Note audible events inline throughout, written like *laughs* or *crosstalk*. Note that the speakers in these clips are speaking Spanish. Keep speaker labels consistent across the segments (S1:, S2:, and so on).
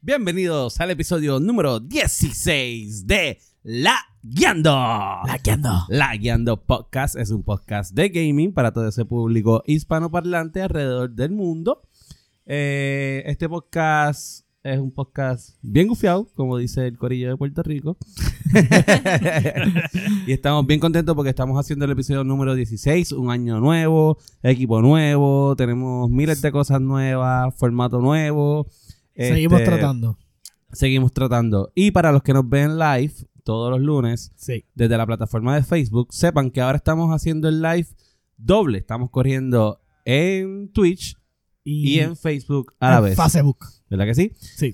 S1: Bienvenidos al episodio número 16 de La Guiando. La Guiando. La Guiando Podcast es un podcast de gaming para todo ese público hispanoparlante alrededor del mundo. Eh, este podcast es un podcast bien gufiado, como dice el corillo de Puerto Rico. *laughs* y estamos bien contentos porque estamos haciendo el episodio número 16, un año nuevo, equipo nuevo, tenemos miles de cosas nuevas, formato nuevo.
S2: Seguimos
S1: Este,
S2: tratando.
S1: Seguimos tratando. Y para los que nos ven live todos los lunes
S2: Sí.
S1: desde la plataforma de Facebook, sepan que ahora estamos haciendo el live doble. Estamos corriendo en Twitch y, en Facebook a la vez.
S2: Facebook.
S1: ¿Verdad que sí?
S2: Sí.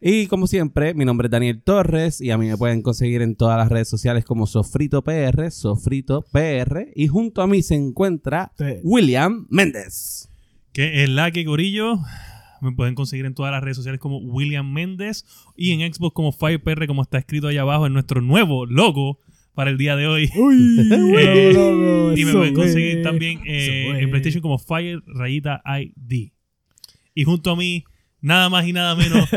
S1: Y como siempre, mi nombre es Daniel Torres y a mí me pueden conseguir en todas las redes sociales como Sofrito PR, Sofrito PR. Y junto a mí se encuentra *laughs*
S2: Te-
S1: William *laughs* Méndez.
S3: que es la que gorillo. Me pueden conseguir en todas las redes sociales como William Méndez y en Xbox como FirePR, como está escrito allá abajo en nuestro nuevo logo para el día
S2: *laughs*
S3: de hoy.
S2: Uy,
S3: *laughs* Eh,
S2: *laughs* loco,
S3: y me
S2: eso
S3: pueden conseguir
S2: es.
S3: también eh,
S2: Eso es.
S3: en PlayStation como Fire Rayita ID. Y junto a mí, nada más y
S2: *laughs*
S3: nada menos,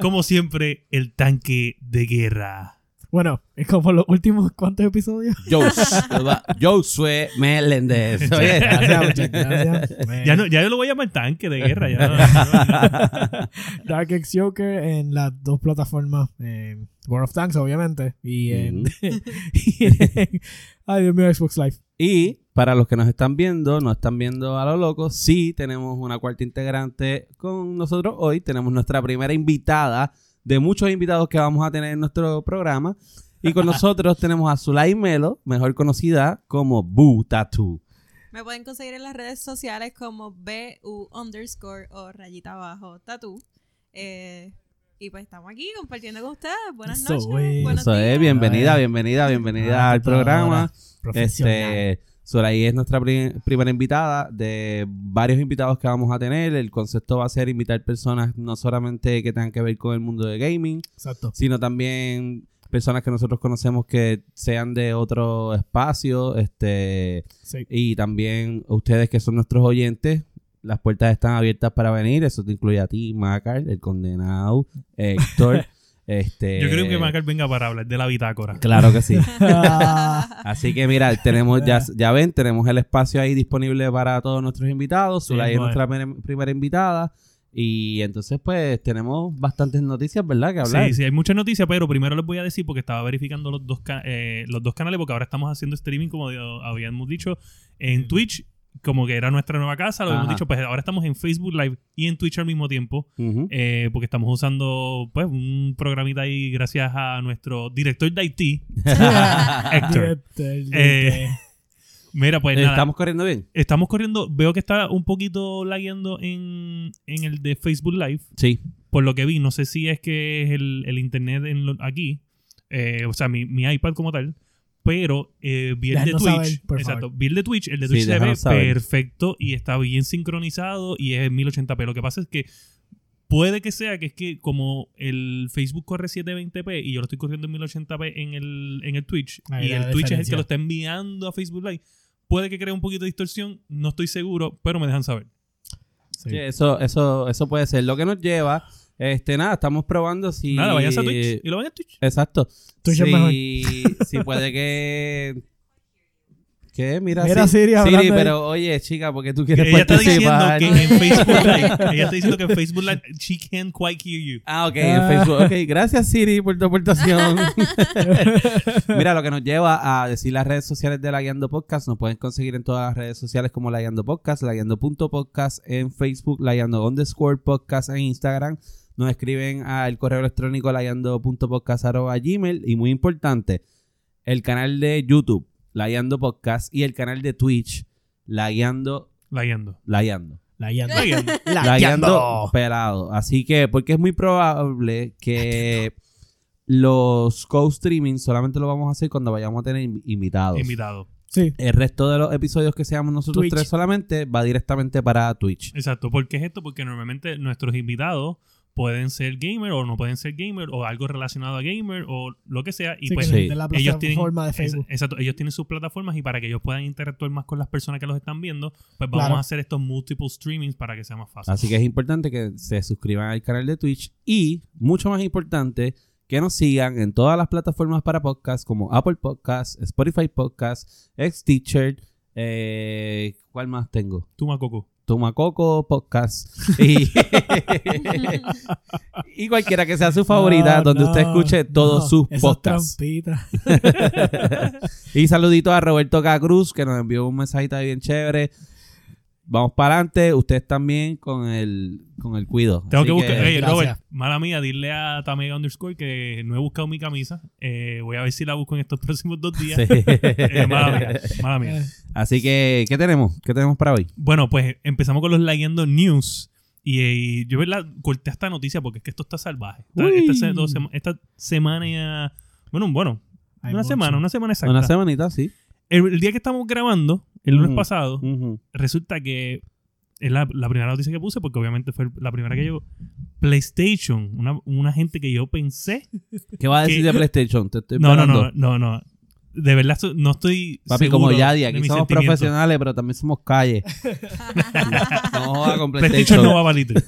S3: como siempre, el tanque de guerra.
S2: Bueno, es como los últimos cuántos episodios.
S1: Jos- Josué *laughs* Meléndez. *laughs* Oye,
S2: Gracias, muchas
S1: *laughs*
S2: gracias. Eh,
S3: Ya, no, ya yo lo voy a llamar tanque de guerra. ya no-
S2: *laughs*
S3: no-
S2: Dark Ex Joker en las dos plataformas. eh, World of Tanks, obviamente. Y en. *laughs* Ay, Dios mío, Xbox Live.
S1: Y para los que nos están viendo, nos están viendo a lo loco, sí tenemos una cuarta integrante con nosotros hoy. Tenemos nuestra primera invitada de muchos invitados que vamos a tener en nuestro programa. Y con nosotros tenemos a Zulay Melo, mejor conocida como Boo Tattoo.
S4: Me pueden conseguir en las redes sociales como BU underscore o rayita abajo tatú. Eh, y pues estamos aquí compartiendo con ustedes. Buenas
S2: Eso
S4: noches.
S2: es,
S4: buenos
S1: Eso es,
S4: días. *laughs*
S1: bienvenida,
S2: Ah,
S1: bienvenida, bienvenida al programa.
S2: Profesional.
S1: Este, Zulay es nuestra pri- primera invitada de varios invitados que vamos a tener. El concepto va a ser invitar personas no solamente que tengan que ver con el mundo de gaming,
S2: Exacto.
S1: sino también personas que nosotros conocemos que sean de otro espacio, este, *laughs*
S2: Sí.
S1: y también ustedes que son nuestros oyentes, las puertas están abiertas para venir, eso te incluye a ti, Macar, el condenado,
S3: *laughs*
S1: Héctor, este...
S3: Yo creo que Macar venga para hablar de la bitácora.
S1: Claro
S3: *laughs*
S1: que sí.
S2: *laughs* Ah,
S1: Así que mira, tenemos ya, ya ven, tenemos el espacio ahí disponible para todos nuestros invitados.
S3: Sí,
S1: Zulay es
S3: bueno.
S1: nuestra primer- primera invitada. Y entonces pues tenemos bastantes noticias, ¿verdad? Que hablar.
S3: Sí, sí, hay muchas noticias, pero primero les voy a decir porque estaba verificando los dos, ca- eh, los dos canales, porque ahora estamos haciendo streaming, como de- habíamos dicho, en Twitch, como que era nuestra nueva casa, lo
S1: Ajá.
S3: hemos dicho, pues ahora estamos en Facebook Live y en Twitch al mismo tiempo,
S1: Ujú.
S3: eh, porque estamos usando pues un programita ahí gracias a nuestro director
S1: *laughs*
S3: de Haití, Héctor. Eh, Mira, pues nada,
S1: Estamos corriendo bien.
S3: estamos corriendo, veo que está un poquito lagueando en, en el de Facebook Live.
S1: Sí.
S3: por lo que vi, no sé si es que es el, el internet en lo- aquí, eh, o sea, mi, mi iPad como tal, pero eh, vi el de
S2: Déjanos
S3: Twitch.
S2: saber, por
S3: exacto,
S2: favor.
S3: vi el de Twitch, el de
S1: Sí,
S3: Twitch se ve
S1: déjanos saber.
S3: perfecto y está bien sincronizado y es en 1080p. Lo que pasa es que puede que sea que es que como el Facebook corre 720p y yo lo estoy corriendo en 1080p en el, en el Twitch
S2: Ahí
S3: y
S2: la
S3: el Twitch es el que
S2: diferencia.
S3: lo está enviando a Facebook Live. Puede que cree un poquito de distorsión, no estoy seguro, pero me dejan saber.
S1: Sí, eso, eso, eso puede ser. Lo que nos lleva, este, nada, estamos probando si.
S3: Nada, vayan a Twitch y lo vayan a Twitch.
S1: Exacto.
S2: Twitch es
S1: si, *laughs* si puede
S3: *laughs*
S1: que. ¿Qué? Mira,
S2: Mira
S1: sí.
S2: Siri hablando de-
S1: pero oye, chica, porque tú quieres
S3: Ella está diciendo
S1: participar?
S3: que en Facebook Live, ella está diciendo que en Facebook Live she can't quite hear you.
S1: Ah, ok, en
S2: Ah.
S1: Facebook. Ok, gracias Siri por tu aportación. Mira, lo que nos lleva a decir las redes sociales de La Guiando Podcast. Nos pueden conseguir en todas las redes sociales como La Guiando Podcast, La Guiando.podcast en Facebook, La Guiando underscore podcast en Instagram. Nos escriben al correo electrónico gmail y muy importante, el canal de YouTube, La Guiando Podcast y el canal de Twitch, La Guiando,
S3: La guiando.
S1: La Guiando.
S2: La llanta.
S3: La guiando.
S1: Lagueando pelado. Así que, porque es muy probable que los co-streaming solamente lo vamos a hacer cuando vayamos a tener invi- invitados.
S3: Invitado.
S2: Sí.
S1: El resto de los episodios que seamos nosotros
S2: Twitch.
S1: tres solamente va directamente para Twitch.
S3: Exacto. ¿Por qué es esto? Porque normalmente nuestros invitados pueden ser gamer o no pueden ser gamer o algo relacionado a gamer o lo que sea. Y
S2: Sí,
S3: pues
S2: que
S1: Sí.
S2: de la
S3: ellos tienen,
S2: plataforma de
S3: es-
S2: Facebook.
S3: exacto, ellos tienen sus plataformas y para que ellos puedan interactuar más con las personas que los están viendo, pues vamos
S2: Claro.
S3: a hacer estos multiple streamings para que sea más fácil.
S1: Así que es importante que se suscriban al canal de Twitch y, mucho más importante, que nos sigan en todas las plataformas para podcast como Apple Podcasts, Spotify Podcasts, Xteacher, eh, ¿cuál más tengo?
S3: Tú, Macoco.
S1: Tumacoco Podcast y, *laughs* y cualquiera que sea su favorita,
S2: No,
S1: donde
S2: no,
S1: usted escuche todos
S2: no,
S1: sus
S2: esas
S1: podcasts.
S2: trampitas.
S1: *laughs* y saludito a Roberto Cacruz, que nos envió un mensajito ahí bien chévere. Vamos para adelante, ustedes también con el, con el cuido.
S3: Tengo
S1: Así
S3: que buscar. Oye,
S2: gracias.
S3: Robert, mala mía, dile a Tamega underscore que no he buscado mi camisa. Eh, voy a ver si la busco en estos *laughs* próximos dos días. Eh, mala mía, mala mía.
S2: Eh,
S1: Así que, ¿qué tenemos? ¿Qué tenemos para hoy?
S3: Bueno, pues empezamos con los Leyendo News. Y, eh, y yo, ¿verdad? Corté esta noticia porque es que esto está salvaje. Esta,
S1: Uy.
S3: esta se- dos sema- esta semana. ya- Bueno, bueno,
S2: hay
S3: una
S2: mucho.
S3: semana, una semana exacta.
S1: Una Mm. semanita, sí.
S3: el, el día que estamos grabando, el lunes
S1: Ujú.
S3: pasado,
S1: Ujú.
S3: resulta que es la, la primera noticia que puse porque obviamente fue la primera que yo. PlayStation, una, una gente que yo pensé.
S1: ¿Qué va a decir
S3: ¿Qué?
S1: de PlayStation? Te estoy
S3: No, no,
S1: parando.
S3: no, no, no. De verdad, so- no estoy.
S1: Papi,
S3: seguro
S1: como Yadi, aquí
S3: de mis
S1: somos
S3: sentimientos.
S1: profesionales, pero también somos calle. No joda con
S3: *laughs* PlayStation
S1: PlayStation.
S3: no va para Litri.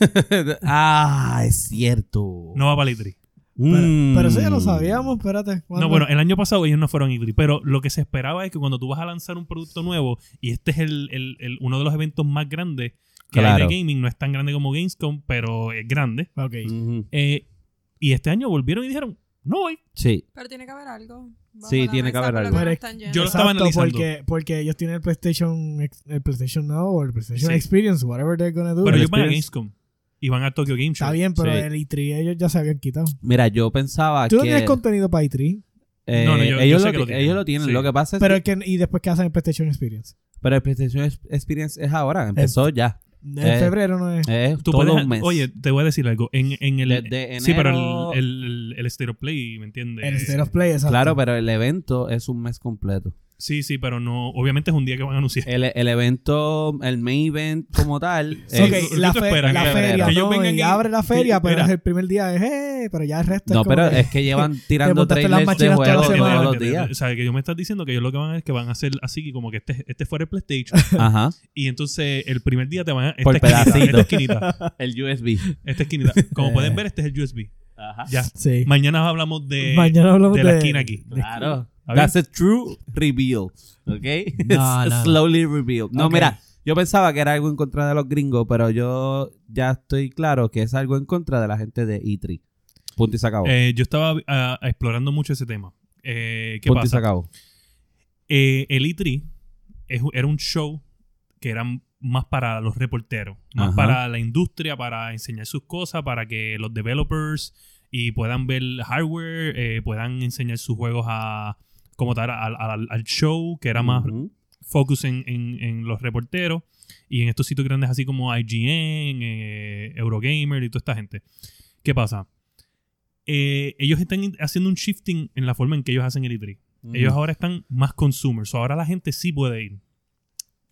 S1: *laughs* ah, es cierto.
S3: No va para Litri.
S2: Pero,
S1: Mm.
S2: pero eso ya lo sabíamos, espérate. ¿cuándo?
S3: No, bueno, el año pasado ellos no fueron Litri. Pero lo que se esperaba es que cuando tú vas a lanzar un producto nuevo, y este es el, el- el- uno de los eventos más grandes que
S1: Claro.
S3: hay de gaming, no es tan grande como Gamescom, pero es grande.
S2: Ok.
S1: Ujú.
S3: Eh, y este año volvieron y dijeron, no voy.
S1: Sí.
S4: Pero tiene que haber algo. Vamos
S1: Sí,
S4: a la
S1: tiene que
S4: mesa
S1: haber
S4: por lo
S1: algo.
S4: no
S2: Pero-
S4: están yendo.
S3: Yo lo estaba analizando.
S2: Porque, porque ellos tienen el PlayStation, ex- el PlayStation Now o el PlayStation
S3: Sí.
S2: Experience, whatever they're gonna do.
S3: Pero
S1: el
S3: ellos van a
S1: experience.
S3: Gamescom y van a Tokyo Game Show.
S2: Está bien, pero
S1: Sí.
S2: el E3 ellos ya se habían quitado.
S1: Mira, yo pensaba
S2: Tú no
S1: que
S2: tienes contenido para E E3,
S1: eh,
S3: No, no, yo- yo
S1: ellos,
S3: sé
S1: lo
S3: que lo
S1: ti-
S3: tienen.
S1: ellos lo tienen.
S3: Sí.
S1: Lo que pasa es
S2: pero
S1: que-
S2: es que, ¿y después qué hacen el PlayStation Experience?
S1: pero el PlayStation Ex- Experience es ahora, empezó ya.
S2: En
S1: Eh,
S2: febrero no es.
S1: Es
S3: Tú
S1: todo
S3: puedes-
S1: un mes.
S3: Oye, te voy a decir algo. En, en el,
S1: Desde
S3: sí, pero
S1: enero-
S3: el, el, el State of Play, ¿me entiendes?
S2: el State of Play, exacto.
S1: claro, pero el evento es un mes completo.
S3: Sí, sí, pero no. Obviamente es un día que van
S1: *laughs*
S3: a anunciar.
S1: El, el evento, el main event como
S2: *laughs*
S1: tal.
S3: Sí,
S1: es-
S2: Ok,
S3: Eh, ¿qué
S2: la,
S3: tú
S2: fe-
S3: esperas?
S2: la
S1: Que-
S2: feria,
S1: que
S3: ellos
S2: ¿no?
S3: vengan
S2: Y
S3: y-
S2: abre la feria,
S3: y-
S2: pero
S3: mira.
S2: el primer día es, "Eh", pero ya el resto
S1: no,
S2: es como
S1: pero
S2: que-
S1: es que
S2: *laughs*
S1: llevan tirando
S2: montaste las
S1: trailers de
S2: máquinas toda la
S1: juegos
S3: Entiende,
S2: semana.
S1: todos los
S3: entiende,
S1: días.
S3: O sea, que yo me estás diciendo que ellos lo que van a es que van a hacer así como que este, este fuera el PlayStation
S1: Ajá.
S3: y entonces el primer día te van a esta
S1: Por
S3: esquinita,
S1: pedacito.
S3: esta esquinita,
S1: El *laughs* USB.
S3: esta esquinita. Como pueden ver, este es el USB.
S1: Ajá.
S3: Ya.
S2: Sí.
S3: Mañana hablamos de
S2: Mañana hablamos
S3: eh, de
S2: de,
S3: la esquina aquí.
S1: Claro.
S3: ¿Está bien?
S1: That's a true reveal. ¿Ok?
S2: No, no, no.
S1: Slowly reveal. No,
S2: Ok.
S1: mira, yo pensaba que era algo en contra de los gringos, pero yo ya estoy claro que es algo en contra de la gente de E3. Punto y se acabó.
S3: Eh, yo estaba ah, explorando mucho ese tema. Eh, ¿Qué
S1: Punto y se
S3: pasa?
S1: acabó.
S3: Eh, el E3 es- era un show que era m- más para los reporteros, más
S1: Ajá.
S3: para la industria, para enseñar sus cosas, para que los developers y puedan ver hardware, eh, puedan enseñar sus juegos a como tal al, al- al show, que era más
S1: Ujú.
S3: focus en, en- en los reporteros y en estos sitios grandes así como IGN, eh, Eurogamer y toda esta gente. ¿Qué pasa? Eh, ellos están in- haciendo un shifting en la forma en que ellos hacen el E E3.
S1: Ujú.
S3: Ellos ahora están más consumers. so ahora la gente sí puede ir.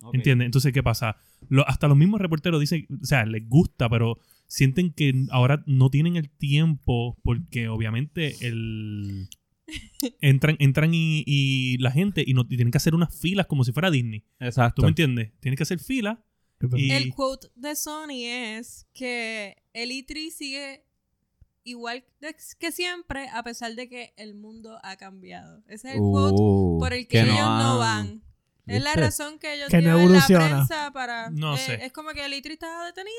S1: Ok.
S3: ¿Entiendes? Entonces, ¿qué pasa? Lo- hasta los mismos reporteros dicen, o sea, les gusta, pero sienten que ahora no tienen el tiempo porque obviamente
S1: *laughs*
S3: el... Entran, entran y, y la gente y, no, y tienen que hacer unas filas como si fuera Disney. ¿Tú
S1: Exacto.
S3: me entiendes? Tienes que hacer filas. Y-
S4: El quote de Sony es que el E3 sigue igual de- que siempre, a pesar de que el mundo ha cambiado. Ese es el quote
S1: Oh,
S4: por el que, ellos no,
S1: han-
S4: van. Es la
S1: ¿Viste?
S4: razón que ellos
S2: Que no
S4: llevan
S2: evoluciona.
S4: la prensa para...
S3: No
S4: eh,
S3: sé.
S4: Es como que el E3 está detenido.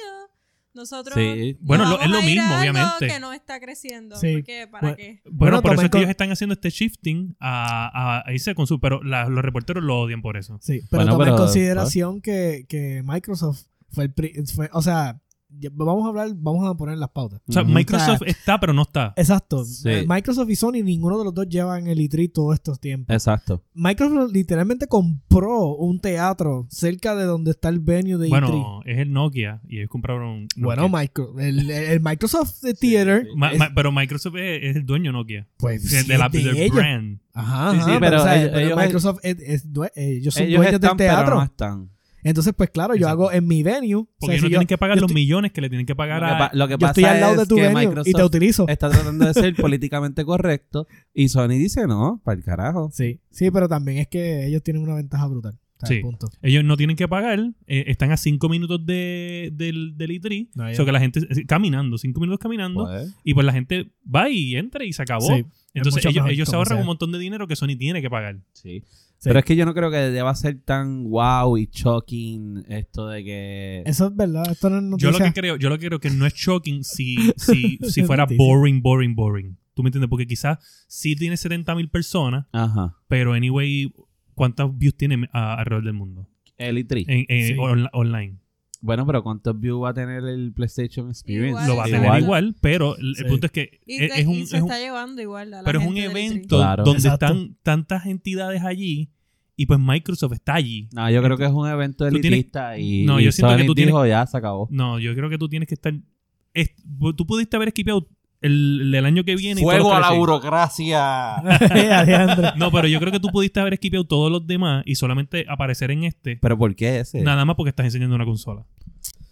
S4: Nosotros...
S1: Sí.
S4: nos
S3: Bueno, lo-
S4: vamos
S3: es lo
S4: a ir a
S3: mismo,
S4: algo
S3: obviamente.
S4: que no está creciendo.
S2: Sí.
S4: Porque, ¿Para
S2: Bueno,
S4: qué?
S3: Bueno,
S2: Bueno,
S1: pues
S3: por eso
S2: tomen
S3: es que
S2: con-
S3: ellos están haciendo este shifting a, a, a irse con su... Pero la- los reporteros lo odian por eso.
S2: Sí, pero
S1: Bueno,
S2: toma en
S1: pero-
S2: consideración que, que Microsoft fue el... pri- fue- o sea, ya- vamos a hablar, vamos a poner las pautas.
S3: O sea,
S1: Ujú.
S3: Microsoft
S2: O
S3: está, pero no está.
S2: Exacto.
S1: Sí.
S2: Eh, Microsoft y Sony, ninguno de los dos llevan el E3 todos estos tiempos.
S1: Exacto.
S2: Microsoft literalmente compró un teatro cerca de donde está el venue de E3.
S3: Bueno, es el Nokia y ellos compraron... Nokia.
S2: Bueno, Micro- el, el Microsoft
S3: *laughs*
S2: Theater,
S1: sí.
S3: Ma-
S2: es-
S3: ma- pero Microsoft es, es el dueño de Nokia.
S2: pues,
S3: Sí, de la,
S2: de
S3: del
S2: ellos.
S3: brand.
S2: Ajá,
S1: Sí, sí, pero
S2: ajá, pero, o sea,
S1: ellos-
S2: pero
S1: ellos-
S2: Microsoft es, es due- eh, ellos son
S1: Ellos
S2: dueños
S1: están,
S2: del
S1: pero
S2: teatro.
S1: no están.
S2: Entonces, pues claro, yo
S3: Exacto.
S2: hago en mi venue. o sea,
S3: Porque ellos no
S2: si yo,
S3: tienen que pagar
S2: yo
S3: los
S2: estoy-
S3: millones que le tienen que pagar
S1: Lo que,
S3: a.
S1: pa- lo que
S2: yo
S1: pasa
S2: estoy al lado de
S1: es
S2: tu
S1: que
S2: venue y te
S1: Microsoft
S2: utilizo.
S1: está tratando de ser *laughs* políticamente correcto y Sony dice no, para el carajo.
S2: Sí, sí, pero también es que ellos tienen una ventaja brutal. O sea,
S3: Sí.
S2: punto.
S3: Ellos no tienen que pagar, eh, están a cinco minutos de, del, del E3.
S2: No,
S3: O
S2: ya.
S3: sea, que la gente eh, caminando, cinco minutos caminando,
S1: Joder.
S3: y pues la gente va y entra y se acabó.
S2: Sí,
S3: Entonces
S2: mucho
S3: ellos,
S2: mejor
S3: ellos se
S2: como
S3: ahorran
S2: sea.
S3: un montón de dinero que Sony tiene que pagar.
S1: Sí.
S2: Sí.
S1: Pero es que yo no creo que deba ser tan wow y shocking esto de que...
S2: Eso es verdad. Esto no es noticia.
S3: Yo lo que creo, yo lo que creo que no es shocking si,
S2: *laughs*
S3: si, si
S2: Es
S3: fuera
S2: noticia.
S3: boring, boring, boring. ¿Tú me entiendes? Porque quizás sí tiene 70 mil personas,
S1: Ajá.
S3: pero anyway, ¿cuántas views tiene a- alrededor del mundo?
S1: El E3.
S3: En, en-
S2: Sí.
S3: onla- online.
S1: Bueno, pero ¿cuántos views va a tener el PlayStation Experience?
S4: Igual.
S3: Lo va a tener
S4: Igual.
S3: igual, pero el, el
S2: Sí.
S3: punto es que
S4: Y,
S3: es,
S4: que-
S3: es un,
S4: y se
S3: es un-
S4: está llevando igual a la
S3: pero es un
S4: gente del E3.
S3: evento
S1: Claro.
S3: donde
S2: Exacto.
S3: están tantas entidades allí y pues Microsoft está allí.
S1: No, yo creo que es un evento
S3: Tú tienes-
S1: elitista y,
S3: No,
S1: y
S3: yo siento que
S1: Sony
S3: tú tienes-
S1: dijo, ya se acabó.
S3: No, yo creo que tú tienes que estar. es- tú pudiste haber esquipeado el, el del año que viene. y
S1: ¡Fuego a
S3: todos los
S1: la
S3: tres.
S1: burocracia!
S2: *laughs* Alejandro.
S3: No, pero yo creo que tú pudiste haber esquipeado todos los demás y solamente aparecer en este.
S1: *laughs* ¿Pero por qué ese?
S3: Nada más porque estás enseñando una consola.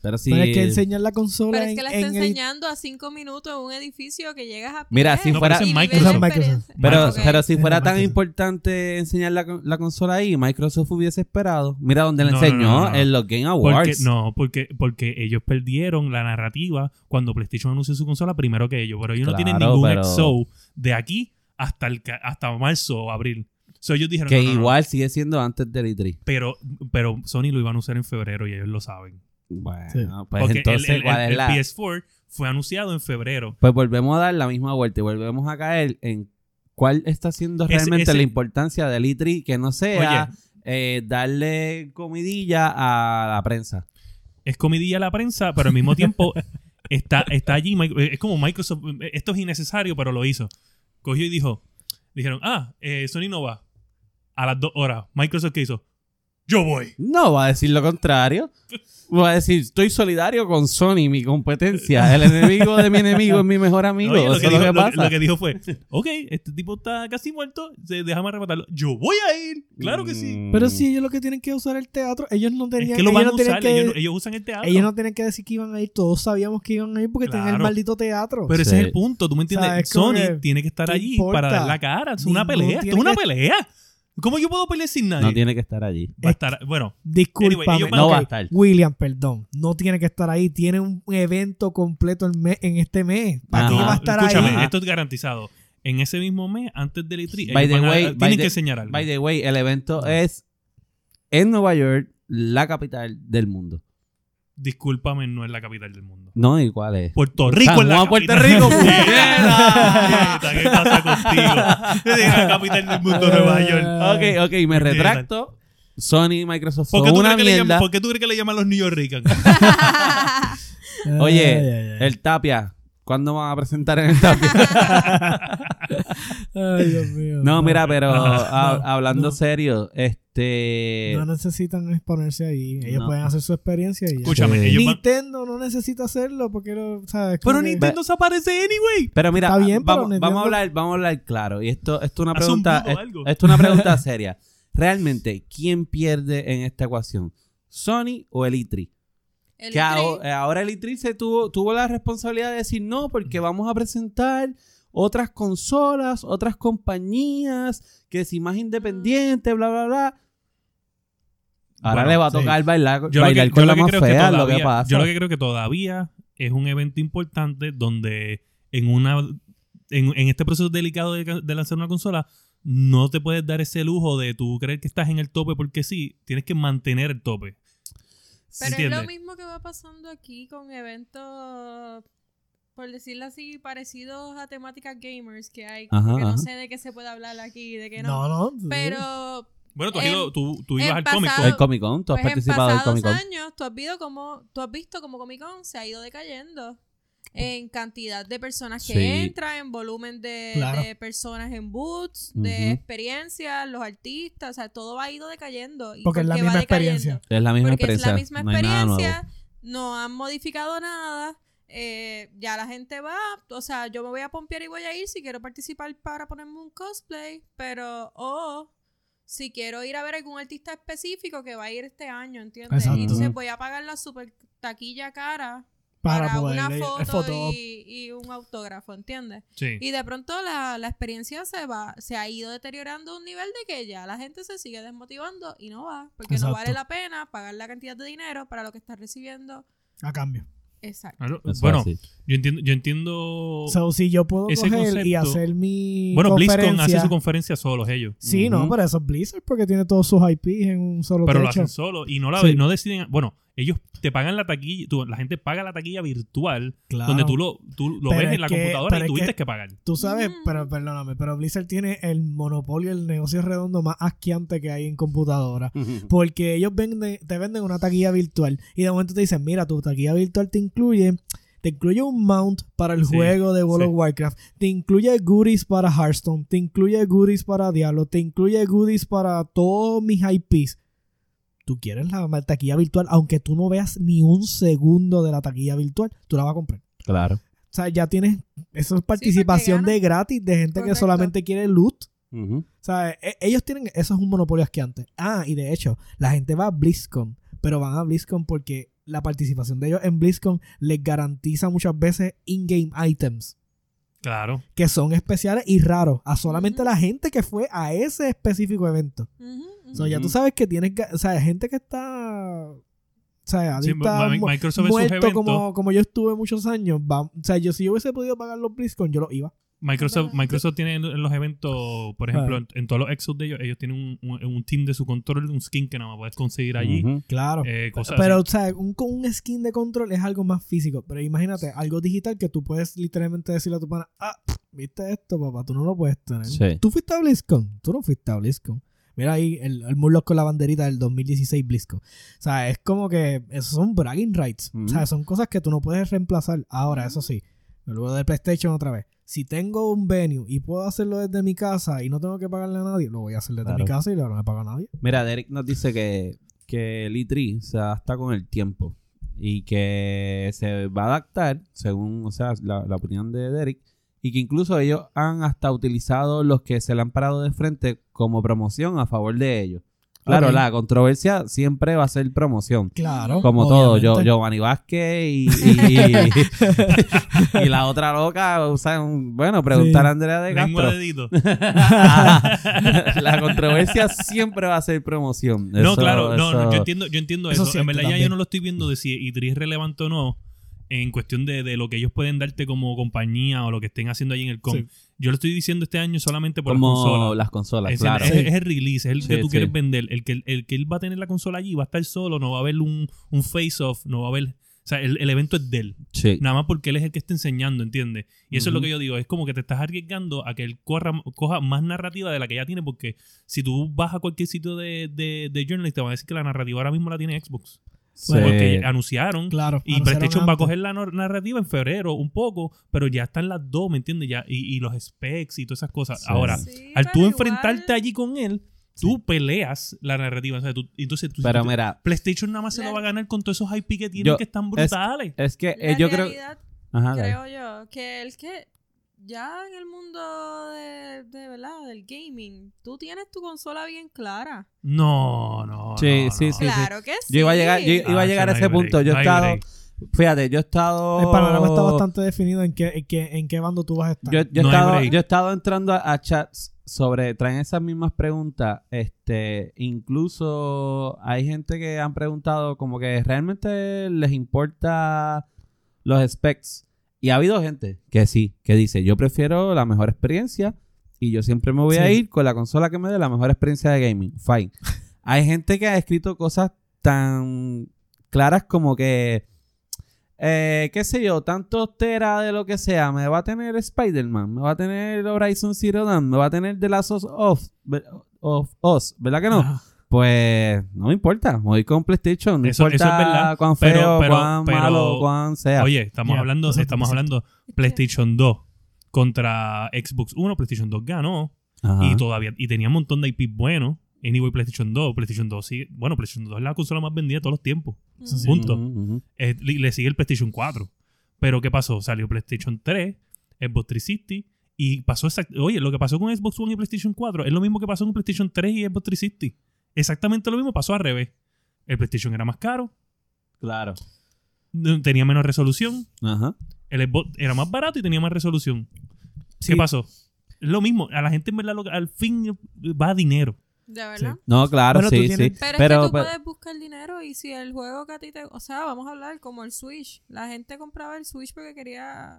S1: Pero si...
S2: Pero es que enseñar la consola
S4: Pero es que
S2: en-
S4: la está
S2: en el-
S4: enseñando a cinco minutos en un edificio que llegas a.
S1: Mira,
S4: pie
S1: si
S4: y
S1: fuera-
S4: ves
S3: No,
S4: la
S3: pero eso es
S4: experiencia.
S2: Microsoft.
S1: Pero,
S4: Ok.
S1: pero si
S2: Es
S1: fuera
S2: de
S1: tan
S2: Microsoft.
S1: importante enseñar la, la consola ahí, Microsoft hubiese esperado. Mira donde la
S3: No, no,
S1: enseñó,
S3: no, no, no.
S1: en los Game
S3: Porque,
S1: Awards.
S3: no, porque, porque ellos perdieron la narrativa cuando PlayStation anunció su consola primero que ellos. Pero ellos no tienen
S1: Claro,
S3: ningún
S1: pero-
S3: XO de aquí hasta, el, ca- hasta marzo o abril. So, ellos dijeron
S1: que
S3: "No, no, no".
S1: igual sigue siendo antes del E E3.
S3: Pero, pero Sony lo iban a usar en febrero y ellos lo saben.
S1: Bueno,
S2: Sí.
S1: pues
S3: porque el-
S1: entonces,
S3: el, el-
S1: ¿cuál es
S3: el
S1: la...?
S3: PS4 fue anunciado en febrero.
S1: Pues volvemos a dar la misma vuelta y volvemos a caer en cuál está siendo
S3: Ese-
S1: realmente
S3: ese-
S1: la importancia del E3 que no sea eh, darle comidilla a la prensa.
S3: es comidilla la prensa, pero al mismo tiempo está, está allí. Mi- Es como Microsoft, esto es innecesario, pero lo hizo. Cogió y dijo, dijeron, ah, eh, Sony no va a las dos horas. Microsoft, ¿qué hizo? Yo voy.
S1: No va a decir lo contrario. Va a decir, estoy solidario con Sony, mi competencia. El enemigo de mi enemigo es mi mejor amigo.
S3: Oye, lo,
S1: Eso
S3: que
S1: es lo
S3: dijo,
S1: que
S3: lo que-
S1: pasa.
S3: lo que dijo fue, ok, este tipo está casi muerto, se- déjame arrebatarlo. Yo voy a ir, claro que sí.
S1: Mm,
S2: Pero si ellos lo que tienen que usar el teatro, ellos no tenían
S3: Es que lo
S2: ellos
S3: van a
S2: no tenían
S3: usar,
S2: que-
S3: ellos, ellos usan el teatro.
S2: ellos no tenían que decir que iban a ir, todos sabíamos que iban a ir porque tenían el
S3: Claro.
S2: maldito teatro.
S3: pero ese
S1: Sí.
S3: es el punto, ¿tú me entiendes?
S2: O sea, es como
S3: Sony
S2: que,
S3: tiene que estar
S2: ¿qué
S3: allí
S2: importa?
S3: para dar la cara. Es una
S2: Ningún
S3: pelea, esto es
S2: tiene
S3: una
S2: que-
S3: pelea. ¿Cómo yo puedo pelear sin nadie?
S1: No tiene que estar allí.
S3: Va a estar- bueno,
S2: Discúlpame,
S3: Anyway, ellos van-
S1: No
S2: ok,
S1: va a estar.
S2: William, perdón, no tiene que estar ahí, tiene un evento completo el mes- en este mes. ¿Para qué
S1: Ajá.
S2: va a estar
S3: Escúchame,
S2: ahí?
S1: Ajá.
S3: esto es garantizado. En ese mismo mes, antes del E3,
S1: By
S3: ellos
S1: the
S3: van a-
S1: way, by
S3: tienen
S1: the-
S3: que enseñar algo.
S1: By the way, el evento es en Nueva York, la capital del mundo.
S3: Discúlpame, no es la capital del mundo.
S1: No, ¿y cuál es?
S3: Puerto Rico
S1: San
S3: es la
S1: Juan,
S3: capital.
S1: Puerto Rico,
S3: *laughs*
S1: *laughs* puñeta.
S3: Puñeta, ¿Qué pasa contigo? Yo dije, la capital del mundo, Nueva York.
S1: Ok, ok, me
S3: Puñeta.
S1: retracto. Sony y Microsoft
S3: ¿Por qué,
S1: son
S3: tú
S1: una
S3: crees que le llaman,
S1: mierda.
S3: por qué tú crees que le llaman los New Yorkers?
S1: Oye,
S2: Ay, ay, ay.
S1: El Tapia. ¿Cuándo van a presentar en el Tapia?
S3: *laughs*
S2: Ay, Dios mío.
S1: No, mira, pero
S2: Ajá.
S1: ha-
S2: No,
S1: hablando
S2: no.
S1: serio, este...
S2: No necesitan exponerse ahí. Ellos
S1: No.
S2: pueden hacer su experiencia y ya.
S3: Escúchame,
S1: Sí.
S3: ellos van...
S2: Nintendo no necesita hacerlo porque lo, ¿sabes? Como
S3: Pero
S2: que-
S3: Nintendo se aparece anyway.
S1: Pero mira,
S2: Está bien,
S1: vamos,
S2: pero
S1: vamos a
S2: Nintendo-
S1: hablar, vamos a hablar claro. Y esto, esto es una
S3: Haz un
S1: pregunta,
S3: bulo o
S2: eh,
S1: es-
S3: algo.
S1: esto es una
S3: *laughs*
S1: pregunta seria. Realmente, ¿quién pierde en esta ecuación? ¿Sony o el E3?
S4: El
S1: Que aho-
S4: E3,
S1: eh, ahora el E3 se tuvo, tuvo la responsabilidad de decir no, porque vamos a presentar otras consolas, otras compañías, que si más independiente, bla, bla, bla. Ahora
S3: Bueno,
S1: le va a
S2: sí.
S1: tocar bailar,
S3: Yo lo que-
S1: bailar
S3: yo
S1: con
S3: lo
S1: la
S3: que
S1: más
S3: creo que
S1: fea, lo
S3: todavía-
S1: que pasa.
S3: Yo lo que creo que todavía es un evento importante donde en una en, en este proceso delicado de, ca- de lanzar una consola no te puedes dar ese lujo de tú creer que estás en el tope porque sí, tienes que mantener el tope.
S4: Pero es
S3: ¿Entiendes?
S4: lo mismo que va pasando aquí con eventos, por decirlo así, parecidos a temáticas gamers que hay. como
S1: Ajá,
S4: que
S1: ajá.
S4: no sé de qué se puede hablar aquí, de qué no.
S2: No, no.
S4: Pero
S3: Bueno, tú, has
S4: El-
S3: ido- tú, tú
S4: el
S3: ibas al cómic.
S4: pasado-
S1: El Comic Con, tú has
S4: pues, en
S1: participado del
S4: pasados
S1: Comic Con.
S4: años tú has, visto como, tú has visto como Comic Con se ha ido decayendo en cantidad de personas que
S1: Sí.
S4: entran, en volumen de,
S2: Claro.
S4: de personas en booths,
S1: Ujú.
S4: de experiencias, los artistas, o sea, todo ha ido decayendo. Y
S2: Porque es la
S4: qué va
S2: misma
S4: decayendo?
S2: experiencia.
S1: Es la misma
S4: porque es
S1: experiencia.
S4: la misma
S1: no hay nada nuevo.
S4: experiencia, no han modificado nada, eh, ya la gente va, o sea, yo me voy a pompear y voy a ir si quiero participar para ponerme un cosplay, pero, oh, si quiero ir a ver algún artista específico que va a ir este año, ¿entiendes?
S2: Exacto.
S4: Y entonces voy a pagar la super taquilla cara
S2: Para,
S4: para,
S2: poder
S4: una
S2: ir-
S4: foto,
S2: foto-
S4: y, y un autógrafo, ¿entiendes?
S3: Sí.
S4: Y de pronto la, la experiencia se va, se ha ido deteriorando a un nivel de que ya la gente se sigue desmotivando y no va, porque
S2: Exacto.
S4: no vale la pena pagar la cantidad de dinero para lo que estás recibiendo.
S2: a cambio.
S4: Exacto.
S3: Claro,
S1: Eso
S3: Ah, Bueno,
S1: así.
S3: yo entiendo, yo entiendo.
S2: So, si yo puedo
S3: Oh, ese
S2: coger y
S3: concepto-
S2: hacer mi
S3: bueno, BlizzCon
S2: conferencia...
S3: hace su conferencia solos ellos.
S2: Sí,
S1: Ujú.
S2: no, pero eso es Blizzard porque tiene todos sus IPs en un solo
S3: Pero lo
S2: techo.
S3: hacen solo y no, la,
S2: Sí.
S3: no deciden. Bueno, ellos te pagan la taquilla. tú- la gente paga la taquilla virtual
S2: Claro.
S3: donde tú lo, tú lo
S2: Ah, Pero
S3: ves
S2: es
S3: en la
S2: que-
S3: computadora
S2: pero
S3: y
S2: es
S3: tuviste que,
S2: que-
S3: pagar.
S2: Tú sabes,
S4: Mm.
S2: pero perdóname, pero Blizzard tiene el monopolio, el negocio redondo más asqueante que hay en computadora. Porque ellos venden, te venden una taquilla virtual y de momento te dicen, mira, tu taquilla virtual te incluye, te incluye un mount para el
S3: Sí,
S2: juego de World
S3: sí.
S2: of Warcraft, te incluye goodies para Hearthstone, te incluye goodies para Diablo, te incluye goodies para todos mis IPs. Tú quieres la taquilla virtual, aunque tú no veas ni un segundo de la taquilla virtual, tú la vas a comprar.
S1: Claro.
S2: O sea, ya tienes. Eso es participación
S4: ganan.
S2: de gratis de gente que
S4: Correcto.
S2: solamente quiere loot.
S1: Ujú.
S2: O sea, e- ellos tienen. Eso es un monopolio asqueante. Ah, y de hecho, la gente va a BlizzCon. Pero van a BlizzCon porque la participación de ellos en BlizzCon les garantiza muchas veces in-game items.
S3: Claro.
S2: Que son especiales y raros. A solamente
S4: Ujú.
S2: la gente que fue a ese específico evento.
S4: Ujú, ujú.
S2: O sea, ya tú
S1: Ujú.
S2: sabes que tienes. ga- O sea, gente que está. O sea,
S3: Sí,
S2: adicta,
S3: Mi-
S2: mu-
S3: Microsoft en sus
S2: muerto
S3: eventos.
S2: como, como yo estuve muchos años. va- o sea, yo si yo hubiese podido pagar los BlizzCon, yo los iba.
S3: Microsoft,
S4: ¿Verdad?
S3: Microsoft tiene en- en los eventos, por ejemplo, en, en todos los exos de ellos, ellos tienen un, un- un team de su control, un skin que nada más puedes conseguir allí.
S1: Ujú.
S2: Claro.
S3: eh, cosas
S2: pero,
S3: así.
S2: o sea, un, con un skin de control es algo más físico. Pero imagínate, algo digital que tú puedes literalmente decirle a tu pana, ah, pff, viste esto, papá, tú no lo puedes tener.
S1: Sí.
S2: Tú fuiste a BlizzCon, tú no fuiste a BlizzCon. Mira ahí el, el Murloc con la banderita del 2016 BlizzCon. O sea, es como que esos son bragging rights. O sea,
S1: Ujú.
S2: son cosas que tú no puedes reemplazar. Ahora, eso sí, luego del PlayStation otra vez. Si tengo un venue y puedo hacerlo desde mi casa y no tengo que pagarle a nadie, lo voy a hacer desde
S1: Claro.
S2: mi casa y no le pago a nadie.
S1: Mira, Derek nos dice que, que el E3 se adapta con el tiempo y que se va a adaptar, según o sea, la, la opinión de Derek, y que incluso ellos han hasta utilizado los que se le han parado de frente como promoción a favor de ellos. Claro,
S2: Ok.
S1: la controversia siempre va a ser promoción.
S2: Claro.
S1: Como todo, yo,
S2: obviamente.
S1: Giovanni Vázquez y, y- *laughs* y la otra loca, o sea, un- bueno, preguntar a Andrea de Castro.
S3: Lengua de dedito.
S1: *laughs* la controversia siempre va a ser promoción.
S3: no,
S1: *laughs* Eso-
S3: claro, no, no,
S1: eso-
S3: yo entiendo, yo entiendo
S2: Eso
S3: eso.
S2: sí,
S3: en verdad ya
S2: también.
S3: yo no lo estoy viendo de si Idris es relevante o no en cuestión de, de lo que ellos pueden darte como compañía o lo que estén haciendo ahí en el con.
S2: Sí.
S3: Yo lo estoy diciendo este año solamente por las
S1: Como
S3: consolas.
S1: las consolas,
S3: es,
S1: claro.
S3: el, es- es el release, es el que
S1: Sí,
S3: tú
S1: sí.
S3: quieres vender. El que, el que él va a tener la consola allí va a estar solo, no va a haber un, un face-off, no va a haber... O sea, el, el evento es de él.
S1: Sí.
S3: Nada más porque él es el que está enseñando, ¿entiendes? Y eso es lo
S1: Ujú.
S3: que yo digo. Es como que te estás arriesgando a que él corra, coja más narrativa de la que ya tiene, porque si tú vas a cualquier sitio de, de, de Journalist, te van a decir que la narrativa ahora mismo la tiene Xbox.
S1: Sí.
S3: Porque anunciaron.
S2: Claro.
S3: Y
S2: anunciaron
S3: PlayStation va a
S2: antes.
S3: coger la nor- narrativa en febrero, un poco, pero ya están las dos, ¿me entiendes? Ya, y, y los specs y todas esas cosas.
S1: Sí.
S3: Ahora,
S4: Sí,
S3: al
S4: pero
S3: tú
S4: igual-
S3: enfrentarte allí con él, tú peleas la narrativa. O sea, tú- entonces tú,
S1: Pero
S3: tú-
S1: mira,
S3: PlayStation nada más se lo
S4: La-
S3: va a ganar con todos esos IP que tienen
S1: Yo-
S3: que están brutales.
S1: es que
S4: La
S1: eh, yo creo.
S4: realidad,
S1: Ajá, dale.
S4: creo yo que el que ya en el mundo de, de verdad del gaming, tú tienes tu consola bien clara.
S3: No, no.
S1: Sí,
S3: no,
S1: sí,
S3: no.
S1: sí.
S4: Claro que sí.
S1: Yo iba a llegar, yo iba a
S3: Ah,
S1: llegar a
S3: no hay
S1: ese
S3: break,
S1: punto. Yo
S3: no
S1: he
S3: hay
S1: estado.
S3: break.
S1: Fíjate, yo he estado.
S2: El panorama está bastante definido en qué, en qué, en qué bando tú vas a estar.
S1: Yo, yo he
S3: No hay
S1: estado,
S3: break.
S1: yo he estado entrando a, a chats sobre, traen esas mismas preguntas. Este, incluso hay gente que han preguntado como que realmente les importa los specs. Y ha habido gente que sí, que dice, yo prefiero la mejor experiencia y yo siempre me voy a
S2: Sí.
S1: ir con la consola que me dé la mejor experiencia de gaming.
S3: *laughs*
S1: Fine. hay gente que ha escrito cosas tan claras como que, eh, qué sé yo, tantos tera de lo que sea, me va a tener Spider-Man, me va a tener Horizon Zero Dawn, me va a tener The Last of Us, ve- of Us, ¿verdad que no?
S3: Ah,
S1: Pues no me importa, me voy con PlayStation, no
S3: Eso-
S1: importa
S3: eso es verdad,
S1: cuán feo,
S3: pero- pero-
S1: cuán
S3: pero-
S1: malo, cuán sea.
S3: Oye, estamos
S2: Ya,
S3: hablando,
S2: exacto,
S3: estamos
S2: exacto.
S3: hablando
S4: *laughs*
S3: PlayStation 2 contra Xbox 1, PlayStation 2 ganó
S1: Ajá.
S3: y todavía y tenía un montón de IP buenos. Anyway, PlayStation 2, PlayStation 2 sigue, bueno, PlayStation 2 es la consola más vendida de todos los tiempos.
S4: Ujú.
S2: sí.
S3: Punto.
S1: Ujú, ujú.
S3: Eh, le le sigue el PlayStation 4. Pero ¿qué pasó? Salió PlayStation 3, Xbox 360 Y pasó exactamente. Oye, lo que pasó con Xbox One y PlayStation 4 es lo mismo que pasó con PlayStation 3 y Xbox 360. Exactamente lo mismo pasó al revés. El PlayStation era más caro,
S1: Claro.
S3: no- tenía menos resolución.
S1: Ajá.
S3: El Xbox era más barato y tenía más resolución.
S2: Sí.
S3: ¿Qué pasó? Es lo mismo. A la gente en verdad lo que- al fin va dinero.
S4: De verdad.
S1: No, claro,
S2: Bueno, tú
S1: sí,
S2: tienes-
S1: sí.
S4: Pero, es que
S1: Pero, pues
S4: tú puedes buscar dinero y si el juego que a ti te... O sea, vamos a hablar como el Switch. La gente compraba el Switch porque quería...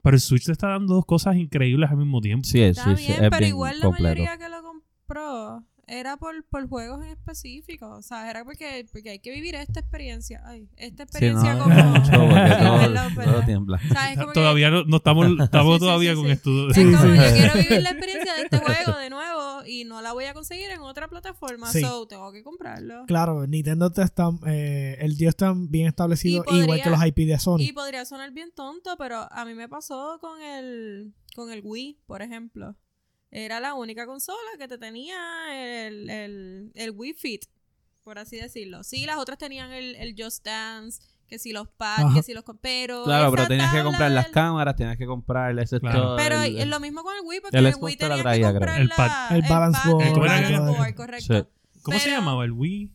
S3: Pero el Switch te está dando dos cosas increíbles al mismo tiempo.
S1: sí, el
S4: Está
S1: Switch
S4: bien,
S1: es
S4: pero
S1: bien
S4: igual la
S1: completo.
S4: mayoría que lo compró era por, por juegos en específico. O sea, era porque, porque hay que vivir esta experiencia. Ay, esta
S1: Sí, no,
S4: experiencia
S1: no,
S4: como...
S1: mucho,
S4: *laughs*
S1: porque
S4: Sí,
S1: todo-
S4: verdad,
S1: todo
S4: verdad.
S1: tiembla.
S4: O sea, es como que-
S3: Todavía no, no estamos, estamos
S4: *laughs* Sí, sí,
S3: todavía
S4: sí,
S3: con
S4: sí. *laughs*
S3: esto.
S4: es como,
S2: Sí, sí.
S4: yo quiero vivir la experiencia de
S1: *laughs*
S4: este juego de nuevo y no la voy a conseguir en otra plataforma,
S2: Sí.
S4: so tengo que comprarlo.
S2: Claro, Nintendo te está, eh, el tío está bien establecido,
S4: Y podría-
S2: igual que los IP de Sony.
S4: Y podría sonar bien tonto, pero a mí me pasó con el, con el Wii, por ejemplo. Era la única consola que te tenía el, el, el Wii Fit, por así decirlo. Sí, las otras tenían el, el Just Dance, que si los pads,
S2: Ajá.
S4: que si los... com- Pero
S1: Claro, pero
S4: esa
S1: tenías que
S4: tabla
S1: comprar las
S4: del-
S1: cámaras, tenías que comprar el sector.
S3: Claro.
S4: Pero es lo mismo con el Wii, porque
S1: el
S4: el,
S1: Xbox
S4: Wii
S1: te la
S4: tenía
S1: traía,
S4: que
S1: creo.
S4: comprar
S3: El
S4: la-
S3: pad.
S2: El balance
S4: el
S3: board.
S4: balance
S3: Sí.
S4: board, correcto.
S3: ¿Cómo se
S4: Pero-
S3: llamaba? ¿El Wii?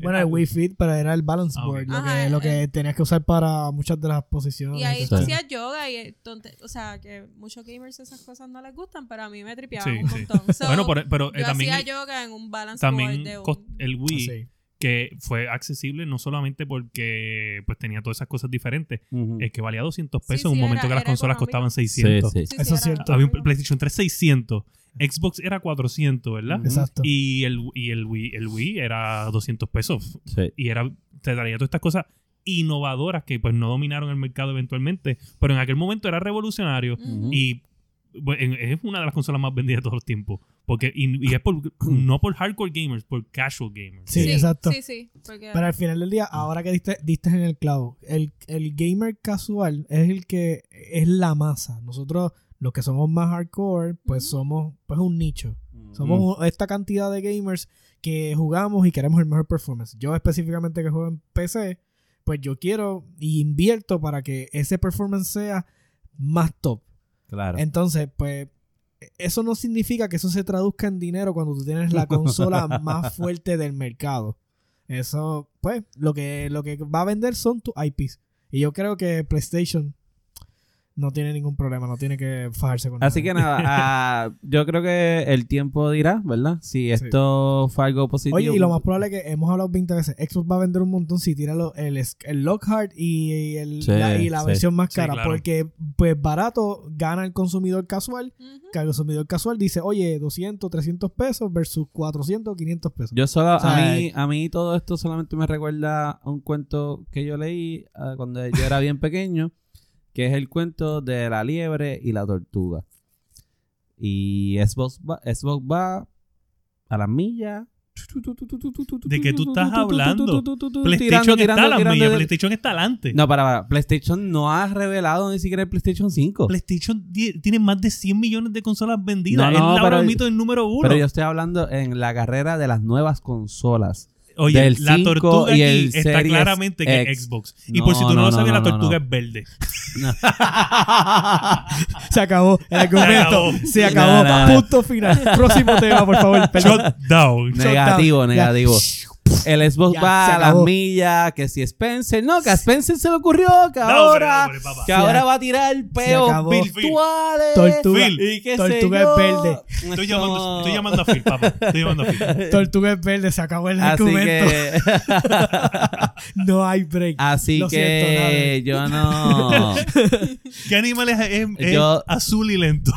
S2: Bueno, el Wii Fit, pero era el balance
S3: Ah,
S2: board,
S3: ok.
S2: lo,
S4: Ah, Ajá,
S2: que,
S4: el-
S2: lo que tenías que usar para muchas de las posiciones.
S4: Y ahí
S1: Sí.
S4: tú hacías yoga y eh, tonte- o sea, que muchos gamers esas cosas no les gustan, pero a mí me tripeaban
S3: Sí,
S4: un
S3: sí.
S4: montón. So,
S3: Bueno, por- pero eh,
S4: yo
S3: también,
S4: hacía yoga en un balance board
S3: también
S4: de un-
S3: cost- el Wii,
S2: Ah, Sí.
S3: que fue accesible no solamente porque pues tenía todas esas cosas diferentes,
S1: Ujú.
S3: es que valía 200
S4: Sí,
S3: pesos en un
S4: sí,
S3: momento
S4: era-
S3: que las
S4: era
S3: consolas
S4: económico.
S3: costaban
S1: Sí,
S3: 600.
S1: sí.
S4: Sí, sí,
S2: Eso es
S4: era-
S2: cierto.
S3: Había un PlayStation 3 600, Xbox era 400, ¿verdad?
S1: Ujú.
S2: Exacto.
S3: Y el, y el Wii, el Wii era 200 pesos.
S1: sí.
S3: Y era, te traía todas estas cosas innovadoras que pues no dominaron el mercado eventualmente. Pero en aquel momento era revolucionario.
S4: Ujú.
S3: Y bueno, es una de las consolas más vendidas de todos los tiempos. Porque, y, y es
S1: *clears throat*
S3: por, no por hardcore gamers, por casual gamers.
S2: Sí, exacto.
S4: Sí, sí, porque
S2: Pero al final del día, ahora que diste, diste en el clavo, el, el gamer casual es el que es la masa. Nosotros, los que somos más hardcore, pues
S4: Ujú.
S2: somos pues un nicho.
S1: Ujú.
S2: Somos un- esta cantidad de gamers que jugamos y queremos el mejor performance. Yo específicamente que juego en PC, pues yo quiero y invierto para que ese performance sea más top.
S1: Claro.
S2: Entonces, pues eso no significa que eso se traduzca en dinero cuando tú
S1: *laughs*
S2: tienes la consola más fuerte del mercado. Eso, pues, lo que, lo que va a vender son tus IPs. Y yo creo que PlayStation no tiene ningún problema, no tiene que fajarse con
S1: Así
S2: nadie.
S1: que nada, ah, yo creo que el tiempo dirá, ¿verdad? Si esto fue algo positivo.
S2: Oye, y lo más probable es que hemos hablado 20 veces, Xbox va a vender un montón si tira lo- el, es- el Lockhart y, el,
S1: Sí,
S2: la, y la
S1: sí.
S2: versión más
S3: Sí,
S2: cara.
S3: claro.
S2: Porque, pues, barato gana el consumidor casual.
S4: Ujú.
S2: Que el consumidor casual dice, oye, 200, 300 pesos versus 400, 500 pesos.
S3: *laughs*
S1: Yo solo,
S2: O sea,
S1: a, mí, a mí todo esto solamente me recuerda a un cuento que yo leí ah, cuando yo era bien pequeño, que es el cuento de la liebre y la tortuga. Y Xbox va, Xbox va a la milla.
S3: ¿De qué tú estás hablando?
S1: Tirando,
S3: PlayStation
S1: tirando,
S3: está a la
S1: tirando
S3: milla,
S1: de-
S3: PlayStation está adelante.
S1: No, para, para. PlayStation no ha revelado ni siquiera el PlayStation 5.
S3: PlayStation die- tiene más de 100 millones de consolas vendidas.
S1: No,
S3: es
S1: no,
S3: ahora
S1: pero-
S3: mito el número uno.
S1: Pero yo estoy hablando en la carrera de las nuevas
S3: *laughs*
S1: consolas.
S3: Oye,
S1: del
S3: la
S1: 5
S3: tortuga
S1: y
S3: aquí
S1: el
S3: está
S1: Series
S3: claramente que es
S1: X.
S3: Xbox. Y por si tú
S1: No,
S3: no,
S1: no,
S3: lo sabes,
S1: no,
S3: la
S1: no,
S3: tortuga
S1: no. *laughs*
S3: es verde.
S2: Se acabó el argumento.
S3: acabó.
S2: Se acabó.
S1: No, no, no. *laughs*
S2: Punto final. Próximo tema, por favor. Perdón.
S3: Shut down.
S1: negativo,
S2: Ya.
S1: negativo. El Xbox
S2: Ya, se
S1: va a las
S2: acabó.
S1: millas, que si Spencer, no, que a Spencer se le ocurrió que
S3: hombre,
S1: ahora,
S3: hombre, papá.
S1: que
S2: Se
S1: ahora
S2: ac-
S1: va a tirar peos
S2: acabó.
S1: virtuales.
S2: Tortuga.
S3: Phil,
S1: y qué sé
S2: Tortuga
S1: yo.
S2: es verde.
S3: Estoy
S1: Esto-
S3: llamando, estoy llamando a Phil, papá. Estoy llamando a
S1: *laughs*
S3: Phil.
S2: Tortuga es verde. Se acabó el
S1: Así
S2: argumento.
S1: que,
S2: No hay break.
S1: *laughs* así
S2: Lo
S1: que yo no.
S2: *laughs*
S3: ¿Qué animal es, es- es
S1: Yo-
S3: azul y lento?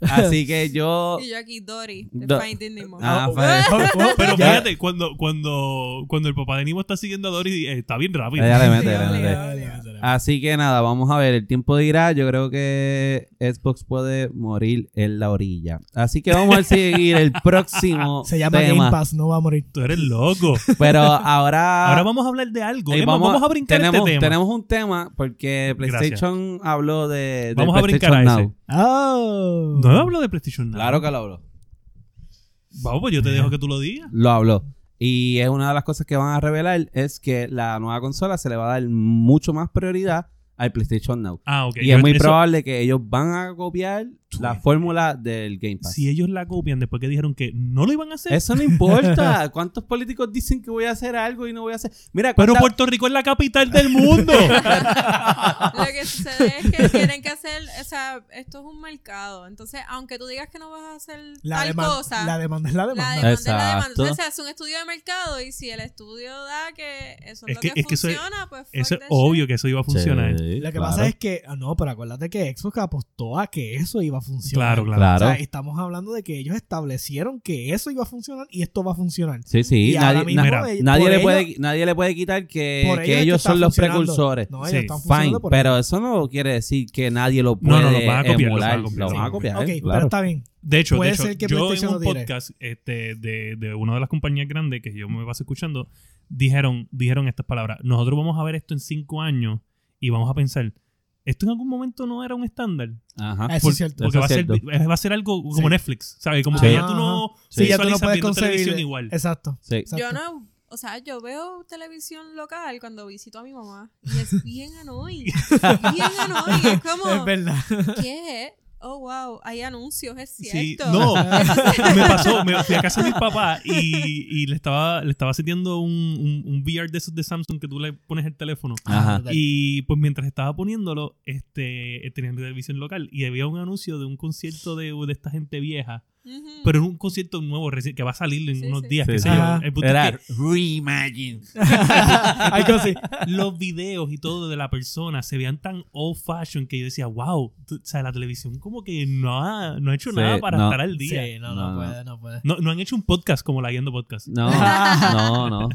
S1: Así que yo.
S4: Y yo aquí, Dory, de
S1: Oh. Do-
S4: Finding Nemo.
S1: Ah, fue-
S3: pues,
S4: *laughs*
S2: siento nada.
S3: Pero
S2: Ya.
S3: fíjate, cuando, cuando, cuando el papá de Nimo está siguiendo a Dory, eh, está bien rápido. Ah,
S1: Ya le mete,
S4: Sí,
S1: le
S4: obligado,
S1: mete.
S4: obligado.
S1: Así que nada, vamos a ver. El tiempo dirá. Yo creo que Xbox puede morir en la orilla. Así que vamos a seguir
S2: *laughs*
S1: el próximo
S2: Se llama Game
S1: tema.
S2: Pass. No va a morir.
S3: Tú eres loco.
S1: Pero ahora.
S3: Ahora vamos a hablar de algo.
S1: eh,
S3: Emma, vamos, a brincar
S1: tenemos,
S3: este tema.
S1: Tenemos un tema porque PlayStation habló de. de
S3: Vamos a brincar a
S1: PlayStation
S3: ese.
S1: Now.
S2: Oh.
S3: No hablo de PlayStation Now.
S1: Claro que lo habló.
S3: Vamos, pues yo te dejo que tú lo digas.
S1: Lo habló. Y es una de las cosas que van a revelar es que la nueva consola se le va a dar mucho más prioridad al PlayStation Now.
S3: Ah, ok.
S1: Y es
S3: Yo-
S1: muy
S3: eso-
S1: probable que ellos van a copiar la
S3: Sí.
S1: fórmula del Game Pass.
S3: Si ellos la copian después que dijeron que no lo iban a hacer.
S1: Eso no
S3: *laughs*
S1: importa. ¿Cuántos políticos dicen que voy a hacer algo y no voy a hacer? Mira,
S3: Pero
S1: cuánta-
S3: Puerto Rico es la capital
S1: *laughs*
S3: del mundo. oh.
S4: Lo que sucede es que tienen que hacer, o sea, esto es un mercado. Entonces, aunque tú digas que no vas a hacer
S2: La,
S4: tal
S2: deman-
S4: cosa,
S2: la demanda es la
S4: la
S2: demanda.
S1: Ah,
S4: demanda es la demanda.
S1: Exacto.
S4: Entonces, se hace un estudio de mercado y si el estudio da que eso es,
S3: Es
S4: lo
S3: que-
S4: que,
S3: es que eso es-
S4: funciona, pues fuck
S3: eso es
S4: that shit.
S3: obvio que eso iba a funcionar.
S1: Sí,
S2: Lo que
S1: claro.
S2: pasa es que, ah, no, pero acuérdate que Xbox apostó a que eso iba a funcionar.
S3: Claro, claro.
S2: O
S1: Claro.
S2: sea, estamos hablando de que ellos establecieron que eso iba a funcionar y esto va a funcionar.
S1: Sí, sí.
S2: y ahora
S1: Nadie,
S2: mismo
S1: na-
S2: ellos-
S1: nadie
S2: por
S1: le
S2: ello-
S1: puede, nadie le puede quitar que,
S2: por
S1: que
S2: ello es
S1: ellos
S2: está
S1: son los
S2: funcionando.
S1: precursores.
S2: No, ellos
S3: Sí.
S2: están
S1: Fine,
S2: funcionando por
S1: pero eso no quiere decir que nadie lo
S3: No,
S1: puede
S3: no, lo van a copiar,
S1: emular.
S3: lo van a copiar,
S1: Lo
S3: sí.
S1: van a copiar, ¿eh?
S2: Ok, pero
S1: claro.
S2: está bien.
S3: De hecho,
S2: Puede
S3: de hecho,
S2: ser que
S3: yo en
S2: PlayStation
S3: un
S2: lo diré.
S3: podcast este, de, de una de las compañías grandes que yo me vas escuchando, dijeron, dijeron estas palabras. Nosotros vamos a ver esto en cinco años y vamos a pensar, ¿esto en algún momento no era un estándar?
S1: Ajá.
S2: Eso
S3: Por-
S2: es cierto.
S3: Porque
S1: Eso
S3: va a,
S1: es
S3: ser,
S1: cierto.
S3: va a ser algo como
S2: Sí.
S3: Netflix, ¿sabes? Como
S1: Sí.
S3: que ya tú no
S2: Sí, ya tú no
S3: visualizas
S2: puedes
S3: viendo televisión
S2: concebir.
S3: igual.
S2: Exacto.
S1: Sí.
S2: exacto.
S4: Yo no, o sea, yo veo televisión local cuando visito a mi mamá y es bien annoying. bien annoying. Es
S2: Es
S4: como,
S2: verdad.
S4: ¿qué? Oh, wow, hay anuncios, es cierto.
S3: Sí,
S4: *laughs*
S3: no, me pasó, me fui a casa de mi papá y, y le estaba le estaba haciendo un, un, un VR de esos de Samsung que tú le pones el teléfono.
S1: Ajá.
S2: Brutal.
S3: Y pues mientras estaba poniéndolo, este, eh, tenía televisión local y había un anuncio de un concierto de, de esta gente vieja,
S4: Ujú.
S3: pero en un concierto nuevo recién que va a salir en
S4: Sí,
S3: unos
S4: sí,
S3: días.
S1: sí.
S3: qué sé
S2: Ajá.
S3: yo. El punto es
S1: Era
S3: *laughs* que
S1: reimagine. *laughs*
S2: Algo así.
S3: los videos y todo de la persona se veían tan old fashion que yo decía, wow, tú- o sea, la televisión como que no ha, no ha hecho
S1: Sí,
S3: nada para
S1: no.
S3: estar al día.
S2: Sí,
S1: No,
S2: no, no,
S1: no.
S2: puede, no puede.
S3: No, no han hecho un podcast como la Yendo Podcast.
S2: *laughs*
S1: No, no, no.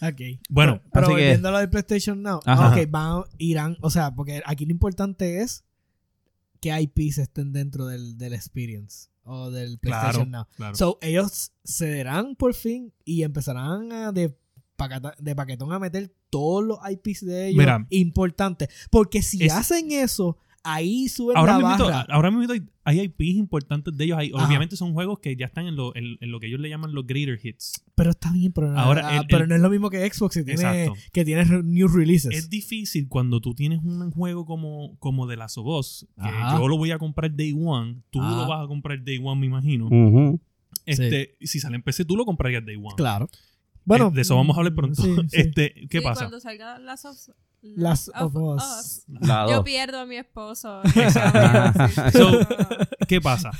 S2: Ok.
S3: Bueno,
S2: Pero
S1: así que-
S2: volviendo a lo del PlayStation Now.
S1: Ajá.
S2: Ok, van, irán. O sea, porque aquí lo importante es que IPs estén dentro del, del experience o del PlayStation Now.
S3: claro.
S2: So, ellos cederán por fin y empezarán a de, paqueta- de paquetón a meter todos los IPs de ellos
S3: Mira.
S2: importantes. Porque si
S3: Es-
S2: hacen eso, ahí suben
S3: ahora
S2: la
S3: mismo, ah,
S2: barra.
S3: ahora mismo hay- hay IPs importantes de ellos. Hay,
S2: Ajá.
S3: obviamente son juegos que ya están en lo, en, en lo que ellos le llaman los greater hits.
S2: Pero está bien, pero, no-
S3: Ahora,
S2: ah,
S3: el- el-
S2: pero no es lo mismo que Xbox que tiene,
S3: Exacto.
S2: que tiene re- new releases.
S3: Es difícil cuando tú tienes un juego como, como The Last of Us, que
S2: Ajá.
S3: yo lo voy a comprar Day One, tú
S2: Ajá.
S3: lo vas a comprar Day One, me imagino.
S1: Ujú.
S3: Este, Si sale en PC, tú lo comprarías Day One.
S2: Claro. Bueno,
S3: Eh, de eso vamos a hablar pronto. *laughs*
S2: sí, sí.
S3: Este, ¿Qué
S4: Sí,
S3: pasa?
S4: Cuando salga Last of,
S2: Last of Us.
S1: La
S4: Yo
S1: dos.
S4: pierdo a mi esposo. Ah,
S3: Exacto.
S4: Sí, sí,
S3: So-
S4: sí.
S2: *laughs*
S3: ¿Qué pasa?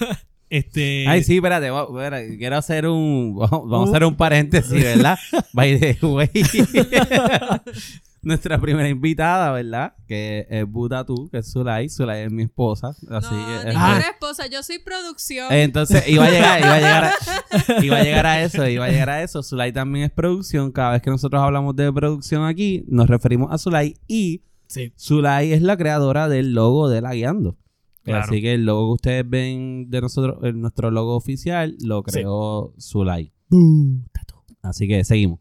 S3: Este,
S1: Ay, sí, espérate, va- espérate, quiero hacer un. Vamos a
S2: Uh.
S1: hacer un
S2: *laughs*
S1: paréntesis, ¿verdad? By the way. *laughs* Nuestra primera invitada, ¿verdad? Que es Butatu, que es Zulay. Zulay es mi esposa. Así
S4: no,
S1: que-
S4: ni
S2: Ah.
S4: tú eres esposa, yo soy producción.
S1: Entonces, iba a llegar, iba a llegar a, iba a llegar a eso, iba a llegar a eso. Zulay también es producción. Cada vez que nosotros hablamos de producción aquí, nos referimos a Zulay. Y
S2: Sí.
S1: Zulay es la creadora del logo de la guiando.
S3: Claro.
S1: Así que el logo que ustedes ven de nosotros, el- nuestro logo oficial, lo
S2: Sí.
S1: creó Zulay.
S2: Boo.
S1: Así que seguimos.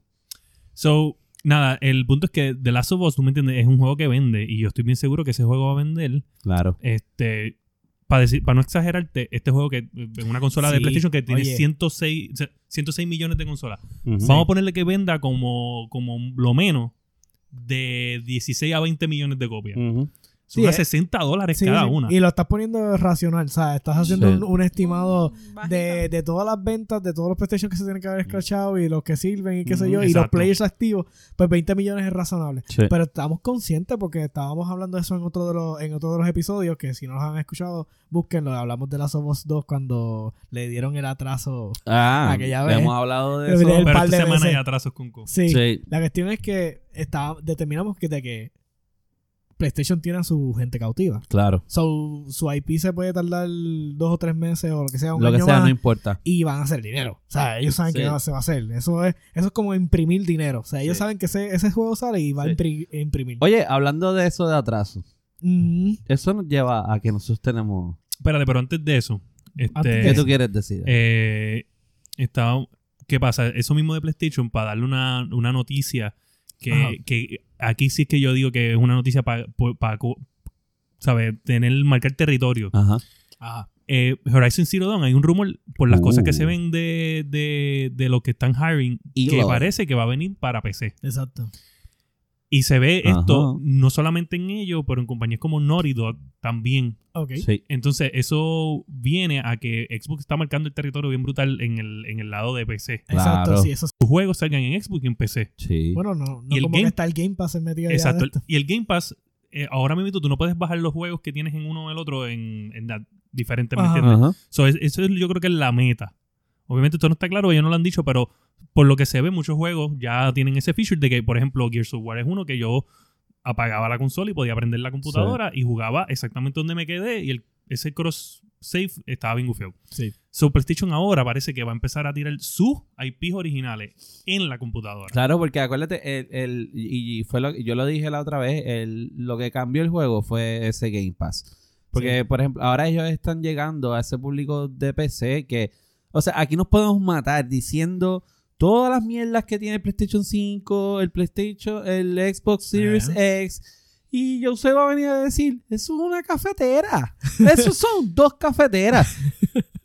S3: So, nada, el punto es que The Last of Us, tú me entiendes, es un juego que vende y yo estoy bien seguro que ese juego va a vender.
S1: Claro.
S3: Este, para decir, para no exagerarte, este juego que eh, en una consola de
S2: Sí,
S3: PlayStation que tiene
S2: oye.
S3: 106, o sea, 106 millones de consolas.
S1: Ujú.
S3: Vamos a ponerle que venda como, como lo menos de 16 a 20 millones de copias.
S1: Ujú.
S3: Son
S2: Sí,
S3: a
S2: eh.
S3: 60 dólares
S2: Sí,
S3: cada
S2: sí.
S3: una.
S2: Y lo estás poniendo racional, ¿sabes? Estás haciendo
S1: Sí.
S2: un, un estimado
S4: Mm, Bajito.
S2: de, de todas las ventas, de todos los PlayStation que se tienen que haber escrachado y los que sirven y qué sé
S3: Ujú,
S2: yo, y los
S3: Mm. exacto.
S2: players activos, pues 20 millones es razonable.
S1: Sí.
S2: Pero estamos conscientes porque estábamos hablando de eso en otro de los, en otro de los episodios, que si no los han escuchado, búsquenlo. Hablamos de Last of Us 2 cuando le dieron el atraso.
S1: Ah,
S2: Aquella
S1: ya
S2: vez.
S1: hemos hablado de
S2: El
S1: eso.
S2: del
S3: Pero
S2: par de
S3: esta semana
S2: veces.
S3: hay atrasos con co.
S2: Sí.
S1: Sí.
S2: La cuestión es que está, determinamos que, de que PlayStation tiene a su gente cautiva.
S1: Claro.
S2: So, su IP se puede tardar dos o tres meses o lo que sea, un
S1: Lo que
S2: año
S1: sea,
S2: más,
S1: no importa.
S2: y van a hacer dinero. O sea, ellos saben
S1: Sí.
S2: que no se va a hacer. Eso es, eso es como imprimir dinero. O sea, ellos
S1: Sí.
S2: saben que ese, ese juego sale y va
S1: Sí.
S2: a impri- imprimir.
S1: Oye, hablando de eso de atraso,
S2: Mm,
S1: eso nos lleva a que nosotros tenemos.
S3: Espérate, pero antes de eso, este,
S2: Antes de
S1: ¿Qué
S2: eso.
S1: tú quieres decir?
S3: Eh, estaba- ¿Qué pasa? Eso mismo de PlayStation, para darle una, una noticia
S2: Ajá.
S3: que, que aquí sí es que yo digo que es una noticia para, ¿sabes? Tener, marcar territorio.
S1: Ajá.
S3: Eh, Horizon Zero Dawn, hay un rumor por las
S1: Uh.
S3: cosas que se ven de, de, de los que están hiring
S1: Y
S3: que
S1: lo-
S3: parece que va a venir para PC.
S2: exacto.
S3: Y se ve
S1: Ajá.
S3: esto no solamente en ellos, pero en compañías como Naughty Dog también.
S2: Ok.
S1: Sí.
S3: Entonces, eso viene a que Xbox está marcando el territorio bien brutal en el, en el lado de PC.
S2: Exacto,
S1: Claro.
S2: sí, eso sí.
S3: Sus juegos salgan en Xbox y en PC.
S1: Sí.
S2: Bueno, no, no
S3: Y el
S2: como
S3: Game-
S2: que está el Game Pass en medio
S3: Exacto.
S2: ya de esto.
S3: Y el Game Pass, eh, ahora mismo tú no puedes bajar los juegos que tienes en uno o el otro en, en la- diferentes, ¿me
S2: Ajá.
S3: entiendes?
S1: Ajá.
S3: So, es- eso es- yo creo que es la meta. Obviamente esto no está claro, ellos no lo han dicho, pero por lo que se ve, muchos juegos ya tienen ese feature de que, por ejemplo, Gears of War es uno que yo apagaba la consola y podía prender la computadora y jugaba exactamente donde me quedé y el, ese cross save estaba bien gufiado.
S2: Sí.
S3: So, PlayStation ahora parece que va a empezar a tirar sus IPs originales en la computadora.
S1: Claro, porque acuérdate, el, el- y y fue lo, yo lo dije la otra vez, el- lo que cambió el juego fue ese Game Pass. Porque, por ejemplo, ahora ellos están llegando a ese público de PC que, o sea, aquí nos podemos matar diciendo todas las mierdas que tiene el PlayStation 5, el PlayStation, el Xbox Series X. Y Jose va a venir a decir, eso es una cafetera. *laughs* Eso son dos cafeteras.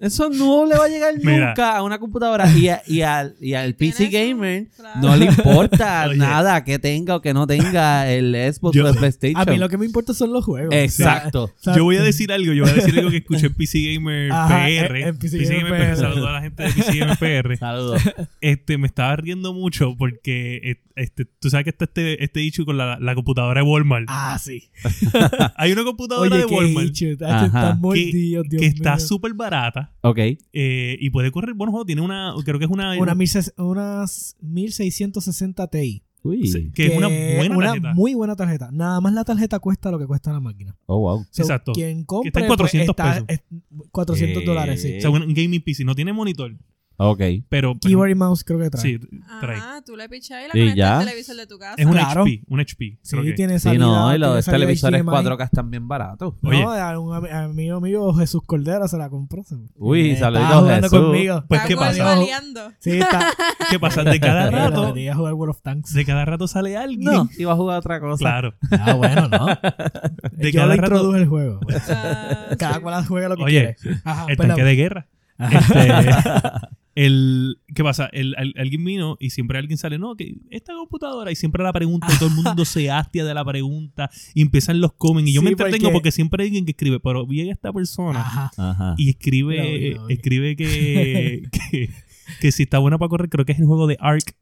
S1: Eso no le va a llegar
S3: Mira.
S1: nunca a una computadora. Y, a- y al, y al PC
S4: Tienes un-
S1: Gamer
S4: claro.
S1: no le
S2: *laughs*
S1: importa
S3: Oye.
S1: nada que tenga o que no tenga el Xbox
S3: Yo-
S1: o el PlayStation.
S2: A mí lo que me importa son los juegos. *laughs*
S1: Exacto.
S2: O sea, mm.
S3: Yo voy a decir algo, yo voy a decir algo que
S2: *laughs*
S3: escuché en PC Gamer
S2: Ajá,
S3: PR.
S2: en- en PC
S3: PC Gamer PR.
S2: PR.
S3: Saludo a la gente de PC Gamer PR.
S1: Saludos.
S3: este, me estaba riendo mucho porque eh, este, tú sabes que está este, este issue con la, la computadora de Walmart.
S2: Ah, sí.
S3: *laughs* Hay una computadora
S2: Ah. Oye,
S3: de
S2: qué
S3: Walmart
S2: bicho, está-
S1: Ajá.
S2: está
S1: Que-
S2: mordido, Dios
S3: que está
S2: mío.
S3: súper barata
S1: Ok.
S3: eh, y puede correr buenos juegos. Tiene una, creo que es una,
S2: Una mil ses- unas 1660 Ti.
S1: Uy.
S3: que, es una buena
S2: una
S3: tarjeta.
S2: muy buena tarjeta. Nada más la tarjeta cuesta lo que cuesta la máquina.
S1: Oh, wow.
S2: So,
S3: Exacto.
S2: Quien compre,
S3: está en
S2: pues,
S3: 400
S2: está- es- 400
S1: Eh.
S2: dólares, sí.
S3: O sea, un gaming PC. No tiene monitor,
S1: Ok.
S3: pero pues,
S2: Keyboard y mouse creo que trae.
S3: sí, trae.
S4: Ah, tú le pichas y
S1: Y
S4: la conectas
S1: ya.
S4: al televisor de tu casa.
S3: Es una
S2: Claro.
S3: HP, un HP.
S2: Sí,
S3: creo que.
S2: tiene
S1: Sí,
S2: salida.
S1: no, y
S2: tiene
S1: los
S2: salida ¿eh?
S1: televisores
S2: HDMI.
S1: 4K están bien
S2: *laughs*
S1: baratos.
S3: Oye.
S2: No, a un am- amigo mío, Jesús Cordera, se la compró. se-
S1: Uy,
S2: Estaba
S1: saluditos,
S2: jugando
S1: Jesús.
S2: conmigo.
S3: Pues, ¿qué
S4: Está
S3: pasa?
S4: golbaleando.
S2: Sí,
S3: *laughs*
S2: está.
S3: ¿Qué
S2: *laughs*
S3: pasa? De cada
S2: Mira,
S3: rato,
S2: venía a jugar World of Tanks.
S3: de cada rato sale alguien.
S1: No, iba a jugar otra cosa.
S3: Claro.
S2: Ah, bueno, ¿no?
S3: De
S2: Yo
S3: cada
S2: le
S3: rato.
S2: introduje el juego.
S4: Ah,
S2: *laughs* Cada
S4: sí.
S2: cual juega lo que
S3: Oye,
S2: quiere. Ajá,
S3: el
S2: perdón.
S3: tanque de guerra.
S1: *laughs*
S2: *laughs*
S3: Este, el, ¿Qué pasa? El, al- alguien vino y siempre alguien sale, no, que esta computadora y siempre la pregunta y todo el
S2: *laughs*
S3: mundo se hastia de la pregunta y empiezan los comen y yo
S2: Sí,
S3: me entretengo
S2: porque-
S3: porque... siempre hay alguien que escribe, pero llega esta persona
S2: Ajá.
S1: Ajá.
S3: y escribe,
S2: Lo vi, lo vi.
S3: escribe
S2: *laughs*
S3: que, que, que si está buena para correr, creo que es el juego de Ark.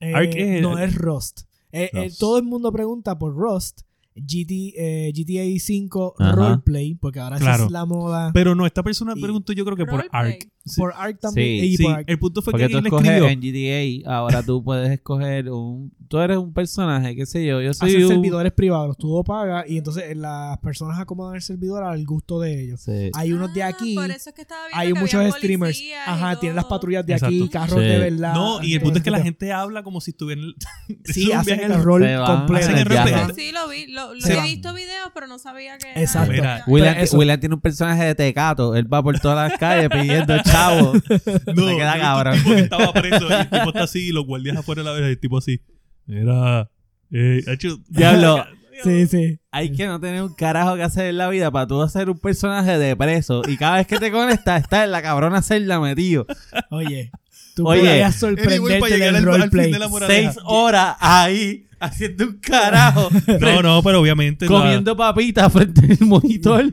S2: Eh,
S3: Ark es-
S2: no es Rust. Eh, eh,
S1: Rust.
S2: todo el mundo pregunta por Rust, GT, eh, GTA 5
S1: Ajá.
S2: Roleplay, porque ahora esa
S3: Claro.
S2: es la moda.
S3: Pero no, esta persona
S2: Y-
S3: preguntó yo creo que por
S4: Roleplay.
S3: Ark. Sí,
S2: por Ark también.
S1: Sí,
S2: y
S3: sí,
S2: por Ark.
S3: el punto fue
S1: Porque
S3: que
S1: tú
S3: él le
S1: escoges
S3: escribió.
S1: en GTA, ahora tú puedes escoger un... Tú eres un personaje, qué sé yo. Yo soy
S2: Hacen
S1: un...
S2: servidores privados, tú lo pagas y entonces eh, las personas acomodan el servidor al gusto de ellos.
S1: Sí.
S2: Hay unos de
S4: Ah,
S2: aquí,
S4: por eso es que estaba viendo
S2: hay
S4: que
S2: muchos
S4: había
S2: streamers.
S4: policías y
S2: Ajá, tienen las
S4: todo.
S2: patrullas de
S3: Exacto.
S2: aquí, carros
S1: Sí.
S2: de verdad.
S3: No, y el punto es que la
S2: Entonces,
S3: gente habla como si *laughs* estuvieran...
S2: Sí, hacen el
S3: rol.
S2: rol
S1: Se van,
S2: completo.
S3: hacen el rol.
S4: Ah,
S1: Ajá.
S4: Sí, lo vi. Lo, lo
S2: Se
S4: he
S2: van.
S4: visto videos, pero no sabía que. era
S2: Exacto.
S4: eso.
S3: Mira,
S1: William,
S2: Pero eso-
S1: William tiene un personaje de tecato. Él va por todas las calles
S2: *laughs*
S1: pidiendo chavo.
S3: No,
S1: Se queda
S3: yo vi
S1: cabrón.
S3: Un tipo que estaba preso y el tipo está así y los guardias afuera de la verja y el tipo así. Era. Eh, hecho,
S1: Diablo.
S3: *laughs*
S2: Sí, sí.
S1: Hay que no tener un carajo que hacer en la vida para tú hacer un personaje de preso. Y cada vez que te conectas, estás en la cabrona celda metido.
S2: Oye, tú
S1: Oye,
S2: podrías
S3: Anyway,
S2: sorprenderte
S3: para llegar
S2: del
S3: al- al fin
S2: roleplay.
S3: de la morada. Moraleja.
S1: Seis horas ahí haciendo un carajo.
S3: No, no, pero obviamente la-
S1: comiendo papitas frente al monitor.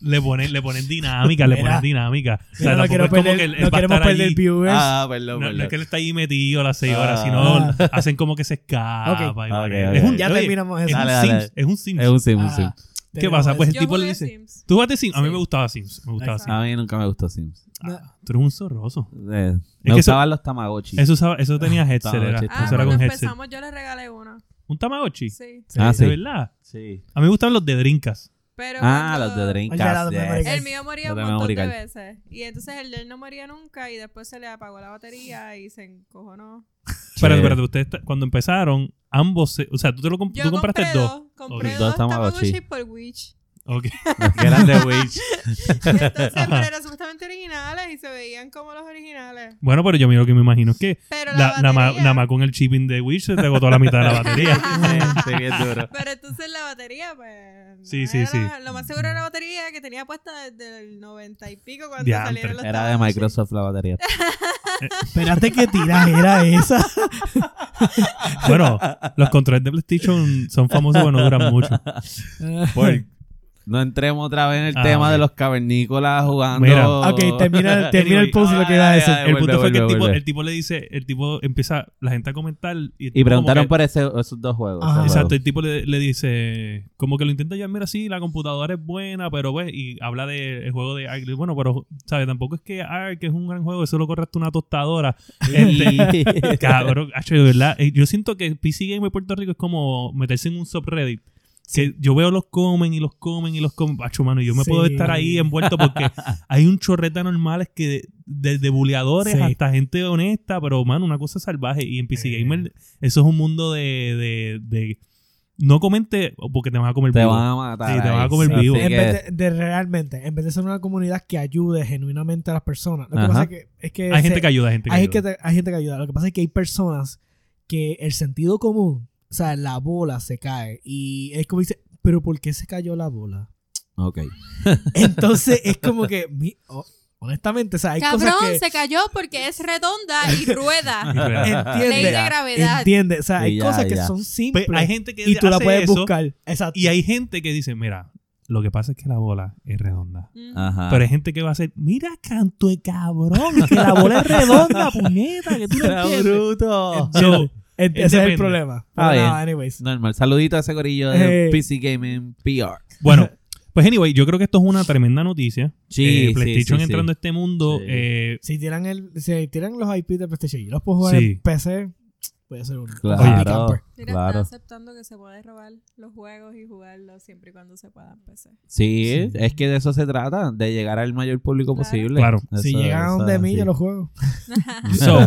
S3: le, ponen, le ponen dinámica, le
S2: Mira.
S3: ponen dinámica. O
S2: Mira,
S3: sea,
S2: no
S3: tampoco
S2: quiero
S3: es como
S2: perder-
S3: que él- él
S2: no
S3: va a
S2: queremos
S3: estar
S2: perder
S3: allí-
S2: viewers.
S1: Ah,
S3: No,
S1: perdón,
S3: no
S1: perdón.
S3: es que él está ahí metido las seis horas,
S1: Ah.
S3: sino hacen como que se escapa.
S2: Ok.
S3: y
S1: Ok,
S3: vale.
S1: ok.
S3: Es un-
S2: Ya
S3: oye,
S2: terminamos
S3: Es
S2: eso.
S1: Dale,
S3: un
S1: dale.
S3: Sims. Es un Sims. Ah,
S1: Es un sim, un
S2: Ajá.
S1: sim.
S2: Tenemos
S3: ¿Qué pasa? Pues el
S4: Yo
S3: tipo le
S4: jugué
S3: dice.
S4: Sims.
S3: ¿Tú jugaste Sims? A mí
S4: Sí.
S3: me gustaba Sims. Me gustaba Sims.
S1: A mí nunca me gustó Sims.
S3: Ah, tú eres un zorroso.
S1: Eh,
S3: que
S1: me
S3: eso-
S1: gustaban los Tamagotchi.
S3: Eso, usaba- eso tenía headset.
S1: Tamagotchi
S3: Era,
S1: está
S4: Ah,
S3: eso era
S4: cuando
S3: con headset.
S4: empezamos yo le regalé uno.
S3: Un Tamagotchi. Eh,
S4: Sí.
S1: Ah,
S3: De
S1: sí.
S3: verdad.
S1: Sí.
S3: A mí me gustaban los de drinkas.
S1: Ah,
S4: Pero cuando-
S1: los de
S2: Alterado
S1: Dreamcast. yes.
S2: memory.
S4: El mío moría
S1: Los
S4: un
S1: de
S4: montón
S1: memory
S4: de
S1: card.
S4: veces. Y entonces el de él no moría nunca y después se le apagó la batería y se encojonó.
S3: Pero,
S1: Sí.
S3: espérate, ustedes ta- cuando empezaron, ambos, se- o sea, tú, te lo comp-
S4: Yo
S3: tú compraste
S4: compré
S3: dos.
S4: Compré
S1: Ok.
S4: dos
S1: Dos Tamagotchi.
S4: Tamagotchi por Witch.
S3: Ok.
S1: Los
S3: *laughs*
S1: que eran de Witch. *laughs*
S4: Entonces, pero eran supuestamente originales y y se veían como los originales.
S3: Bueno, pero yo miro que me imagino es que
S4: Pero la,
S3: la- nada más-
S4: batería-
S3: nada más con el shipping de Wish se te agotó la mitad de la
S4: *laughs*
S3: batería.
S1: Sí, bien duro.
S4: Pero entonces la batería, pues.
S3: Sí,
S4: no
S3: sí,
S4: era-
S3: sí.
S4: Lo más seguro era la batería que tenía puesta desde el 90 y pico cuando
S3: Diantre.
S4: salieron los
S1: Era de
S4: tablets.
S1: Microsoft la batería.
S2: Espérate que tirajera
S3: *laughs*
S2: esa.
S3: bueno, los controles de PlayStation son famosos, pero no
S1: *laughs*
S3: duran mucho. Pues,
S1: No entremos otra vez en el
S3: Ah,
S1: tema
S3: ok.
S1: de los cavernícolas jugando.
S3: Mira.
S2: ok,
S3: *laughs*
S2: termina, termina el
S3: Oh. Anyway,
S2: post y lo que
S1: ah,
S2: iba a
S1: ya,
S2: decir.
S1: ya,
S3: el
S1: vuelve,
S3: punto fue que el
S1: vuelve,
S3: tipo,
S1: vuelve.
S3: el tipo le dice, el tipo empieza la gente a comentar. Y, el
S1: Y
S3: tipo como
S1: preguntaron
S3: que- Ah,
S1: por ese, esos dos juegos.
S2: Ajá.
S1: esos juegos.
S3: Exacto, el tipo le, le dice, como que lo intenta ya, mira, sí, la computadora es buena, pero pues, y habla del juego de Ark. Bueno, pero, ¿sabes? Tampoco es que Ark es un gran juego, eso lo correcto una tostadora.
S1: *laughs* Y-
S3: *laughs* Cabrón, hacho, de verdad. eh, Yo siento que PC Game de Puerto Rico es como meterse en un subreddit. Que yo veo los comen y los comen y los comen. Hacho, mano, yo me
S2: Sí.
S3: puedo estar ahí envuelto porque
S2: *laughs*
S3: hay un chorreta normales que desde buleadores
S2: Sí.
S3: hasta gente honesta, pero, mano, una cosa salvaje. Y en PC
S2: Eh.
S3: Gamer, eso es un mundo de. de- de- no comente porque te van a comer
S1: Te
S3: vivo.
S1: van a matar.
S3: Sí, te van a
S1: ahí.
S3: comer vivo.
S1: Así
S2: En
S1: que-
S2: vez de, de realmente, en vez de ser una comunidad que ayude genuinamente a las personas, lo que
S1: Ajá.
S2: pasa es que, es que
S3: Hay
S2: se-
S3: gente que ayuda, hay gente que
S2: hay,
S3: ayuda.
S2: que te- hay gente que ayuda. Lo que pasa es que hay personas que el sentido común, o sea, la bola se cae y es como dice, pero ¿por qué se cayó la
S3: *laughs*
S2: bola?
S1: Ok.
S2: Entonces es como que, mi- oh, honestamente, o sea, hay
S4: Cabrón,
S2: cosas que...
S4: se cayó porque es redonda
S1: *laughs*
S4: y
S1: Ah,
S3: *laughs*
S4: rueda. Ley de
S2: Entiende,
S4: gravedad.
S2: entiende, o sea, hay
S1: Y ya,
S2: cosas
S1: y
S2: que
S1: ya.
S2: son simples
S3: Pe- hay gente que
S2: y tú la
S3: hace
S2: puedes
S3: eso,
S2: buscar. Exacto.
S3: Y hay gente que dice, mira, lo que pasa es que la bola es redonda.
S4: Mm.
S1: Ajá.
S3: Pero hay gente que va a hacer, mira, canto de cabrón,
S1: *laughs*
S3: que la bola es redonda, *laughs* puñeta,
S2: Ah,
S3: que tú no
S1: Era
S3: entiendes.
S1: bruto.
S3: So,
S2: Ent- ese
S3: eh,
S2: es
S3: depende.
S2: el problema. Pero
S1: Ah, bien.
S2: nada, anyways.
S1: Normal. Saludito a ese corillo de
S2: Eh.
S1: PC Gaming PR.
S3: bueno, pues anyway, yo creo que esto es una tremenda noticia. Eh, PlayStation
S1: sí, sí.
S3: entrando a este mundo.
S1: Sí. *laughs*
S3: eh,
S2: Si tiran, el, si tiran los IP de PlayStation y los puedo jugar
S3: Sí.
S2: en PC, voy a hacer un
S3: este-
S1: Claro.
S2: un camper.
S4: Mira,
S1: Claro.
S4: está aceptando que se puede robar los juegos y jugarlos siempre y cuando se pueda empezar.
S1: Sí,
S2: Sí.
S1: es que de eso se trata, de llegar al mayor público
S4: Claro.
S1: posible.
S3: Claro.
S2: Si
S1: Eso-
S2: llegan a
S1: eso
S2: donde
S1: es
S2: mí,
S1: así.
S2: yo los juego.
S3: so,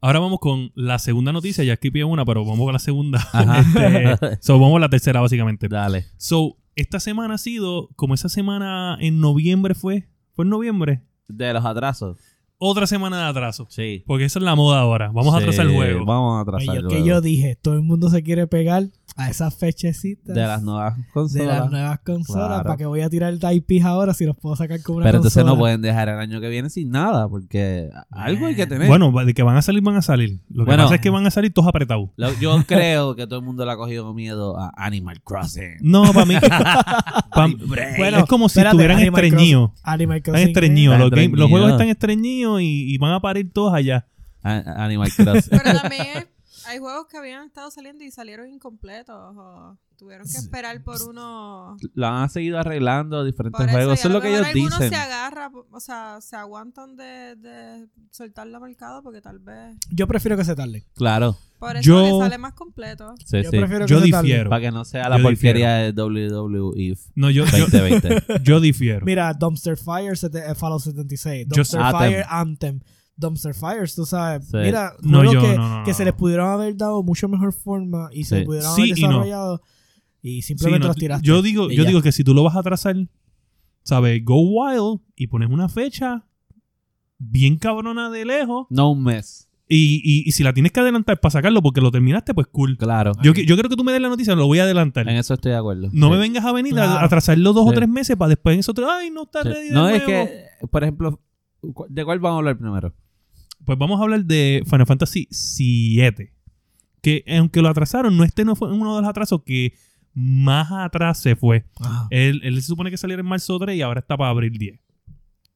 S3: ahora vamos con la segunda noticia. Ya escribí una, pero vamos con la
S1: *laughs*
S3: segunda.
S1: Ajá. *laughs*
S3: Este, so, vamos a la tercera,
S1: *laughs*
S3: básicamente.
S1: Dale.
S3: So, esta semana ha sido, como esa semana en noviembre fue, fue en noviembre,
S1: De los atrasos.
S3: otra semana de atraso.
S1: Sí.
S3: Porque esa es la moda ahora. Vamos a
S1: Sí,
S3: atrasar el juego.
S1: Vamos a atrasar
S2: Oye,
S1: el
S2: que
S1: juego.
S2: yo dije, todo el mundo se quiere pegar a esas fechecitas
S1: De las nuevas
S2: de
S1: consolas.
S2: las nuevas consolas.
S1: Claro.
S2: ¿Para que voy a tirar el IPs ahora si los puedo sacar con una
S1: Pero entonces
S2: consola?
S1: no pueden dejar el año que viene sin nada, porque algo hay que tener.
S3: Bueno, va- de que van a salir, van a salir. Lo que
S1: Bueno.
S3: pasa es que van a salir todos apretados.
S1: Lo-
S3: *laughs*
S1: yo creo que todo el mundo le ha cogido miedo a Animal Crossing.
S3: No,
S1: *laughs*
S3: para mí. pa-
S2: Bueno,
S3: es como si
S2: espérate,
S3: estuvieran
S2: Animal
S3: estreñidos.
S2: Animal
S3: Están
S2: Crossing,
S3: estreñidos.
S1: Están
S3: Los, game- los
S1: estreñidos.
S3: juegos están estreñidos y, y van a parir todos allá.
S1: A- Animal
S3: *laughs*
S1: Crossing.
S4: Pero también hay juegos que habían estado saliendo y salieron incompletos o tuvieron que esperar por uno.
S1: lo han seguido arreglando diferentes
S4: Por eso,
S1: juegos.
S4: y a
S1: Eso es lo que
S4: mejor
S1: ellos
S4: algunos
S1: dicen.
S4: se agarra, o sea, se aguantan de, de soltarlo al mercado porque tal vez
S2: eh, Yo prefiero que se tarde.
S1: Claro.
S4: por eso
S3: Yo-
S4: le sale más completo.
S1: Sí,
S2: yo
S1: sí.
S2: prefiero que
S3: Yo
S2: se tarde.
S3: difiero.
S1: Para que no sea la
S3: Yo
S1: porquería de E WWE
S3: No, yo, yo,
S1: 2020.
S3: yo difiero.
S2: Mira, Dumpster Fire, sete- eh, Fallout 76.
S3: Yo-
S2: Dumpster
S1: Anthem.
S2: Fire, Anthem. Dumpster Fires, tú sabes.
S1: Sí.
S2: Mira,
S3: No,
S2: juegos
S3: yo-
S2: que,
S3: no, no,
S2: que
S3: no.
S2: se les pudieron haber dado mucho mejor forma y se
S1: Sí.
S2: pudieron
S3: Sí
S2: haber
S3: y no.
S2: desarrollado y
S3: Sí, no,
S2: simplemente los tiraste.
S3: yo digo,
S2: Y
S3: yo
S2: ya.
S3: digo que si tú lo vas a atrasar, ¿sabes? Go wild y pones una fecha bien cabrona de lejos.
S1: No un mes.
S3: Y, y- y si la tienes que adelantar para sacarlo porque lo terminaste, pues cool.
S1: Claro.
S3: Yo, que- yo creo que tú me des la noticia, lo voy a adelantar.
S1: en eso estoy de acuerdo.
S3: No
S1: Sí.
S3: me vengas a venir
S2: Claro.
S3: a atrasarlo dos o
S1: Sí.
S3: tres meses para después en eso. te- Ay, no está
S1: Sí.
S3: ready. de
S1: No, es
S3: nuevo".
S1: que, por ejemplo, cu- ¿de cuál vamos a hablar primero?
S3: Pues vamos a hablar de Final Fantasy VII. Que aunque lo atrasaron, no este no fue uno de los atrasos que más atrás se fue.
S2: Ah.
S3: Él, él se supone que saliera en marzo 3 y ahora está para abril 10.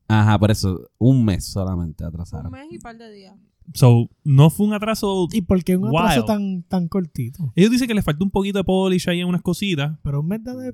S1: Ajá, por eso, un mes solamente
S4: Un
S1: atrasaron.
S4: mes y par de días.
S3: So, no fue un atraso.
S2: ¿Y por qué un atraso
S3: Wild.
S2: tan, tan cortito?
S3: Ellos dicen que le faltó un poquito de polish ahí en unas cositas.
S2: Pero un mes de, de, de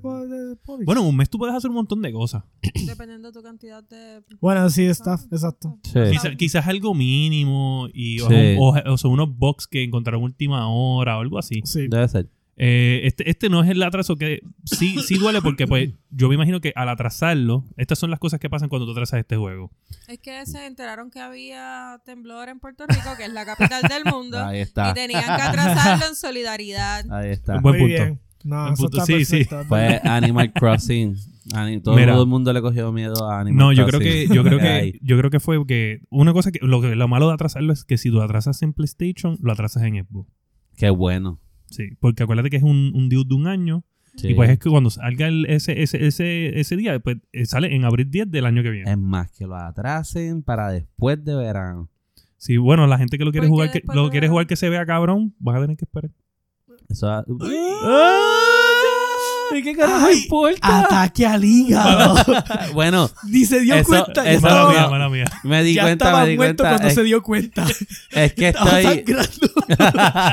S2: polish.
S3: Bueno, en un mes tú puedes hacer un montón de cosas.
S4: Dependiendo de tu cantidad de.
S2: Bueno, sí, está, exacto.
S1: Sí.
S3: Quizá- quizás algo mínimo y o,
S1: Sí.
S3: o- o son unos bugs que encontraron última hora o algo así.
S2: Sí.
S1: Debe ser.
S3: Eh, este, este no es el atraso que sí, sí duele porque
S1: *laughs*
S3: pues yo me imagino que al atrasarlo, estas son las cosas que pasan cuando tú atrasas este juego.
S4: Es que se enteraron que había temblor en Puerto Rico, que es la capital del mundo,
S1: Ahí está. Ah.
S4: y tenían que atrasarlo en solidaridad.
S1: Ahí está.
S3: Buen
S2: Muy
S3: punto.
S2: bien. No,
S3: En
S2: eso
S3: punto-
S2: está
S3: sí, sí.
S2: perfecto.
S1: Fue Animal Crossing. Ani- todo,
S3: Mira.
S1: todo el mundo le cogió miedo a Animal
S3: No, yo creo
S1: Crossing.
S3: que,
S1: *laughs*
S3: yo creo que,
S1: Ahí.
S3: yo creo que fue que una cosa que lo, que- lo malo de atrasarlo es que si lo atrasas en PlayStation, lo atrasas en Xbox.
S1: Qué bueno.
S3: Sí, porque acuérdate que es un, un deal de un año.
S1: Sí.
S3: Y pues es que cuando salga el- ese, ese, ese, ese día, pues eh, sale en abril 10 del año que viene.
S1: Es más, que lo atrasen para después de verano.
S3: Sí, bueno, la gente que lo quiere
S4: Porque
S3: jugar que,
S4: Pues después
S3: lo
S4: de
S3: quiere
S4: verano.
S3: jugar que se vea cabrón, vas a tener que esperar.
S1: Eso ah, va-
S2: ¿Y
S3: ¡Ah!
S2: qué carajo importa? Ataque al hígado.
S3: *laughs*
S1: Bueno,
S2: Ni se dio
S1: Eso-
S2: cuenta. Ya
S1: eso
S3: mala
S1: no-
S2: estaba,
S3: mía, mala mía.
S1: me di
S2: ya
S1: cuenta,
S2: estaba
S1: me di
S2: muerto
S1: cuenta.
S2: cuando
S1: Es,
S2: se dio cuenta.
S1: es
S2: *laughs*
S1: que
S2: Estaba
S1: estoy.
S2: sangrando.
S1: *laughs*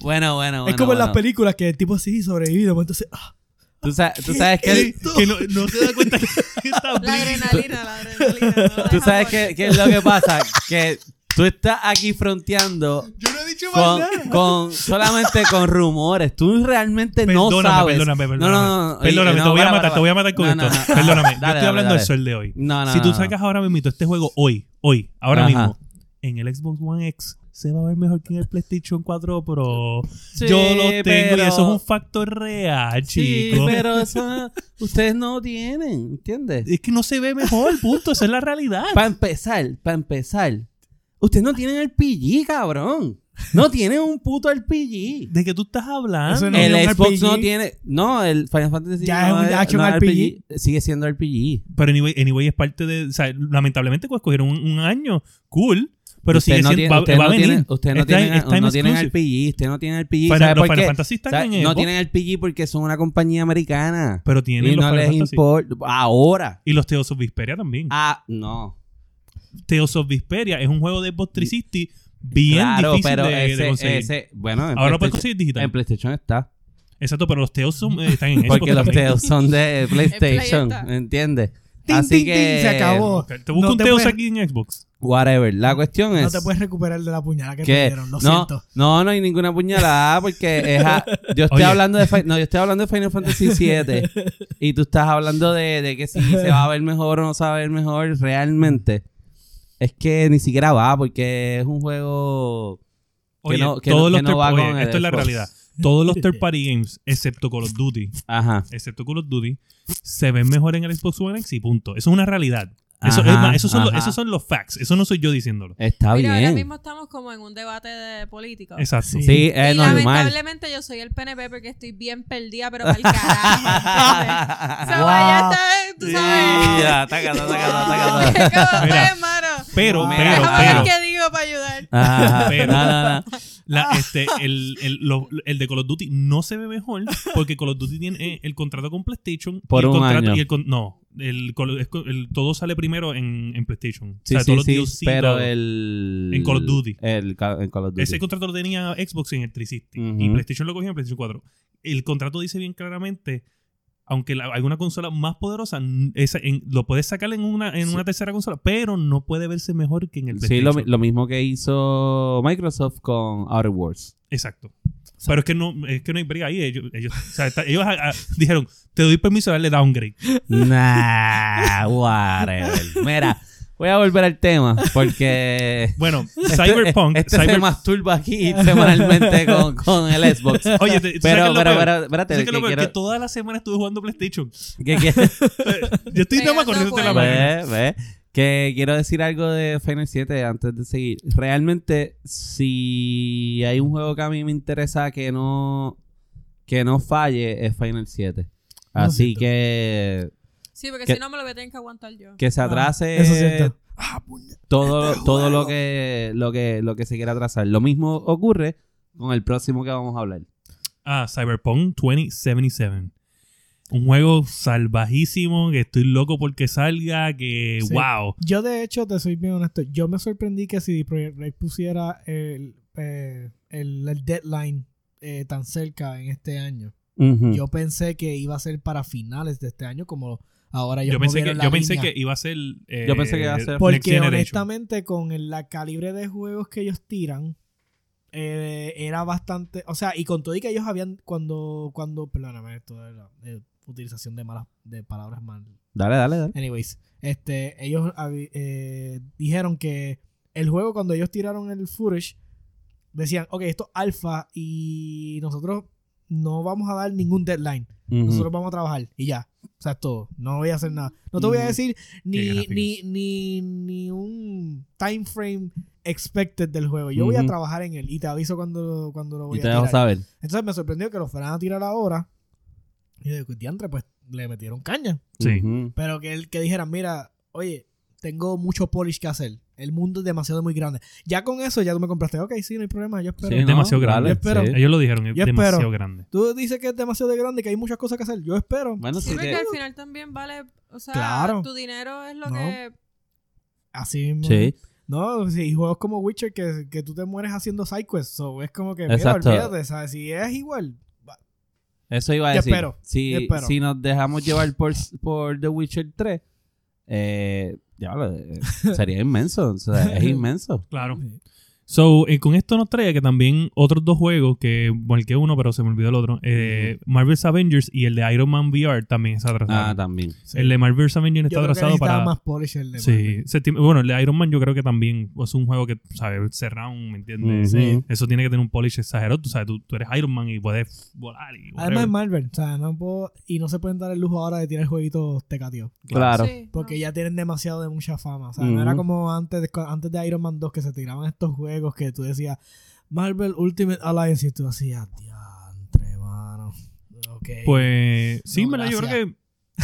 S1: bueno, bueno, bueno.
S2: es como en las
S1: bueno.
S2: películas que el tipo sí sobrevivido. pues Entonces, ah,
S1: Tú sa- tú sabes que.
S3: Que no, no se da cuenta que *laughs* está
S4: La adrenalina, la adrenalina. no la
S1: Tú sabes
S4: deja
S1: qué, qué es lo que pasa. Que tú estás aquí
S3: *laughs*
S1: fronteando
S2: yo no he dicho más
S1: con,
S2: nada.
S1: con- solamente con rumores. Tú realmente no
S3: Perdóname,
S1: sabes.
S3: perdóname,
S1: No,
S3: perdóname.
S1: no, no, no.
S3: Perdóname,
S1: Oye,
S3: te
S1: no,
S3: voy
S1: para,
S3: a matar,
S1: para,
S3: te voy a matar con
S1: No,
S3: esto.
S1: no, no.
S3: Perdóname, yo
S1: Dale,
S3: estoy
S1: dale,
S3: hablando
S1: dale.
S3: del sol de hoy.
S1: No, no,
S3: si tú
S1: no, no.
S3: sacas ahora mismo este juego hoy, hoy, ahora
S1: Ajá.
S3: mismo, en el Xbox One X se va a ver mejor que en el PlayStation 4 Pro.
S1: Sí,
S3: Yo lo tengo
S1: pero-
S3: y eso es un factor real,
S1: Sí,
S3: chico.
S1: pero eso ustedes no tienen, ¿entiendes?
S3: Es que no se ve mejor, punto. Esa es la realidad.
S1: Para empezar, para empezar, ustedes no tienen el PG, cabrón. No tienen un puto
S3: *laughs*
S1: RPG.
S3: ¿De qué tú estás hablando?
S2: Eso no es
S1: El
S2: un
S1: Xbox
S2: RPG.
S1: no tiene. No, el Final Fantasy
S2: Ya
S1: no
S2: es un action
S1: no
S2: RPG.
S1: Sigue siendo RPG.
S3: Pero anyway, anyway, es parte de... O sea, lamentablemente pues, escogieron un, un año. Cool. Pero
S1: Usted
S3: sigue
S1: no
S3: siendo...
S1: tiene-
S3: va,
S1: usted
S3: va a
S1: no
S3: venir.
S1: tiene- usted no
S3: Está-
S1: tiene-
S3: está en
S1: no tienen
S3: exclusive.
S1: RPG. Usted no tiene RPG.
S3: Final-
S1: ¿sabe
S3: los
S1: por
S3: Final
S1: qué?
S3: Fantasy están
S1: ¿Sabe?
S3: en
S1: No
S3: Xbox.
S1: tienen RPG porque son una compañía americana.
S3: Pero tienen
S1: y
S3: los
S1: no
S3: Final
S1: les
S3: Fantasy.
S1: importa. Ahora.
S3: Y los Teos of Vesperia también.
S1: Ah, no.
S3: Teos of Vesperia es un juego de Xbox 360 bien
S1: claro,
S3: difícil
S1: pero
S3: de, de
S1: ese,
S3: conseguir.
S1: ese- este Bueno, en,
S3: Ahora lo puedes
S1: PlayStation,
S3: conseguir digital.
S1: en PlayStation está.
S3: Exacto, pero los Teos son, eh, están en Xbox.
S1: *laughs* Porque los
S3: también.
S1: teos son
S3: *laughs*
S1: de PlayStation,
S4: Play está.
S1: ¿entiendes?
S2: Tin,
S1: Así
S2: tin, tin,
S1: que,
S2: se acabó.
S3: Ok, Te busco
S2: No
S3: un
S2: te
S3: Teos
S2: puedes-
S3: aquí en Xbox.
S1: Whatever. La cuestión
S2: No
S1: es
S2: te puedes recuperar de la puñalada que te
S1: que
S2: dieron, lo
S1: Pues, no,
S2: siento.
S1: no, no hay ninguna puñalada porque es a- yo estoy
S3: *laughs* Oye.
S1: hablando de Fi- no, yo estoy hablando de Final Fantasy VII y tú estás hablando de, de que si se va a ver mejor o no se va a ver mejor realmente. Es que ni siquiera va porque es un juego Que
S3: Oye,
S1: no- que
S3: todos
S1: no-
S3: los
S1: que no
S3: third-
S1: va
S3: oye,
S1: con el
S3: esto es la
S1: Xbox.
S3: realidad. Todos los
S1: *laughs*
S3: third party games, excepto Call of Duty,
S1: ajá.
S3: excepto Call of Duty, se ven mejor en el Xbox One X y punto. Eso es una realidad. Eso,
S1: Ajá,
S3: es más, esos, son los,
S1: ajá.
S3: esos son los facts. Eso no soy yo diciéndolo.
S1: Está
S4: Mira, ahora
S1: bien.
S4: mismo estamos como en un debate de político.
S3: Exacto.
S2: Sí.
S1: Sí, es
S4: y
S1: normal.
S4: lamentablemente yo soy el PNP porque estoy bien perdida, pero para
S1: *laughs*
S4: el carajo. O sea,
S2: Wow.
S4: vaya a estar, tú
S1: Sí,
S4: sabes.
S1: ya, tácata, tácata, tácata.
S4: *laughs* Wow, qué cabrón,
S3: Mira,
S4: hermano.
S3: Pero,
S2: Wow.
S3: pero,
S4: Déjame
S3: pero.
S4: ver qué digo para ayudar.
S1: Ajá.
S3: Pero-
S1: No, no, no.
S3: La,
S1: Ah.
S3: este, el, el, lo- el de Call of Duty no se ve mejor porque Call of Duty tiene eh, el contrato con PlayStation.
S1: Por
S3: y el
S1: un
S3: contrato-
S1: año.
S3: y el con- no, el, Call- es con- el- todo sale primero en, en PlayStation.
S1: Sí,
S3: o sea,
S1: sí,
S3: todos
S1: sí,
S3: los DLC,
S1: pero
S3: todo.
S1: el...
S3: En Call of Duty.
S1: El, ca- en Call of Duty.
S3: Ese contrato lo tenía Xbox en el 360 y
S1: Ujú.
S3: PlayStation lo cogía en PlayStation 4. El contrato dice bien claramente, aunque la- alguna consola más poderosa n- esa- en- lo puedes sacar en una en
S1: Sí.
S3: una tercera consola, pero no puede verse mejor que en el
S1: Sí, lo, mi-
S3: PlayStation.
S1: lo mismo que hizo Microsoft con Outer Worlds.
S3: Exacto. Pero es que no es que no hay break ahí. Ellos, ellos, o sea, está- ellos a- a- dijeron, te doy permiso de darle downgrade.
S1: Nah, whatever. Mira, voy a volver al tema porque...
S2: *laughs*
S3: Bueno,
S1: este-
S3: Cyberpunk.
S1: Este
S3: Cyber-
S1: se masturba
S3: *laughs*
S1: aquí semanalmente con, con el Xbox.
S3: Oye, te- ¿tú sabes qué
S1: Pero,
S3: es lo
S1: pero,
S3: peor?
S1: pero,
S3: ¿Tú
S1: espérate,
S3: sabes qué
S1: que
S3: es lo peor?
S1: quiero-
S3: Que toda la semana estuve
S2: *laughs*
S3: jugando PlayStation.
S1: que quiero-
S3: Yo estoy nada más
S4: Pegando
S3: corriéndote la
S4: fuego.
S3: mano.
S1: Ve, ve. Que quiero decir algo de Final 7 antes de seguir. Realmente, si hay un juego que a mí me interesa que no que no falle, es Final 7.
S2: No,
S1: Así
S2: Ah, cierto.
S1: que
S4: Sí, porque
S1: ¿Qué?
S4: si no me lo voy a tener que aguantar yo.
S1: que se
S2: Ah,
S1: atrase
S2: Eso es cierto. Ah,
S1: todo,
S2: Este
S1: todo lo
S2: juego.
S1: que lo que lo que se quiera atrasar. Lo mismo ocurre con el próximo que vamos a hablar.
S3: Ah, Cyberpunk 2077. Un juego salvajísimo que estoy loco porque salga, que
S2: Sí.
S3: wow.
S2: Yo, de hecho, te soy bien honesto. Yo me sorprendí que si Projekt Red pusiera el, eh, el, el deadline eh, tan cerca en este año.
S3: Mm.
S1: Ujú.
S2: Yo pensé que iba a ser para finales de este año, como ahora ellos
S3: Yo pensé, que,
S2: movieron la
S3: yo pensé
S2: línea.
S3: que iba a ser... eh,
S1: Yo pensé que iba a ser-
S3: Next
S2: Porque
S3: Generation.
S2: honestamente, con el- la calibre de juegos que ellos tiran, eh, era bastante. O sea, y con todo y que ellos habían. Cuando. cuando perdóname, esto es la de utilización de malas de palabras mal.
S1: Dale, dale, dale.
S2: Anyways, este, ellos habi- eh, dijeron que el juego, cuando ellos tiraron el footage, decían, ok, esto es alfa y nosotros no vamos a dar ningún deadline.
S1: Ujú.
S2: Nosotros vamos a trabajar y ya. O sea, es todo. No voy a hacer nada. No te voy a
S3: Mm.
S2: decir ni,
S3: gráficos.
S2: ni, ni, ni un time frame expected del juego. Yo voy a
S1: Ujú.
S2: trabajar en él y te aviso cuando, cuando lo voy
S1: Y
S2: a
S1: te dejo
S2: tirar.
S1: saber.
S2: Entonces me sorprendió que lo fueran a tirar ahora. Y yo digo, diantre, pues le metieron caña.
S3: Sí.
S1: Ujú.
S2: Pero que él que dijeran, mira, oye, tengo mucho polish que hacer. El mundo es demasiado muy grande. Ya con eso ya tú me compraste. Ok, sí, no hay problema, yo espero.
S1: Sí,
S3: es
S1: ¿no?
S3: demasiado grande.
S1: Dale,
S2: Yo espero.
S1: sí.
S3: Ellos lo dijeron, es
S2: Yo espero.
S3: demasiado grande.
S2: Tú dices que es demasiado grande, que hay muchas cosas que hacer. Yo espero.
S1: Bueno,
S4: Sí,
S1: si
S4: porque
S1: te-
S4: al final también vale. O sea,
S2: Claro.
S4: tu dinero es lo
S2: No.
S4: que.
S2: Así mismo.
S1: Sí.
S2: No, sí, juegos como Witcher que, que tú te mueres haciendo sidequests. So, es como que, mira,
S1: Exacto.
S2: olvídate, ¿sabes? Si es igual. va-
S1: Eso iba a
S2: Yo
S1: decir.
S2: espero,
S1: Si,
S2: yo espero.
S1: si nos dejamos llevar por, por The Witcher 3, eh, diablo, eh, sería inmenso. O sea, es inmenso.
S3: Claro. So, eh, con esto nos trae que también otros dos juegos, que marqué uno, pero se me olvidó el otro. eh, Marvel's Avengers y el de Iron Man VR también está atrasado.
S1: Ah, también.
S2: sí.
S3: El de Marvel's Avengers
S2: Yo
S3: está
S2: creo que
S3: atrasado
S2: necesitaba
S3: para.
S2: más polish el de Marvel.
S3: Sí, septiembre- bueno, el de Iron Man yo creo que también es un juego que, ¿sabes? Cerrado, ¿me entiendes?
S1: Ujú.
S3: Sí. Eso tiene que tener un polish exagerado, tú sabes, tú, tú eres Iron Man y puedes volar y
S2: Además es
S3: whatever.
S2: Marvel, o sea, no puedo, y no se pueden dar el lujo ahora de tirar jueguitos tecatíos.
S1: Claro.
S4: Sí,
S2: Porque
S4: no.
S2: ya tienen demasiado de mucha fama. O sea, no era
S1: Ujú.
S2: como antes de, antes de Iron Man 2 que se tiraban estos juegos que tú decías Marvel Ultimate Alliance y tú hacías diantre, mano. Ok.
S3: Pues sí,
S2: No,
S3: me la yo
S2: gracias.
S3: creo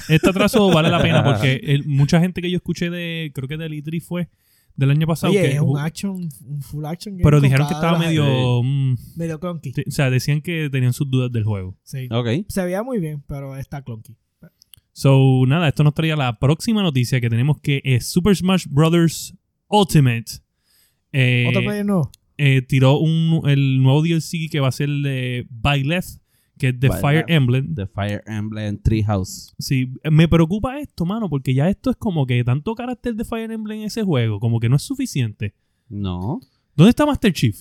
S3: que este
S2: *laughs*
S3: atraso vale la pena porque el- mucha gente que yo escuché de, creo que del E3 fue del año pasado.
S2: Oye,
S3: que,
S2: es un action, un full action game
S3: pero
S2: con
S3: dijeron que
S2: cada
S3: estaba
S2: de las-
S3: medio... mm,
S2: medio clunky.
S3: te- o sea, decían que tenían sus dudas del juego.
S2: Sí.
S1: Ok.
S2: Se veía muy bien, pero está clunky.
S3: So, nada, esto nos traía la próxima noticia que tenemos que es Super Smash Bros. Ultimate. Eh,
S2: Otro player no.
S3: eh, tiró un, el nuevo DLC que va a ser el de Byleth, que es The
S1: Byleth.
S3: Fire Emblem.
S1: The Fire Emblem Treehouse.
S3: Sí, me preocupa esto, mano, porque ya esto es como que tanto carácter de Fire Emblem en ese juego, como que no es suficiente.
S1: No.
S3: ¿Dónde está Master Chief?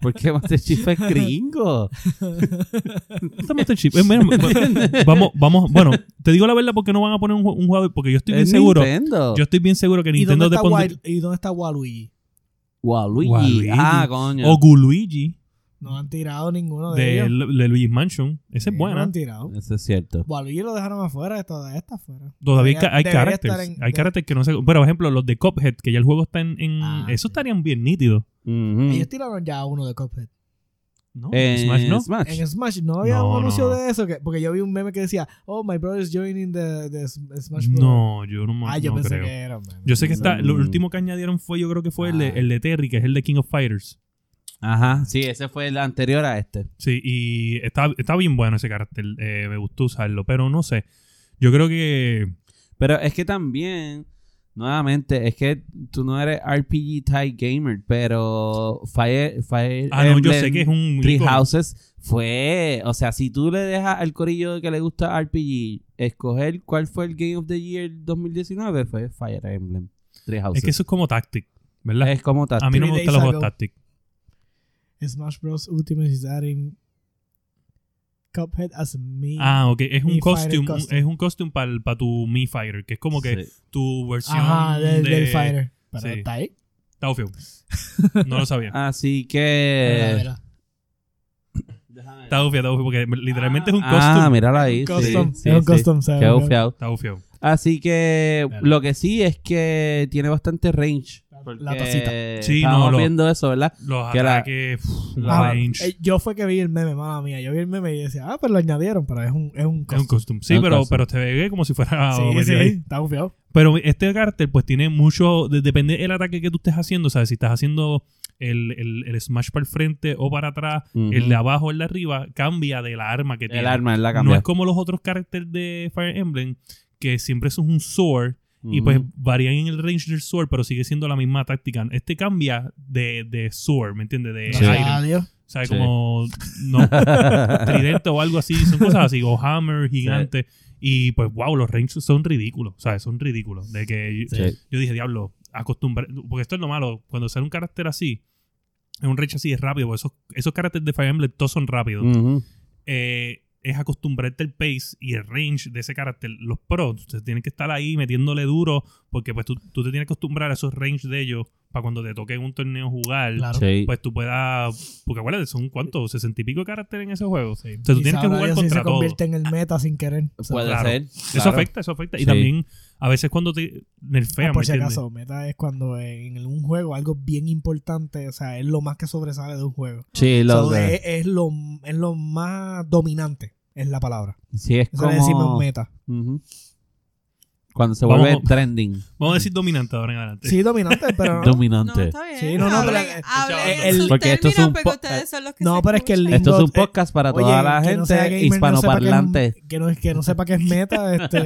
S1: Porque Master Chief es gringo.
S3: ¿Dónde está Master Chief? Eh,
S2: *laughs*
S3: mira, *laughs* va- vamos, vamos, bueno, te digo la verdad porque no van a poner un, ju- un jugador, porque yo estoy bien
S1: es
S3: seguro,
S1: Nintendo.
S3: yo estoy bien seguro que
S2: ¿Y dónde,
S3: Nintendo te
S2: está
S3: pondría-
S2: Wild- ¿Y dónde está Waluigi?
S1: Waluigi.
S3: Waluigi. Oh,
S1: Ah, coño.
S3: o Guluigi
S2: No han tirado ninguno de,
S3: de,
S2: ellos.
S3: Lu- de Luigi's Mansion. Ese
S2: Sí,
S3: es
S2: No
S3: bueno.
S2: han tirado.
S1: Eso es cierto.
S2: Waluigi lo dejaron afuera, todavía está afuera.
S3: Todavía
S2: Debería-
S3: hay ca- hay
S2: debería estar
S3: characters.
S2: en-
S3: hay
S2: de-
S3: characters que no sé. Pero, por ejemplo, los de Cophead, que ya el juego está en. en-
S2: Ah, sí.
S3: eso estarían bien nítidos.
S1: Ujú.
S2: Ellos tiraron ya uno de Cuphead.
S3: ¿No?
S1: En
S3: Smash no.
S2: En Smash no había
S3: No,
S2: un anuncio
S3: no.
S2: de eso, que, porque yo vi un meme que decía, oh, my brother is joining the, the S- Smash Bros.
S3: No, yo no, me-
S2: ah, yo
S3: no
S2: pensé
S3: creo.
S2: que era un meme.
S3: Yo sé que está. Lo
S1: Mm.
S3: último que añadieron fue, yo creo que fue el, de,
S2: Ah.
S3: el de Terry, que es el de King of Fighters.
S1: Ajá. Sí, ese fue el anterior a este.
S3: Sí, y está, está bien bueno ese carácter. eh, me gustó usarlo, pero no sé. Yo creo que.
S1: Pero es que también, nuevamente, es que tú no eres RPG type gamer, pero Fire, Fire
S3: Ah, no, yo
S1: Emblem
S3: sé que es un.
S1: Three
S3: icono.
S1: Houses fue, o sea, si tú le dejas al corillo que le gusta RPG escoger cuál fue el Game of the Year 2019 fue Fire Emblem Three Houses.
S3: Es que eso es como Tactic, ¿verdad?
S1: Es como tal.
S3: A mí no me
S2: Three
S3: gustan los
S2: Days
S3: juegos
S2: Ago.
S3: Tactic.
S2: Smash Bros. Ultimate is adding Cuphead as me.
S3: Ah, ok. Es un
S2: Mi Fighter
S3: costume,
S2: costume.
S3: Es un costume para tu Mi Fighter, que es como que
S1: Sí.
S3: tu versión
S2: Ajá, del,
S3: de...
S2: del Fighter. Pero
S3: sí.
S2: está ahí. *laughs*
S3: Taufio. No lo sabía.
S1: Así
S2: Mira,
S1: que
S2: mira.
S3: Taufio, Taufio, porque literalmente es un
S1: Ah,
S3: costume.
S1: mírala ahí. sí,
S2: Custom.
S1: sí,
S2: es un
S1: sí.
S2: custom, ¿sabes?
S1: Qué bufiado.
S3: Taufio.
S1: Así que
S2: Claro.
S1: lo que sí es que tiene bastante range.
S2: La-
S1: porque
S2: la tacita.
S3: Sí,
S1: estábamos
S3: no, lo-
S1: viendo eso, ¿verdad?
S3: Los
S1: Que la-
S3: ataques, pff,
S1: la-
S3: la range.
S2: Eh, yo fue que vi el meme, mamá mía. Yo vi el meme y decía, ah, pero lo añadieron, pero es un, es un
S3: Es un pues,
S2: custom.
S3: costume. Sí,
S1: Es un
S3: pero,
S1: costume.
S3: pero te ve como si fuera...
S2: sí, sí,
S3: metido ahí.
S2: está bufiado.
S3: Pero este cartel pues tiene mucho... de- depende del ataque que tú estés haciendo. ¿Sabes? Si estás haciendo el, el- el smash para el frente o para atrás,
S1: Ujú.
S3: el de abajo o el de arriba, cambia de la arma que
S1: El
S3: tiene.
S1: arma es la
S3: No
S1: cambia.
S3: es como los otros caracteres de Fire Emblem, que siempre eso es un sword. Y
S1: Ujú.
S3: pues varían en el range del sword, pero sigue siendo la misma táctica. Este cambia de, de sword, ¿me entiendes? De
S1: Sí.
S3: item.
S2: Adiós.
S3: O sea,
S1: Sí.
S3: como
S1: *laughs*
S3: no, tridente o algo así. Son cosas así. O hammer, gigante. Y pues, wow, los ranges son ridículos. O sea, son ridículos. De que yo,
S1: Sí.
S3: yo dije, diablo, acostumbrar. Porque esto es lo malo. Cuando sale un carácter así, en un range así es rápido. porque Esos, esos caracteres de Fire Emblem todos son rápidos
S1: Ujú.
S3: eh, es acostumbrarte el pace y el range de ese carácter. Los pros, ustedes tienen que estar ahí metiéndole duro porque pues tú, tú te tienes que acostumbrar a esos range de ellos para cuando te toque en un torneo jugar,
S2: Claro.
S1: Sí.
S3: pues tú puedas. Porque acuérdate, son cuántos, sesenta y pico de caracteres en ese juego.
S2: Sí.
S3: O sea, tú
S2: Y
S3: tienes que
S2: sabrá
S3: jugar
S2: Dios si
S3: contra Pues,
S2: se
S3: todos.
S2: convierte en el meta sin querer. O sea, ah,
S1: Puede
S3: Claro.
S1: ser.
S3: Eso
S1: claro.
S3: afecta, eso afecta. Y
S1: Sí.
S3: también, a veces cuando te nerfean,
S2: Ah, por
S3: ¿me
S2: si
S3: entiendes?
S2: acaso, meta es cuando en un juego algo bien importante, o sea, es lo más que sobresale de un juego.
S1: Sí,
S2: O sea,
S1: lo de-
S2: es, es lo, es lo más dominante, es la palabra.
S1: sí, es
S2: Eso le decimos
S1: como...
S2: meta.
S1: Ujú. Cuando se
S3: Vamos-
S1: vuelve trending,
S3: Vamos a decir dominante ahora en adelante.
S2: Sí, dominante,
S1: *laughs*
S2: pero... no-
S4: No,
S1: dominante.
S4: está bien.
S2: Sí, no, no,
S4: Hablen-
S2: pero-
S4: hablen
S2: el-
S4: en sus
S1: Porque esto es
S4: términos,
S1: un
S4: porque
S1: po-
S4: ustedes son los que
S2: no,
S4: se
S2: pero es que el
S4: escuchan.
S2: lindo-
S1: Esto es un
S2: eh,
S1: podcast para
S2: Oye,
S1: toda la
S2: que no sea
S1: gente
S2: gamer, no sepa qué es-
S1: hispanoparlante.
S2: Que no, que no sepa qué es meta,
S1: *laughs*
S2: este,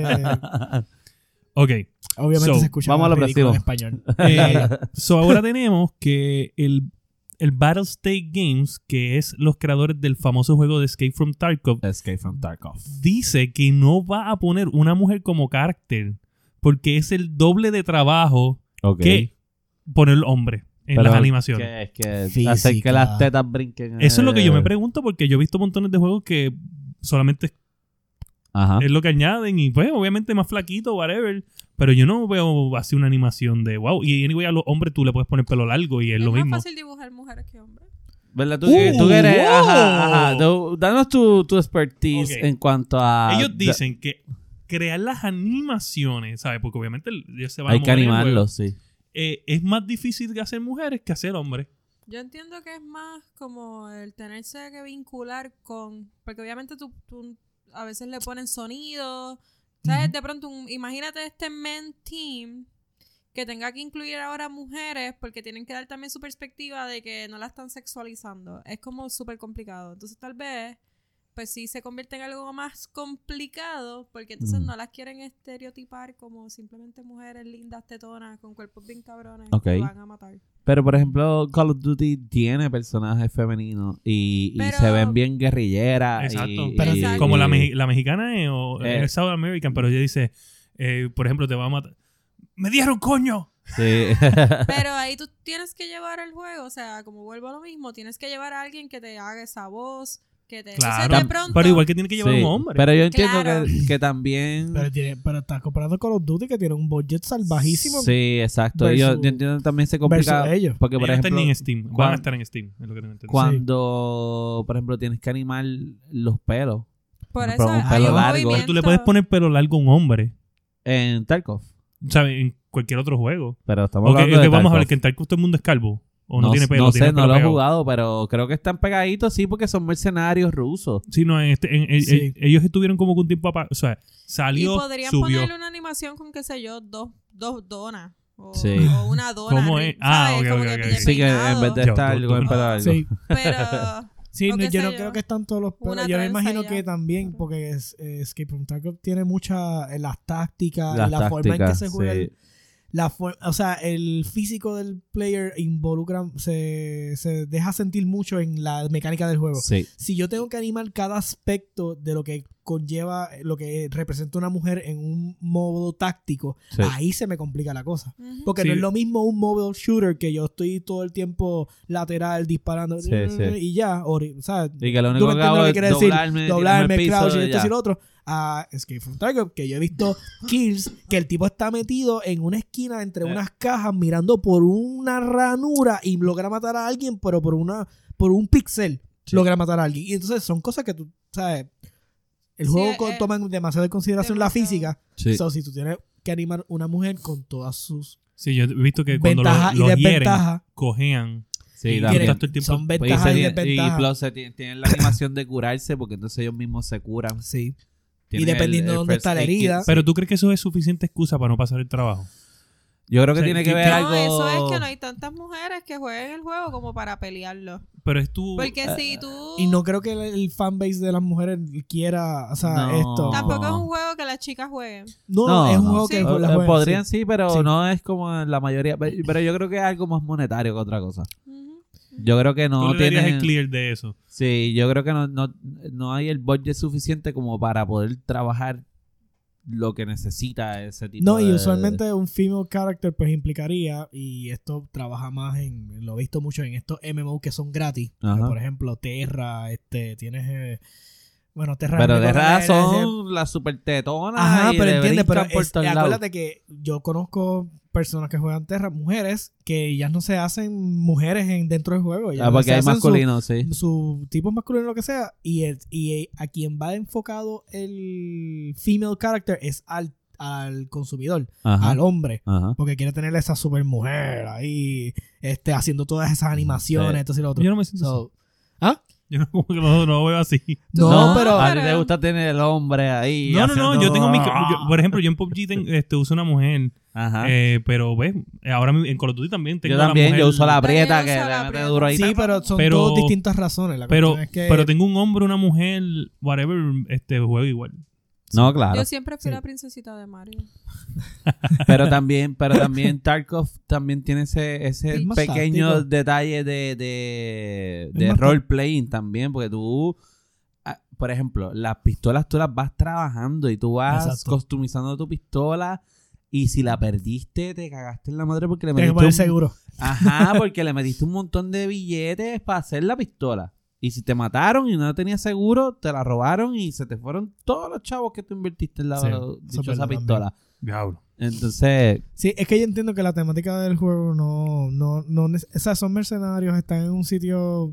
S3: Ok.
S2: obviamente
S3: So,
S2: se escucha
S1: vamos a lo
S2: ridículo en español.
S1: *laughs*
S2: Eh,
S3: So ahora tenemos que el, el Battle State Games, que es los creadores del famoso juego de Escape from
S1: *laughs*
S3: Tarkov,
S1: Escape from Tarkov.
S3: dice que no va a poner una mujer como carácter porque es el doble de trabajo
S1: Ok.
S3: que poner hombre en
S1: Pero
S3: las animaciones.
S1: que es que
S2: Física.
S1: hacer que las tetas brinquen.
S3: Eso es lo que yo me
S1: eh,
S3: pregunto porque yo he visto montones de juegos que solamente es-
S1: Ajá.
S3: es lo que añaden y pues obviamente más flaquito, whatever. Pero yo no veo así una animación de wow. Y anyway, a los hombres tú le puedes poner pelo largo y es,
S4: Es
S3: lo
S4: más
S3: mismo.
S4: fácil dibujar mujeres que hombres.
S1: ¿Verdad? Tú, eh,
S3: Uh,
S1: tú que eres.
S3: wow.
S1: Ajá, ajá. Tú- danos tu, tu expertise
S3: Ok.
S1: en cuanto a.
S3: Ellos dicen que crear las animaciones, ¿sabes? Porque obviamente el- ellos se van a
S1: Hay que
S3: mover en el juego.
S1: animarlos, sí.
S3: Eh, es más difícil de hacer mujeres que hacer hombres.
S4: Yo entiendo que es más como el tenerse que vincular con. Porque obviamente tú, tú a veces le ponen sonido. ¿Sabes?
S2: Ujú.
S4: De pronto, un- imagínate este men team que tenga que incluir ahora mujeres porque tienen que dar también su perspectiva de que no la están sexualizando. Es como súper complicado. Entonces, tal vez, pues sí se convierte en algo más complicado porque entonces
S1: Mm.
S4: no las quieren estereotipar como simplemente mujeres lindas, tetonas, con cuerpos bien cabrones
S1: Ok.
S4: que van a matar.
S1: Pero, por ejemplo, Call of Duty tiene personajes femeninos y, y
S4: Pero-
S1: se ven bien guerrilleras. y-
S3: Exacto.
S1: y-
S2: Pero-
S1: y-
S3: Como la, meji- la mexicana eh, o
S1: Eh.
S3: el South American, pero ella dice, eh, por ejemplo, te va a matar. ¡Me dieron coño!
S1: Sí.
S3: *laughs*
S4: Pero ahí tú tienes que llevar el juego, o sea, como vuelvo a lo mismo, tienes que llevar a alguien que te haga esa voz, que te... o sea,
S3: Claro.
S4: de pronto,
S3: Pero igual que tiene que llevar
S1: Sí.
S3: un hombre.
S1: Pero yo entiendo
S4: Claro.
S1: que, que también.
S2: pero, tiene, pero estás comparando con los Duty que tienen un budget salvajísimo
S1: Sí, exacto. Yo,
S2: versus-
S1: yo entiendo que también se
S2: versus
S1: complica.
S2: ellos.
S1: Porque,
S3: Ellos
S1: por
S3: no están
S1: ejemplo,
S3: ni en Steam. Van
S1: cuan-
S3: a estar en Steam, es lo que tengo entendido.
S1: cuando, por ejemplo, tienes que animar los pelos
S4: por
S1: no,
S4: eso
S1: pero un
S4: hay
S1: pelo
S4: un
S1: largo.
S4: movimiento...
S3: Tú le puedes poner pelo largo a un hombre,
S1: en Tarkov.
S3: ¿sabes? En cualquier otro juego.
S1: Pero estamos
S3: Ok,
S1: hablando
S3: ok,
S1: de
S3: vamos a
S1: Tarkov.
S3: ver, que en Tarkov todo el mundo es calvo. O no, tiene pelo.
S1: no
S3: tiene
S1: sé, no
S3: pelo
S1: lo he
S3: pegado.
S1: jugado, pero creo que están pegaditos, sí, porque son mercenarios rusos.
S3: Sí, no, en este- en- en-
S2: Sí.
S3: en- ellos estuvieron como que un tiempo apa- O sea,
S4: Y
S3: salió,
S4: podrían
S3: subió.
S4: ponerle una animación con, qué sé yo, dos, dos donas. O,
S1: Sí.
S4: o una dona.
S3: ¿Cómo
S4: ¿sabes?
S3: es? Ah, ok, ok,
S4: Como que
S3: ok,
S4: bien
S3: ok.
S1: Sí, que en
S4: peinado,
S1: vez de
S3: Yo,
S1: estar
S3: tú-
S1: con
S3: tú-
S1: el pelo largo.
S2: Sí.
S1: *laughs*
S4: Pero...
S2: Sí,
S4: O
S2: no,
S4: qué
S2: yo
S4: sé
S2: no
S4: yo.
S2: creo que están todos los pelos.
S4: Una
S2: Yo me
S4: trenza
S2: imagino
S4: ya.
S2: que también, porque es, eh, Escape from Tarkov tiene muchas las tácticas,
S1: Las
S2: y la forma en que
S1: tácticas,
S2: se juega.
S1: sí.
S2: el- la for- o sea, el físico del player involucra, se, se deja sentir mucho en la mecánica del juego.
S1: Sí.
S2: Si yo tengo que animar cada aspecto de lo que conlleva, lo que representa una mujer en un modo táctico,
S1: Sí.
S2: ahí se me complica la cosa.
S4: ujú.
S2: Porque
S3: Sí.
S2: no es lo mismo un mobile shooter que yo estoy todo el tiempo lateral disparando mm,
S1: Sí, sí.
S2: y ya, o, o sea,
S1: Y que lo único
S2: tú me
S1: que
S2: entiendes
S1: hago
S2: lo que
S1: es
S2: quiero decir.
S1: doblarme, tirarme
S2: doblarme,
S1: al piso,
S2: crouch y
S1: ya.
S2: esto y lo otro. A Escape from Tarkov, que yo he
S1: *laughs*
S2: visto kills que el tipo está metido en una esquina entre
S1: Eh.
S2: unas cajas mirando por una ranura y logra matar a alguien, pero por una por un pixel
S1: Sí.
S2: logra matar a alguien. Y entonces son cosas que tú, sabes, el
S4: Sí,
S2: juego
S4: eh,
S2: co- toma en demasiado en consideración la
S4: demasiado.
S2: física.
S1: Sí.
S2: So, si tú tienes que animar una mujer con todas sus
S3: Sí, yo he visto que cuando lo-
S2: ventajas y
S3: los hieren,
S2: desventajas,
S3: cojean.
S1: Sí,
S3: y
S1: también.
S3: tú estás todo el tiempo-
S2: son
S1: Pues, y
S2: ventajas
S1: se
S2: y
S1: tiene- y
S2: desventajas.
S1: plus se tiene- tienen la animación de curarse porque entonces ellos mismos se curan.
S2: Sí.
S1: Tienen el-
S2: dependiendo
S1: el
S2: de dónde
S1: first
S2: está la
S1: aid kit.
S2: herida.
S3: Pero tú crees que eso es suficiente excusa para no pasar el trabajo.
S1: Yo creo que
S3: O sea,
S1: tiene que
S3: que-
S1: ver
S4: No,
S1: algo...
S4: eso es que no hay tantas mujeres que jueguen el juego como para pelearlo.
S3: Pero es tu.
S4: Porque
S1: eh,
S4: si tú...
S2: Y no creo que el, el fanbase de las mujeres quiera, o sea,
S1: No.
S2: esto.
S4: Tampoco es un juego que las chicas jueguen.
S2: No,
S1: No,
S2: es un
S1: no.
S2: juego que
S4: Sí.
S1: Eh,
S2: la
S1: eh,
S2: juegan,
S1: podrían
S2: sí.
S1: sí, pero
S2: Sí.
S1: no es como en la mayoría. Pe- Pero yo creo que es algo más monetario que otra cosa.
S4: Ujú.
S1: Yo creo que
S3: tú
S1: no
S3: le darías
S1: tiene.
S3: el clear de eso.
S1: Sí, yo creo que no, no, no hay el budget suficiente como para poder trabajar lo que necesita ese tipo
S2: No, y
S1: de-
S2: usualmente un female character pues implicaría, y esto trabaja más en, lo he visto mucho en estos MMO que son gratis.
S1: Ajá.
S2: Por ejemplo, Terra, este, tienes... eh, bueno, Terra...
S1: Pero de
S2: Terra
S1: razón, las super tetonas.
S2: Ajá,
S1: y
S2: pero
S1: le
S2: entiende, pero
S1: brincan por
S2: es- eh,
S1: todos lados.
S2: acuérdate que yo conozco personas que juegan Terra, mujeres, que ellas no se hacen mujeres en, dentro del juego. ellas
S1: Ah, porque
S2: se
S1: hay
S2: hacen su-
S1: masculinos, sí.
S2: su tipo masculino lo que sea y, el- y eh, a quien va enfocado el female character es al, al consumidor,
S1: Ajá.
S2: al hombre,
S1: Ajá.
S2: porque quiere tener esa super mujer ahí este, haciendo todas esas animaciones,
S1: Sí.
S2: esto y lo otro.
S3: Yo no me siento
S2: So,
S3: así. Yo no, como que no, no veo
S1: *laughs*
S3: así.
S2: no,
S4: No,
S2: pero
S1: A ti te gusta tener el hombre ahí.
S3: No, no, no.
S1: haciendo-
S3: Yo tengo mi. yo- por ejemplo, yo en PUBG
S1: *laughs*
S3: ten- este, uso una mujer.
S1: Ajá.
S3: eh, pero, ves, ahora mi- en Call of Duty también tengo
S1: Ah. yo
S3: una
S1: también,
S3: mujer-
S1: yo uso la prieta que
S4: También uso la
S1: le mete
S4: prieta.
S1: duro ahí.
S2: sí, pero son
S3: pero-
S2: dos distintas razones. La
S3: Pero,
S2: cuestión es que
S3: pero tengo un hombre, una mujer, whatever, este juego igual.
S1: No, claro.
S4: Yo siempre
S2: Sí.
S4: fui la princesita de Mario.
S1: Pero también, pero también Tarkov también tiene ese, ese
S2: Es más
S1: pequeño
S2: táctico.
S1: detalle de, de,
S2: Es
S1: de
S2: más tá-
S1: role playing también, porque tú, ah, por ejemplo, las pistolas tú las vas trabajando y tú vas
S2: Exacto.
S1: customizando tu pistola. Y si la perdiste, te cagaste en la madre porque le
S2: tienes que
S1: metiste.
S2: poner
S1: un-
S2: seguro. *laughs*
S1: Ajá, porque le metiste un montón de billetes para hacer la pistola. Y si te mataron y no tenías seguro, te la robaron y se te fueron todos los chavos que tú invertiste en la
S2: Sí, eso es
S1: dichosa
S2: verdad
S1: pistola.
S3: Diablo.
S1: Entonces,
S2: Sí, es que yo entiendo que la temática del juego no, no, no, nece- o sea, son mercenarios, están en un sitio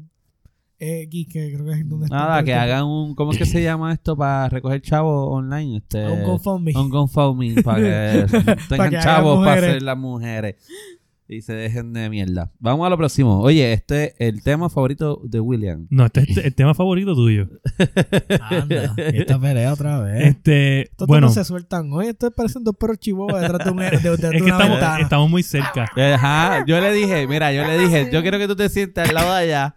S2: X que creo que es donde están todo
S1: Nada,
S2: el *laughs*
S1: que
S2: tiempo.
S1: hagan un. ¿Cómo es que se llama esto para recoger chavos online? Este,
S2: A un GoFundMe.
S1: un GoFundMe, para que tengan
S2: hagan
S1: chavos para
S2: mujeres.
S1: ser las mujeres y se dejen de mierda. Vamos a lo próximo. Oye, este el tema favorito de William.
S3: No, este es el tema favorito tuyo.
S2: Anda, esta pelea otra vez.
S3: Este,
S2: Estos
S3: bueno,
S2: no se sueltan hoy. Estoy pareciendo perros chihuahua detrás de, un, e, de, de- de
S3: *laughs* es que
S2: una
S3: estamos,
S2: ventana.
S3: estamos muy cerca.
S1: Eh, Ajá, yo le dije, mira, yo le dije, yo quiero que tú te sientas al lado de allá.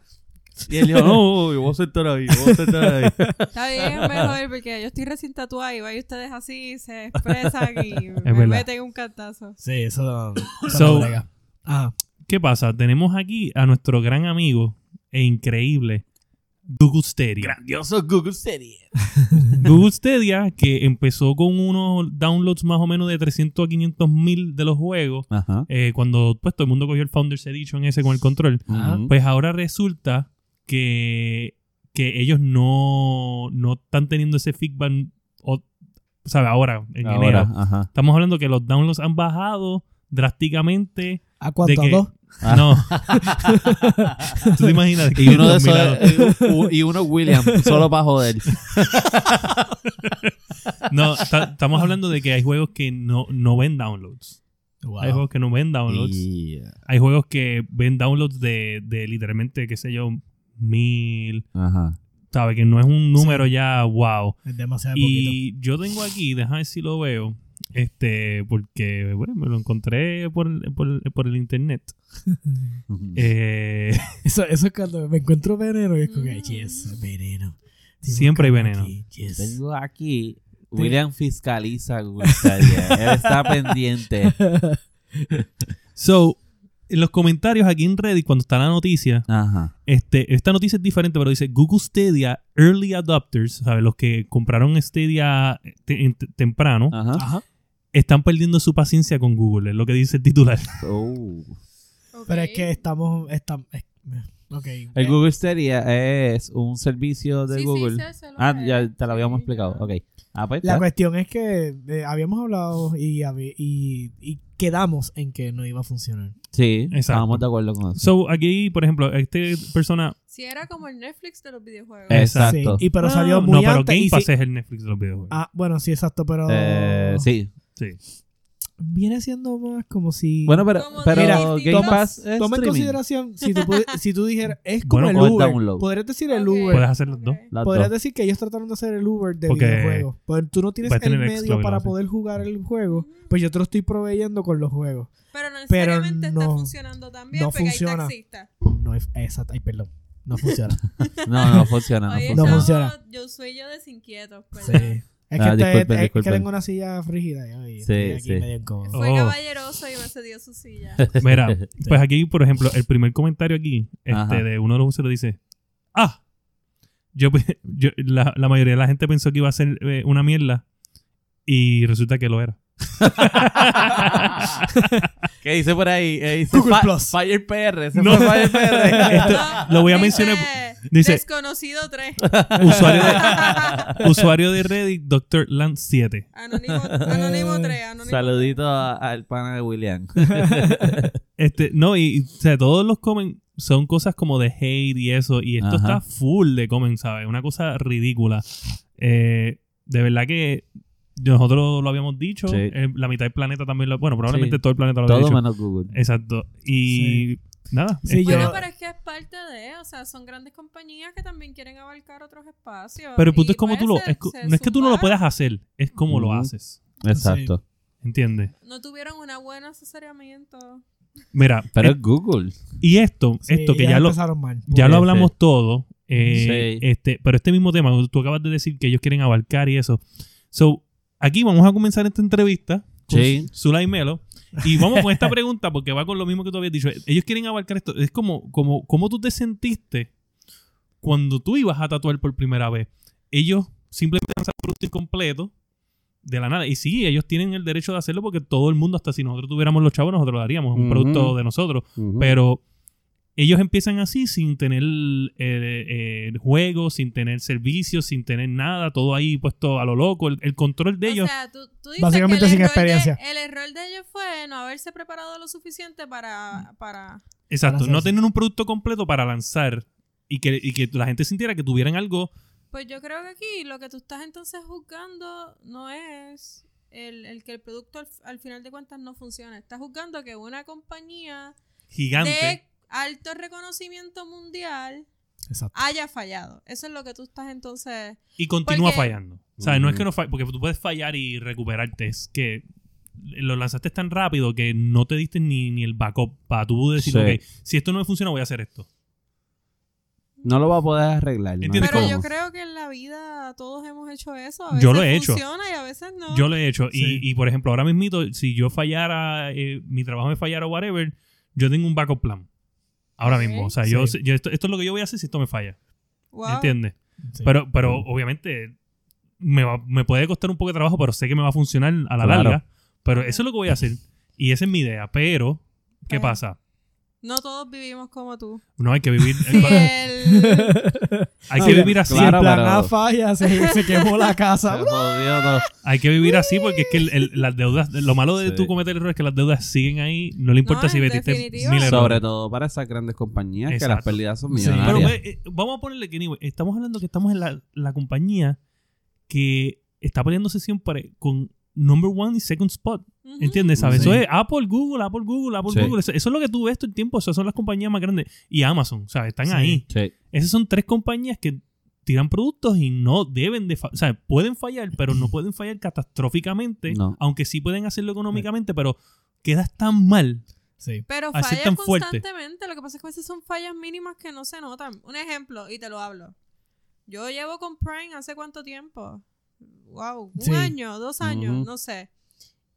S1: Y él dijo, no, yo voy a sentar ahí, yo voy a sentar ahí.
S4: Está bien, mejor, porque yo estoy recién tatuada y va, y ustedes así se expresan y me
S3: verdad.
S4: meten un cantazo.
S2: Sí, eso. eso
S3: So-
S2: no brega. Ah, Ajá.
S3: ¿Qué pasa? Tenemos aquí a nuestro gran amigo e increíble Gugusteria.
S1: Grandioso Google Series.
S3: Gugusteria, que empezó con unos downloads más o menos de 300 a 500 mil de los juegos.
S1: Ajá.
S3: eh, cuando pues todo el mundo cogió el Founders Edition ese con el control.
S2: Ah,
S1: Ujú.
S3: Pues ahora resulta que, que ellos no, no están teniendo ese feedback, o, ¿sabe? Ahora, en
S1: Ahora,
S3: enero.
S1: ajá.
S3: Estamos hablando que los downloads han bajado drásticamente.
S2: ¿A
S3: de
S2: cuánto? ¿A
S3: que-
S2: dos?
S1: Ah.
S3: No. *laughs* ¿Tú te imaginas?
S1: *laughs* Y uno de
S3: Los
S1: esos,
S3: mirados.
S1: eh, y uno William, solo para joder.
S3: No, ta- estamos hablando de que hay juegos que no, no ven downloads. Hay
S2: Wow.
S3: juegos que no ven downloads.
S1: Yeah.
S3: Hay juegos que ven downloads de, de literalmente, qué sé yo, mil.
S1: Ajá.
S3: ¿Sabes? Que no es un número ya wow.
S2: Es demasiado poquito.
S3: Y yo tengo aquí, déjame ver si lo veo, este, porque bueno, me lo encontré por, el- por, el- por el internet. Eh, *laughs*
S2: Eso, eso es cuando me encuentro veneno y es como, que,
S4: Mm.
S2: yes, veneno.
S3: Siempre hay veneno.
S2: aquí, yes.
S1: Tengo aquí. William fiscaliza Google Stadia. Él
S2: *laughs*
S1: está pendiente.
S3: so, en los comentarios aquí en Reddit, cuando está la noticia,
S1: Ajá.
S3: este, esta noticia es diferente, pero dice Google Stadia Early Adopters, ¿sabes? Los que compraron Stadia eh, te- en- temprano,
S1: Ajá.
S2: Ajá.
S3: están perdiendo su paciencia con Google, es lo que dice el titular. *laughs*
S1: Oh.
S2: Pero es
S4: Ok.
S2: que estamos. estamos es- ok. eh,
S1: El Google Stadia es un servicio de
S4: Sí, sí,
S1: Google.
S4: sé, sé lo
S1: ah,
S4: que
S1: ya
S4: es.
S1: te lo habíamos
S4: Sí,
S1: explicado.
S4: ya.
S1: Ok. Ah, pues.
S2: La
S1: está.
S2: cuestión es que eh, habíamos hablado y, habi- y, y quedamos en que no iba a funcionar.
S1: Sí,
S3: Exacto.
S1: estábamos de acuerdo con eso.
S3: So, aquí, por ejemplo, esta persona...
S4: Si era como el Netflix de los videojuegos.
S1: Eh,
S3: Exacto.
S1: Exacto.
S2: Sí, y pero
S3: Ah,
S2: salió
S3: No,
S2: muy
S3: pero
S2: antes. y
S3: Game
S2: sí-
S3: Pass es el Netflix de los videojuegos.
S2: Ah, Pues, bueno, sí, exacto, pero.
S1: Eh, sí.
S3: Sí.
S2: Viene siendo más como si.
S1: Bueno, pero,
S4: Como
S1: pero
S2: Mira,
S1: Game
S2: toma-
S1: Pass es
S2: Toma en
S1: streaming.
S2: consideración, si tú, pudi- si tú dijeras, es como
S3: Bueno,
S1: o es
S2: el Uber.
S1: download.
S2: Podrías decir el
S4: Ok,
S2: Uber.
S3: Puedes hacer los dos.
S4: ok.
S1: Las
S2: Podrías
S1: dos.
S2: decir que ellos trataron de hacer el Uber de
S3: Porque
S2: videojuegos. Porque tú no tienes
S3: puedes
S2: el
S3: tener
S2: medio
S3: Xcloud,
S2: para
S3: ¿no?
S2: poder jugar el juego. Pues yo te lo estoy proveyendo con los juegos.
S4: Pero no necesariamente
S2: no-
S4: está funcionando también
S2: no
S4: porque
S2: funciona.
S4: hay taxistas.
S2: No es. Exacto. Ay, perdón. No funciona.
S1: No, no funciona. No
S4: Oye,
S1: funciona.
S2: No
S4: estamos-
S2: funciona.
S4: Yo soy yo desinquieto. pues.
S2: Sí.
S4: ¿verdad?
S2: Es que,
S1: Ah,
S2: este-
S1: disculpen,
S2: es que
S1: disculpen.
S2: tengo una silla frígida. y estoy
S1: Sí,
S2: aquí
S1: sí.
S2: medio incómodo.
S4: Fue
S3: Oh.
S4: caballeroso y me cedió su silla.
S3: Mira,
S1: *laughs*
S3: pues aquí, por ejemplo, el primer comentario aquí,
S1: Ajá.
S3: este, de uno de los usuarios dice, ah, *laughs* yo, pe- yo- la, la mayoría de la gente pensó que iba a ser eh, una mierda y resulta que lo era.
S1: *laughs* ¿Qué dice por ahí? Eh, dice
S2: Google
S1: Fa-
S2: Plus.
S1: Fire PR. Se
S3: No.
S1: fue Fire
S2: *laughs*
S1: PR.
S3: *laughs* Esto- lo voy a mencionar. dice-
S4: Desconocido 3.
S3: Usuario
S1: *laughs*
S3: de, usuario de Reddit, Dr. Land 7.
S4: *laughs* Anónimo, anónimo 3. Anónimo
S1: Saludito a- al pana de William.
S3: Este, no, y, y, o sea, todos los comen son cosas como de hate y eso. Y esto
S1: Ajá.
S3: está full de comen, ¿sabes? Una cosa ridícula. Eh, de verdad que nosotros lo habíamos dicho.
S1: Sí.
S3: eh, la mitad del planeta también lo. Bueno, probablemente
S1: Sí.
S3: todo el planeta lo había
S1: Todo
S3: dicho.
S1: menos Google.
S3: Exacto. Y nada.
S2: Sí,
S3: este,
S4: Bueno,
S2: yo-
S4: pero es que es parte de, o sea, son granrandes compañías que también quieren abarcar otros espacios.
S3: pero el punto
S4: Y
S3: es como
S4: pues
S3: tú lo.
S4: se-
S3: es co-
S4: se
S3: no es que tú no lo
S4: zumbaron.
S3: puedas hacer, es como lo
S1: Ujú.
S3: haces.
S1: Exacto.
S3: ¿Entiendes?
S4: No tuvieron una buena asesoramiento.
S3: Mira,
S1: Pero
S3: eh,
S1: es Google.
S3: y esto,
S2: Sí,
S3: esto que ya, lo,
S2: empezaron mal.
S3: ya
S1: Sí,
S3: lo hablamos
S1: este sí.
S3: todo. eh,
S1: Sí.
S3: este, pero este mismo tema, tú acabas de decir que ellos quieren abarcar y eso. So, aquí vamos a comenzar esta entrevista con
S1: Sí.
S3: Zulay Melo. Y vamos con esta *laughs* pregunta porque va con lo mismo que tú habías dicho. Ellos quieren abarcar esto. Es como, como, ¿cómo tú te sentiste cuando tú ibas a tatuar por primera vez? Ellos simplemente lanzaron un producto incompleto de la nada. Y sí, ellos tienen el derecho de hacerlo porque todo el mundo, hasta si nosotros tuviéramos los chavos, nosotros lo daríamos. Es
S1: Ujú.
S3: un producto de nosotros.
S1: Ujú.
S3: Pero ellos empiezan así sin tener eh, eh, juego, sin tener servicios, sin tener nada, todo ahí puesto a lo loco. El, el control de
S4: o
S3: ellos.
S4: sea, tú, tú dices
S2: Básicamente
S4: que el
S2: sin
S4: error
S2: experiencia.
S4: de- el error de ellos fue no haberse preparado lo suficiente para... para
S3: exacto.
S2: Para
S3: No
S2: hacerse.
S3: tener un producto completo para lanzar y que, y que la gente sintiera que tuvieran algo.
S4: Pues yo creo que aquí lo que tú estás entonces juzgando no es el, el que el producto al, al final de cuentas no funciona. Estás juzgando que una compañía
S3: Gigante.
S4: de alto reconocimiento mundial
S2: Exacto.
S4: haya fallado. Eso es lo que tú estás entonces...
S3: Y continúa
S4: porque-
S3: fallando. O sea, no es
S1: Ujú.
S3: que no falle, porque tú puedes fallar y recuperarte. Es que lo lanzaste tan rápido que no te diste ni, ni el backup para tú decir,
S1: Sí.
S3: ok, si esto no me funciona, voy a hacer esto.
S1: No lo va a poder arreglar. ¿no?
S3: ¿Entiendes
S4: Pero
S3: cómo?
S4: yo creo que en la vida todos hemos hecho eso. A veces
S3: Yo lo he hecho.
S4: funciona y a veces no.
S3: Yo lo he hecho.
S2: Sí.
S3: Y, y, por ejemplo, ahora mismito, si yo fallara, eh, mi trabajo me fallara o whatever, yo tengo un backup plan. Ahora
S4: Ok.
S3: mismo. O sea,
S2: Sí.
S3: yo, yo- esto, esto es lo que yo voy a hacer si esto me falla.
S4: Wow.
S3: ¿Entiendes?
S2: Sí.
S3: Pero, pero obviamente me, va- me puede costar un poco de trabajo, pero sé que me va a funcionar a la
S1: Claro.
S3: larga. Pero eso es lo que voy a hacer. Y esa es mi idea. Pero, ¿qué
S4: Ajá.
S3: pasa?
S4: No todos vivimos
S3: *laughs*
S4: como tú.
S3: No hay que
S4: *laughs*
S3: vivir.
S4: Fiel.
S3: *laughs* hay
S2: Ah,
S3: que vivir así.
S2: Si el
S1: Claro,
S2: plan
S1: pero-
S2: A falla, se, se quemó la casa.
S3: *laughs*
S1: Se jodió todo.
S3: Hay que vivir así porque es que el- el- las deudas. Lo malo de
S1: Sí.
S3: tú cometer errores es que las deudas siguen ahí. No le importa
S4: No,
S3: si
S4: en
S3: metiste
S4: definitiva.
S3: mil errores.
S1: Sobre todo para esas grandes compañías que las
S3: Exacto.
S1: pérdidas son
S2: Sí.
S1: millonarias.
S3: Pero ve, eh, vamos a ponerle que anyway, estamos hablando que estamos en la, la compañía que está peleándose siempre con number one y second spot.
S4: Ujú.
S3: ¿Entiendes? ¿Sabes?
S2: Sí.
S3: Eso es Apple, Google, Apple, Google, Apple,
S1: Sí.
S3: Google. Eso, eso es lo que tú ves todo el tiempo. Esas son las compañías más grandes. Y Amazon, ¿sabes? Están
S2: Sí.
S3: ahí.
S1: Sí.
S3: Esas son tres compañías que tiran productos y no deben de... fa- O sea, pueden fallar, pero no pueden fallar catastróficamente.
S1: No.
S3: Aunque sí pueden hacerlo económicamente, pero quedas tan mal.
S2: Sí.
S4: Pero
S3: Así
S4: fallas
S3: tan fuerte.
S4: constantemente. Lo que pasa es que a veces son fallas mínimas que no se notan. Un ejemplo, y te lo hablo. Yo llevo con Prime hace cuánto tiempo. Wow, un
S2: Sí.
S4: año, dos años,
S1: Ujú.
S4: no sé.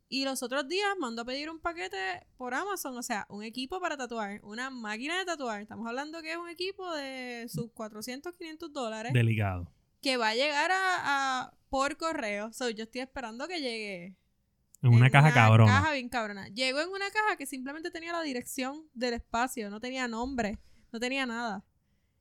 S4: Y los otros días mando a pedir un paquete por Amazon, o sea, un equipo para tatuar, una máquina de tatuar. Estamos hablando que es un equipo de sus 400, 500 dólares
S3: Eh, Delicado.
S4: que va a llegar a, a- por correo. So, yo estoy esperando que llegue
S3: En una caja cabrona.
S4: caja bien cabrona. Llegó en una caja que simplemente tenía la dirección del espacio, no tenía nombre, no tenía nada.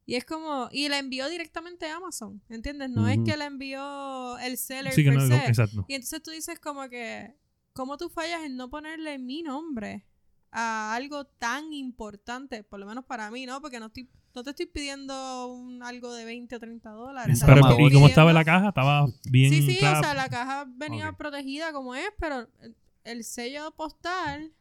S4: Y es como, y la envió directamente a Amazon, ¿entiendes? No
S1: Ujú.
S4: es que la envió el seller
S3: Sí que
S4: per
S3: no,
S4: se.
S3: exacto.
S4: Y entonces tú dices como que, ¿cómo tú fallas en no ponerle mi nombre a algo tan importante? Por lo menos para mí, ¿no? Porque no estoy, no te estoy pidiendo un, algo de 20 o 30 dólares.
S1: Exacto.
S3: Pero,
S4: ¿sabes?
S1: Pero,
S3: ¿Y
S4: Estoy
S3: cómo estaba la
S4: pidiendo-
S3: caja? Estaba bien.
S4: Sí, sí,
S3: estaba-
S4: o sea, la caja venía
S3: Ok.
S4: protegida como es, pero el- el sello postal,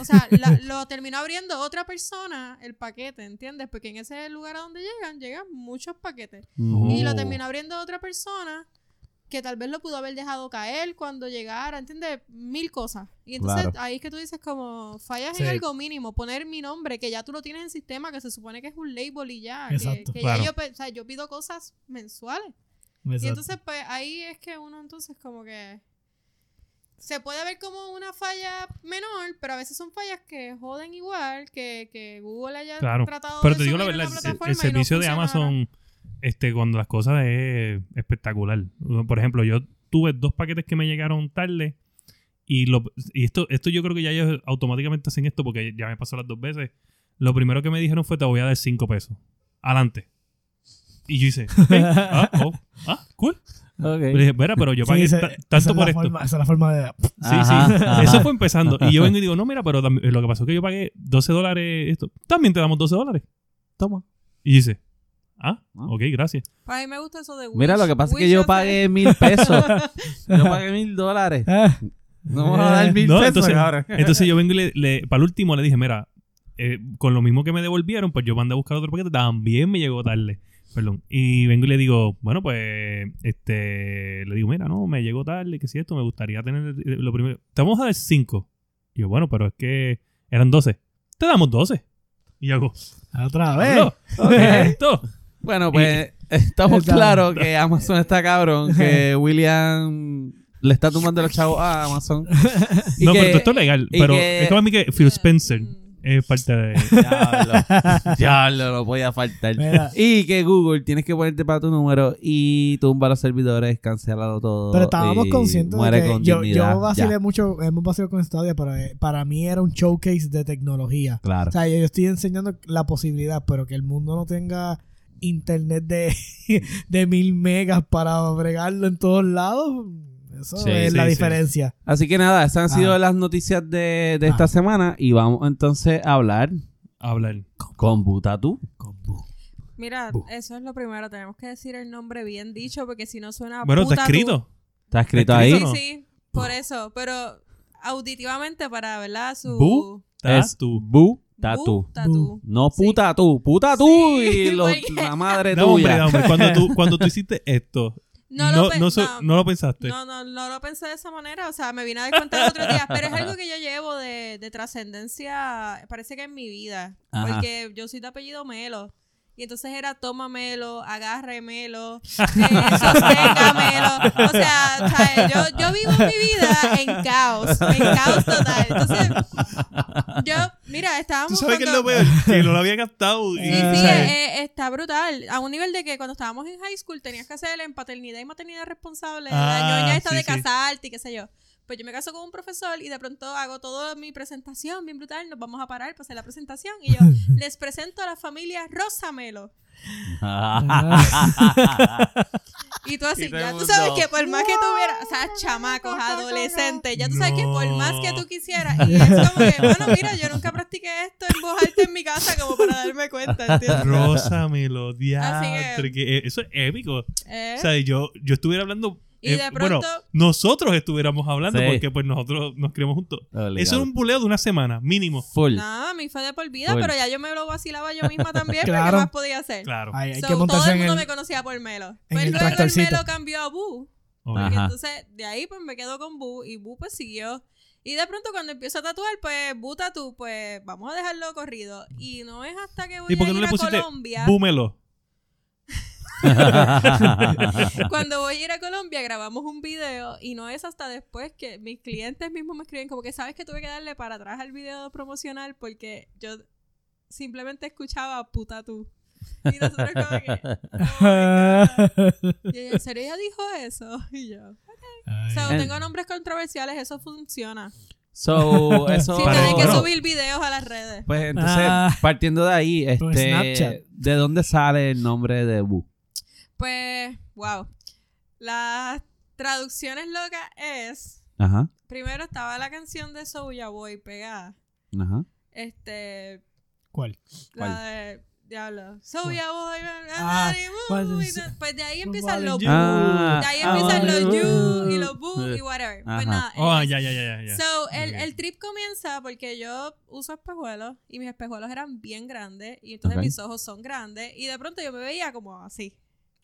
S4: o sea,
S3: *laughs*
S4: la- lo terminó abriendo otra persona el paquete, ¿entiendes? Porque en ese lugar a donde llegan, llegan muchos paquetes. Y
S3: Oh.
S4: lo terminó abriendo otra persona que tal vez lo pudo haber dejado caer cuando llegara, ¿entiendes? Mil cosas. Y entonces
S1: Claro.
S4: ahí es que tú dices como, fallas
S2: Sí.
S4: en algo mínimo, poner mi nombre, que ya tú lo tienes en sistema, que se supone que es un label y ya. que-
S2: Exacto.
S4: que ya
S3: Claro.
S4: yo pe- o sea, yo pido cosas mensuales. Y entonces, pues ahí es que uno entonces como que se puede ver como una falla menor, pero a veces son fallas que joden igual, que, que Google haya
S3: Claro.
S4: tratado
S3: Pero
S4: de
S3: te digo la
S4: subir
S3: verdad,
S4: una
S3: el- el,
S4: plataforma y no
S3: servicio de
S4: funcionara.
S3: Amazon, este, cuando las cosas es espectacular. Por ejemplo, yo tuve dos paquetes que me llegaron tarde Y, lo, y esto, esto yo creo que ya ellos automáticamente hacen esto porque ya me pasó las dos veces. Lo primero que me dijeron fue: Te voy a dar 5 pesos. Adelante. Y yo hice: "Ok, ah, oh, ah, cool. Le
S5: Ok.
S3: dije: Espera, pero yo
S2: Sí,
S3: pagué
S2: ese-
S3: ta-
S2: esa es
S3: tanto
S2: la
S3: por esto.
S2: forma- esa es la forma de.
S3: Sí,
S5: Ajá,
S3: *laughs* sí.
S5: ajá.
S3: Eso fue empezando. Y yo vengo y digo, no, mira, pero tam- eh, lo que pasó es que yo pagué 12 dólares esto. También te damos 12 dólares.
S1: Toma.
S3: Y dice, ah,
S1: Ah.
S3: ok, gracias.
S4: Pues a mí me gusta eso de Wish.
S1: Mira, lo que pasa es que
S4: Wish
S1: yo
S4: hace-
S1: pagué mil
S4: *laughs*
S1: pesos. Yo pagué mil dólares.
S2: Ah,
S1: No me van a dar mil
S3: Eh, No,
S1: pesos
S3: entonces-
S1: ahora.
S3: Entonces yo vengo y le, para el último le dije, mira, eh, con lo mismo que me devolvieron, pues yo mandé a buscar otro paquete. También me llegó tarde. Perdón. Y vengo y le digo, bueno, pues, este, le digo, mira, no, me llegó tarde, que si esto, me gustaría tener eh, lo primero. Te vamos a dar 5. Y yo, bueno, pero es que eran 12. Te damos 12. Y yo hago,
S2: Otra vez.
S3: "Diablo, ¿qué es *laughs* esto?
S1: Bueno, pues estamos
S2: Está-
S1: claros que Amazon está cabrón,
S3: *laughs*
S1: que William le está tumbando los chavos a Amazon. Y
S3: no,
S1: que-
S3: pero todo esto es legal.
S1: y
S3: Pero
S1: que-
S3: es como a mí que Phil Spencer
S4: mm,
S3: es parte de.
S1: *laughs* Diablo, diablo, no podía faltar.
S2: Mira.
S1: Y que Google tienes que ponerte para tu número y tumba los servidores, cancelalo todo.
S2: Pero estábamos
S1: y
S2: conscientes de
S1: muere
S2: que
S1: con
S2: yo,
S1: dignidad,
S2: yo vacilé
S1: ya.
S2: mucho, hemos vacilado con Stadia, para, eh, para mí era un showcase de tecnología.
S1: Claro.
S2: O sea, yo, yo estoy enseñando la posibilidad, pero que el mundo no tenga internet de, *laughs* de mil megas para bregarlo en todos lados, eso
S1: Sí,
S2: es
S3: sí,
S2: la
S3: sí.
S2: diferencia.
S1: Así que nada, esas han
S2: Ajá.
S1: sido las noticias de, de esta
S2: Ajá.
S1: semana y vamos entonces a hablar
S3: Hablar.
S1: con Butatú.
S4: Mira, eso es lo primero. Tenemos que decir el nombre bien dicho porque si no suena. a
S3: Bueno, está
S4: puta tú.
S3: escrito.
S1: Está escrito
S3: ¿Está
S1: ahí.
S4: Sí,
S3: ¿Eso no?
S4: sí, por eso. Pero auditivamente para, ¿verdad? Su.
S3: Bu- Está
S1: Es
S3: tú.
S1: Butatú.
S4: Butatú.
S1: No
S4: Sí.
S1: puta tú, puta tú y
S4: *laughs* Sí,
S1: lo-
S4: porque-
S1: la madre
S3: No, hombre,
S1: tuya.
S3: no, hombre. Cuando tú, cuando
S4: *laughs*
S3: tú hiciste esto, no,
S4: No lo, pe-
S3: no so-
S4: no,
S3: no lo pensaste.
S4: no, no, no lo pensé de esa manera. O sea, me vine a dar cuenta el otro día. Pero es algo que yo llevo de, de trascendencia, parece que en mi vida.
S1: Ajá.
S4: Porque yo soy de apellido Melo. Y entonces era tómamelo, agárremelo, eh, sosténgamelo. O sea, o sea, yo, yo vivo mi vida en caos, en caos total. Entonces, yo, mira,
S3: ¿Tú
S4: estábamos
S3: sabes que es
S4: cuando-
S3: lo peor?
S4: *laughs*
S3: Que no lo había gastado.
S4: Sí,
S3: y-
S2: Eh,
S4: sí,
S2: sí.
S4: eh, eh, está brutal. A un nivel de que cuando estábamos en high school tenías que hacer en paternidad y maternidad responsable.
S3: Ah,
S4: la ñoña está
S3: sí,
S4: de
S3: sí.
S4: casarte y qué sé yo. Pues yo me caso con un profesor y de pronto hago toda mi presentación bien brutal. Nos vamos a parar para hacer la presentación y
S3: *laughs*
S4: yo les presento a la familia Rosamelo.
S1: *laughs*
S4: Y tú así,
S1: Y todo
S4: ya
S1: el
S4: tú sabes
S1: mundo,
S4: que por más que tuvieras, o sea, chamacos, adolescentes, ya tú sabes que por más que
S3: No.
S4: tú quisieras, y es como que, bueno, mira, yo nunca practiqué esto en voz alta en mi casa como para darme cuenta, ¿entiendes?
S3: Rosa, melodía.
S4: Así que-
S3: e, Eso es épico.
S4: Eh,
S3: *laughs* O sea, yo, yo estuviera hablando. eh,
S4: Y de
S3: bueno,
S4: pronto-
S3: nosotros estuviéramos hablando
S1: Sí.
S3: porque pues nosotros nos criamos juntos.
S1: Obligado.
S3: Eso era un buleo de una semana, mínimo.
S1: full.
S4: No, a mí fue de por vida,
S1: Full.
S4: pero ya yo me lo vacilaba yo misma también,
S2: Claro.
S4: porque más podía hacer.
S3: Claro.
S2: Ay, hay
S4: So,
S2: que
S4: todo
S2: montarse
S4: el
S2: en
S4: mundo
S2: el-
S4: me conocía por Melo.
S2: en el
S4: Pues luego el
S2: tractorcito.
S4: Melo cambió a Bu.
S3: Ok.
S1: Ah.
S4: Y
S1: Ajá.
S4: entonces de ahí pues me quedo con Bu y Bu pues siguió. Y de pronto cuando empiezo a tatuar, pues Bu tatú, pues vamos a dejarlo corrido. Y no es hasta que voy
S3: ¿Y por
S4: a
S3: qué no
S4: ir
S3: le
S4: a
S3: pusiste
S4: Colombia.
S3: búmelo?
S4: *laughs* Cuando voy a ir a Colombia grabamos un video y no es hasta después que mis clientes mismos me escriben como que sabes que tuve que darle para atrás al video promocional porque yo simplemente escuchaba puta tú. Y nosotros como que...
S2: *laughs*
S4: "Oh my God". Y ella, ¿En serio ella dijo eso? *laughs* Y yo... O sea,
S1: Ay.
S4: tengo nombres controversiales, eso funciona.
S1: *laughs* So, eso.
S4: Sí,
S3: Pero-
S4: tienen que
S3: bueno.
S4: subir videos a las redes.
S1: Pues entonces,
S2: Ah.
S1: partiendo de ahí,
S2: Con Snapchat.
S1: este, ¿de dónde sale el nombre de Bu?
S4: Pues, wow. Las traducciones locas es.
S1: Ajá,
S4: Primero estaba la canción de Soulja Boy pegada.
S1: ajá.
S4: Este.
S2: ¿Cuál?
S4: La de. Diablo. Soulja Boy. bla, bla,
S2: Ah,
S4: bla, y bu,
S2: ¿cuál es?
S4: y ta- Pues de ahí empiezan los.
S2: Vale,
S4: bu,
S1: Ah,
S4: De ahí empiezan
S2: ah,
S4: los you
S2: ah,
S4: y los boo y whatever.
S1: Ajá.
S4: Pues nada.
S3: Oh,
S4: entonces-
S3: ya, ya, ya, ya, ya.
S4: So, el,
S3: Ok.
S4: el trip comienza porque yo uso espejuelos y mis espejuelos eran bien grandes y entonces
S1: Ok.
S4: mis ojos son grandes y de pronto yo me veía como así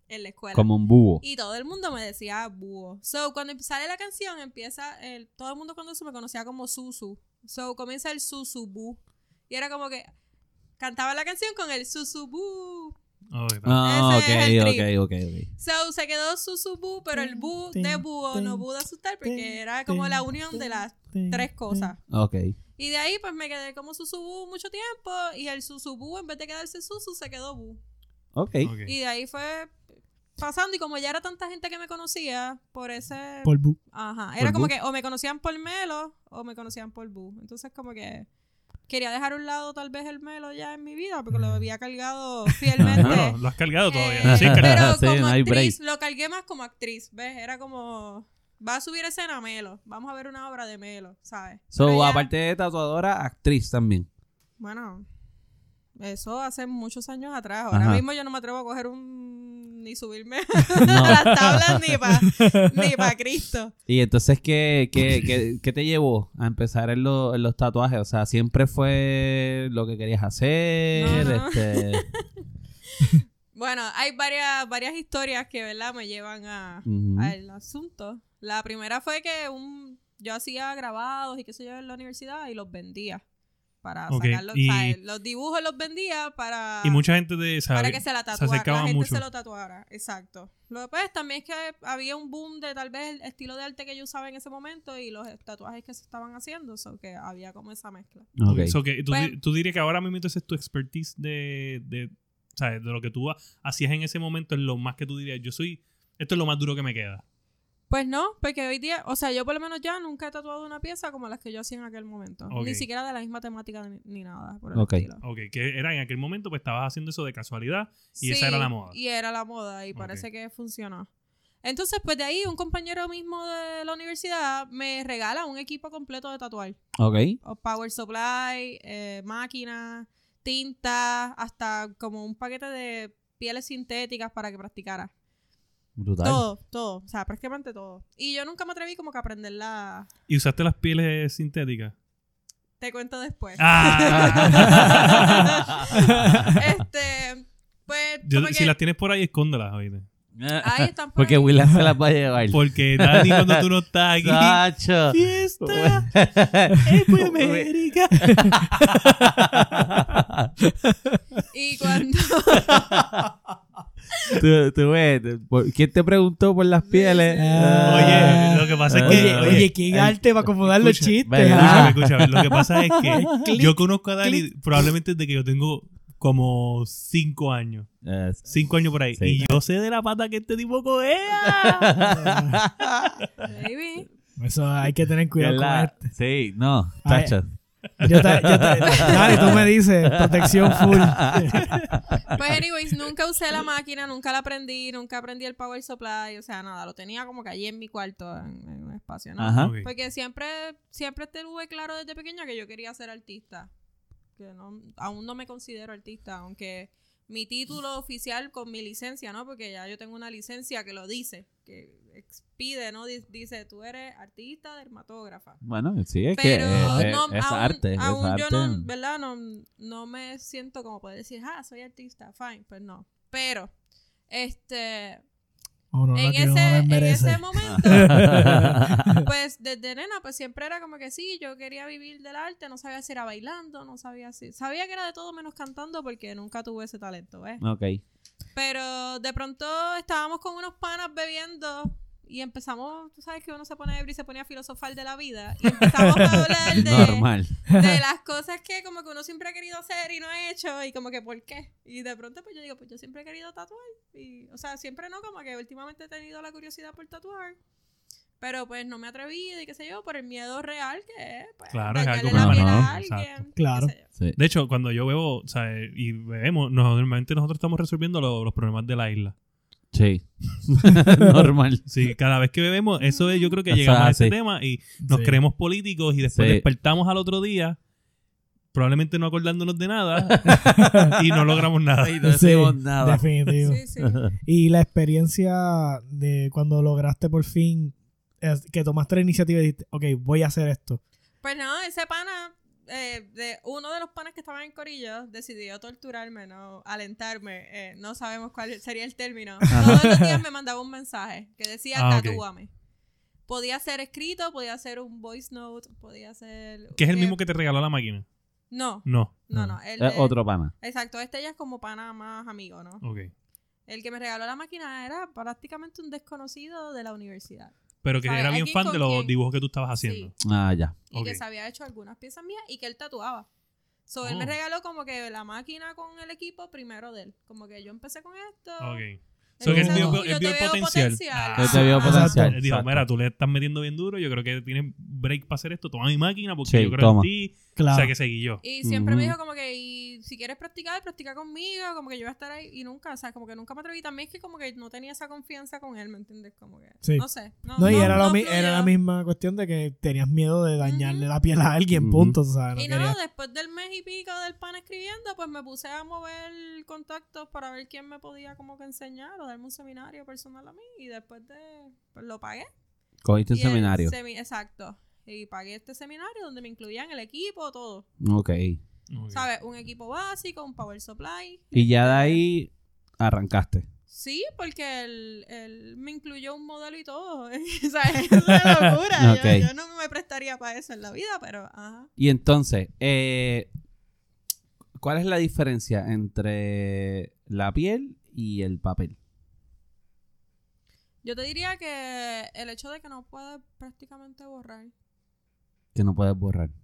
S4: en la escuela.
S1: Como un búho.
S4: Y todo el mundo me decía búho. So, cuando sale la canción empieza, el, todo el mundo cuando eso me conocía como Susu. So, comienza el Susu bu. Y era como que cantaba la canción con el Susu bu.
S3: Oh, está.
S1: Ah, ok,
S4: Ese es el
S1: ok, ok, ok.
S4: So, se quedó Susu bu, pero el bu de búho no pudo asustar porque era como la unión de las tres cosas.
S1: Ok.
S4: Y de ahí pues me quedé como Susubú mucho tiempo y el Susubú en vez de quedarse Susu se quedó Bu.
S1: Ok.
S3: Ok.
S4: Y de ahí fue pasando y como ya era tanta gente que me conocía por ese...
S2: Por bu.
S4: ajá,
S1: por
S4: era como
S1: Bu.
S4: que o me conocían por Melo o me conocían por Bu. Entonces como que quería dejar a un lado tal vez el Melo ya en mi vida porque lo había
S3: *laughs*
S4: cargado fielmente.
S3: No, no, lo has cargado todavía.
S4: Eh,
S3: Sí, cargado.
S4: pero
S1: Sí,
S4: como
S1: no hay
S4: actriz, lo cargué más como actriz, ¿ves? Era como, va a subir escena Melo, vamos a ver una obra de Melo, ¿sabes? Pero
S1: So,
S4: ya-
S1: aparte de tatuadora, actriz también.
S4: Bueno, eso hace muchos años atrás. Ahora
S1: Ajá.
S4: mismo yo no me atrevo a coger un... ni subirme
S1: *laughs* No.
S4: a *laughs* las tablas ni para ni
S1: *laughs*
S4: pa Cristo.
S1: Y entonces, ¿qué,
S4: *laughs*
S1: qué, qué, qué te llevó a empezar en, lo- en los tatuajes? O sea, ¿siempre fue lo que querías hacer?
S4: No, no. *laughs*
S1: Este...
S4: Bueno, hay varias, varias historias que, ¿verdad? Me llevan a,
S1: ujú.
S4: al asunto. La primera fue que un, yo hacía grabados y qué sé yo en la universidad y los vendía para
S3: Ok,
S4: sacarlos.
S3: y-
S4: o sea, los dibujos los vendía para,
S3: Y mucha gente de esa.
S4: para que se la tatuara.
S3: acercaba
S4: la gente
S3: mucho.
S4: se lo tatuara, exacto. Lo después también es que había un boom de tal vez el estilo de arte que yo usaba en ese momento y los tatuajes que se estaban haciendo, so que había como esa mezcla.
S1: Ok.
S3: So que tú,
S4: Bueno.
S3: tú dirías que ahora mismo entonces tu expertise de, de, o sea, de lo que tú ha- hacías en ese momento es lo más que tú dirías. Yo soy, esto es lo más duro que me queda.
S4: Pues no, porque hoy día, o sea, yo por lo menos ya nunca he tatuado una pieza como las que yo hacía en aquel momento.
S3: Ok.
S4: Ni siquiera de la misma temática ni, ni nada. Por el
S1: Ok.
S4: estilo.
S3: Ok, que era en aquel momento, pues estabas haciendo eso de casualidad. Y esa era la moda.
S4: Y era la moda y
S3: Ok.
S4: parece que funcionó. Entonces, pues de ahí un compañero mismo de la universidad me regala un equipo completo de tatuar.
S1: Ok.
S4: O power supply, eh, máquina, tinta, hasta como un paquete de pieles sintéticas para que practicara.
S1: Brutal.
S4: Todo, todo, o sea, prácticamente todo. Y yo nunca me atreví como que a aprenderla.
S3: ¿Y usaste las pieles sintéticas? *laughs*
S4: Te cuento después. *laughs*
S3: ¡Ah!
S1: *laughs*
S4: Este, pues
S3: Yo-
S4: como que-
S3: si las tienes por ahí, escóndelas, oíste.
S4: ahí están por
S1: *laughs* Porque
S4: ahí.
S1: Willa se las va a llevar.
S3: Porque Dani, cuando tú no
S1: *laughs*
S3: estás aquí. Ah.
S1: ¡Sacho!
S3: ¡Fiesta! ¡Es muy *laughs* América!
S4: Y cuando
S1: *laughs* *laughs* tú, tú ves, por- ¿quién te preguntó por las pieles?
S3: Oye, lo que pasa es que.
S2: Oye,
S1: Ah,
S2: oye,
S1: oye,
S2: qué
S3: eh,
S2: arte para acomodar los
S3: escucha,
S2: chistes.
S1: venga,
S2: ah.
S3: Escúchame, escúchame. Lo que pasa es
S4: *laughs*
S3: que
S2: Clic,
S3: yo conozco a Dani probablemente desde que yo tengo como cinco años.
S1: Eh,
S3: Cinco años por ahí.
S1: Sí.
S3: Y yo sé de la pata que este tipo cogea.
S4: Baby,
S2: Eso hay que tener cuidado con
S1: ¿verdad?
S2: esto.
S3: este.
S1: Sí, no,
S3: Ah,
S2: Ay,
S3: eh,
S1: chacho.
S2: Yo te, yo te- Dani, tú me dices, protección full.
S3: *laughs*
S4: Pues, anyways, nunca usé la máquina, nunca la aprendí, nunca aprendí el power supply, o sea, nada, lo tenía como que allí en mi cuarto, en, en un espacio, ¿no?
S1: Ajá.
S3: Ok.
S4: Porque siempre, siempre tuve claro desde pequeña que yo quería ser artista. Que no, aún no me considero artista, aunque mi título oficial con mi licencia, ¿no? Porque ya yo tengo una licencia que lo dice, que expide, ¿no? Di- Dice, tú eres artista dermatógrafa
S1: Bueno, sí, es que
S4: pero
S1: es,
S4: no,
S1: es- es
S4: aún,
S1: arte. es
S4: aún yo
S1: arte. *laughs*
S4: no, ¿verdad? No, no me siento como poder decir, ah, soy artista, fine, pues no. Pero, este,
S2: Oh, no, no,
S4: en,
S2: que no
S4: ese,
S2: me
S4: en
S2: merece.
S4: ese momento,
S1: *laughs*
S4: pues desde nena, pues siempre era como que sí, yo quería vivir del arte, no sabía si era bailando, no sabía si, sabía que era de todo menos cantando porque nunca tuve ese talento, ¿ves?
S1: ok.
S4: Pero de pronto estábamos con unos panas bebiendo y empezamos, tú sabes que uno se pone ebrio y se ponía filosofal de la vida y empezamos a hablar de
S1: *laughs* Normal.
S4: de
S3: *laughs*
S4: las cosas que como que uno siempre ha querido hacer y no ha hecho y como que por qué y de pronto pues yo digo pues yo siempre he querido tatuar y o sea siempre no como que últimamente he tenido la curiosidad por tatuar pero pues no me atreví y qué sé yo por el miedo real que es pues,
S3: Claro, es
S4: dañarle
S3: algo
S4: la piel
S1: permanente,
S4: a alguien
S3: exacto.
S4: qué
S2: Claro.
S4: sé yo.
S1: Sí.
S3: De hecho, cuando yo bebo, o sea, y bebemos, no- normalmente nosotros estamos resolviendo lo- los problemas de la isla.
S1: Sí. *laughs* Normal.
S3: Sí, cada vez que bebemos, eso es, yo creo que
S1: O sea,
S3: llegamos a ese
S1: sí.
S3: tema y nos
S2: Sí.
S3: creemos políticos y después
S1: Sí.
S3: despertamos al otro día, probablemente no acordándonos de *laughs* nada y no logramos nada.
S1: Y
S2: Sí,
S1: decimos nada.
S2: Definitivo.
S4: sí sí
S2: Y la experiencia de cuando lograste por fin, es que tomaste la iniciativa y dijiste, ok, voy a hacer esto.
S4: Pues no, ese pana, eh, de uno de los panas que estaban en Corillo, decidió torturarme, no alentarme, eh, no sabemos cuál sería
S3: *laughs*
S4: el término. Todos los días me mandaba un mensaje que decía,
S3: Ah, ok.
S4: tatúame. Podía ser escrito, podía ser un voice note, podía ser...
S3: Que es el mismo que te regaló la máquina.
S4: No,
S3: No.
S4: no, no. el
S1: Es
S4: de-
S1: Eh, otro pana.
S4: Exacto, este ya es como pana más amigo, ¿no?
S3: Ok.
S4: El que me regaló la máquina era prácticamente un desconocido de la universidad.
S3: Pero que
S4: ¿Sabes?
S3: era bien
S4: Alguien
S3: fan
S4: con
S3: de los
S4: quien-
S3: dibujos que tú estabas haciendo.
S1: Ah, ya.
S4: y
S3: Ok.
S4: que se había hecho algunas piezas mías y que él tatuaba. So, él
S3: Oh.
S4: me regaló como que la máquina con el equipo primero de él. Como que yo empecé con esto.
S3: Ok. So que él
S4: dice,
S3: vio-
S4: "Tú,
S3: él
S4: yo
S3: vio
S4: te
S3: el
S4: veo
S3: potencial".
S1: Él te Este vio
S2: Exacto.
S1: potencial.
S3: Él Ah, dijo,
S1: exacto.
S3: Eh, mira, tú le estás metiendo bien duro, yo creo que tienes break para hacer esto, toma mi máquina porque
S1: Sí,
S3: yo creo
S1: toma.
S3: en ti. O sea,
S2: Claro.
S3: que seguí yo.
S4: Y siempre me
S3: Mm.
S1: Ujú.
S4: dijo como que, y si quieres practicar, practica conmigo, como que yo voy a estar ahí y nunca, o sea, como que nunca me atreví también, es que como que no tenía esa confianza con él, ¿me entiendes? Como que,
S2: Sí.
S4: no sé. No,
S2: No, y
S4: no-
S2: era, lo
S4: no
S2: mi- era la
S4: fluyó.
S2: misma cuestión de que tenías miedo de dañarle
S4: Ujú.
S2: la piel a alguien,
S1: Ujú.
S2: punto. O sea, no
S4: Y no,
S2: querías-
S4: después del mes y pico del pan escribiendo, pues me puse a mover contactos para ver quién me podía como que enseñar o darme un seminario personal a mí. Y después de, pues lo pagué.
S1: Cogiste un
S4: Y el
S1: seminario.
S4: semi- exacto. Y pagué este seminario donde me incluían el equipo, todo.
S1: Ok.
S3: Ok.
S4: ¿Sabes? Un equipo básico, un power supply.
S1: Y ya de ahí arrancaste.
S4: Sí, porque él, él me incluyó un modelo y todo. *laughs* o sea, es
S1: *laughs*
S4: una locura. Yo-
S1: Ok.
S4: yo, no me prestaría para eso en la vida, pero ajá.
S1: Y entonces, eh, ¿cuál es la diferencia entre la piel y el papel?
S4: Yo te diría que el hecho de que no puedes prácticamente borrar.
S1: Que no puedes borrar. *laughs*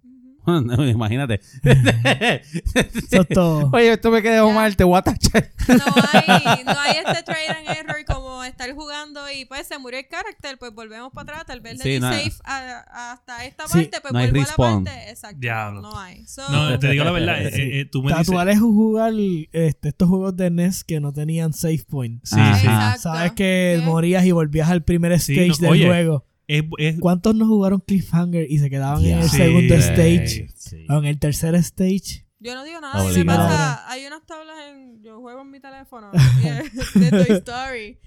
S4: Ujú.
S1: Imagínate.
S2: eso es todo.
S1: *laughs* Oye, esto me quedó mal, te voy a tachar.
S4: No hay, no hay este trade and error como estar jugando y pues se murió el carácter, pues volvemos para atrás, tal vez le
S1: Sí,
S4: di
S1: no-
S4: safe a- hasta esta
S1: Sí,
S4: parte, pues
S1: no hay
S4: vuelvo a la
S1: respawn.
S4: parte. Exacto.
S3: Diablo.
S4: No hay. So,
S3: No, te digo la
S2: *laughs*
S3: verdad, eh,
S2: Sí.
S3: eh, eh, tú me dices...
S2: Tatuar es jugar este, estos juegos de NES que no tenían save point.
S3: Sí,
S1: Ajá.
S3: sí.
S4: Exacto.
S2: Sabes que
S4: ¿Qué?
S2: morías y volvías al primer
S3: Sí,
S2: stage del
S3: no, oye.
S2: juego.
S3: Es, es-
S2: ¿Cuántos no jugaron Cliffhanger y se quedaban en el
S3: Sí,
S2: segundo
S3: eh,
S2: stage?
S1: Sí.
S3: Ah,
S2: O en el tercer stage.
S4: Yo no digo nada, a mí me
S2: Obligado.
S4: pasa, hay unas tablas en, yo juego en mi teléfono *laughs* de, de Toy Story.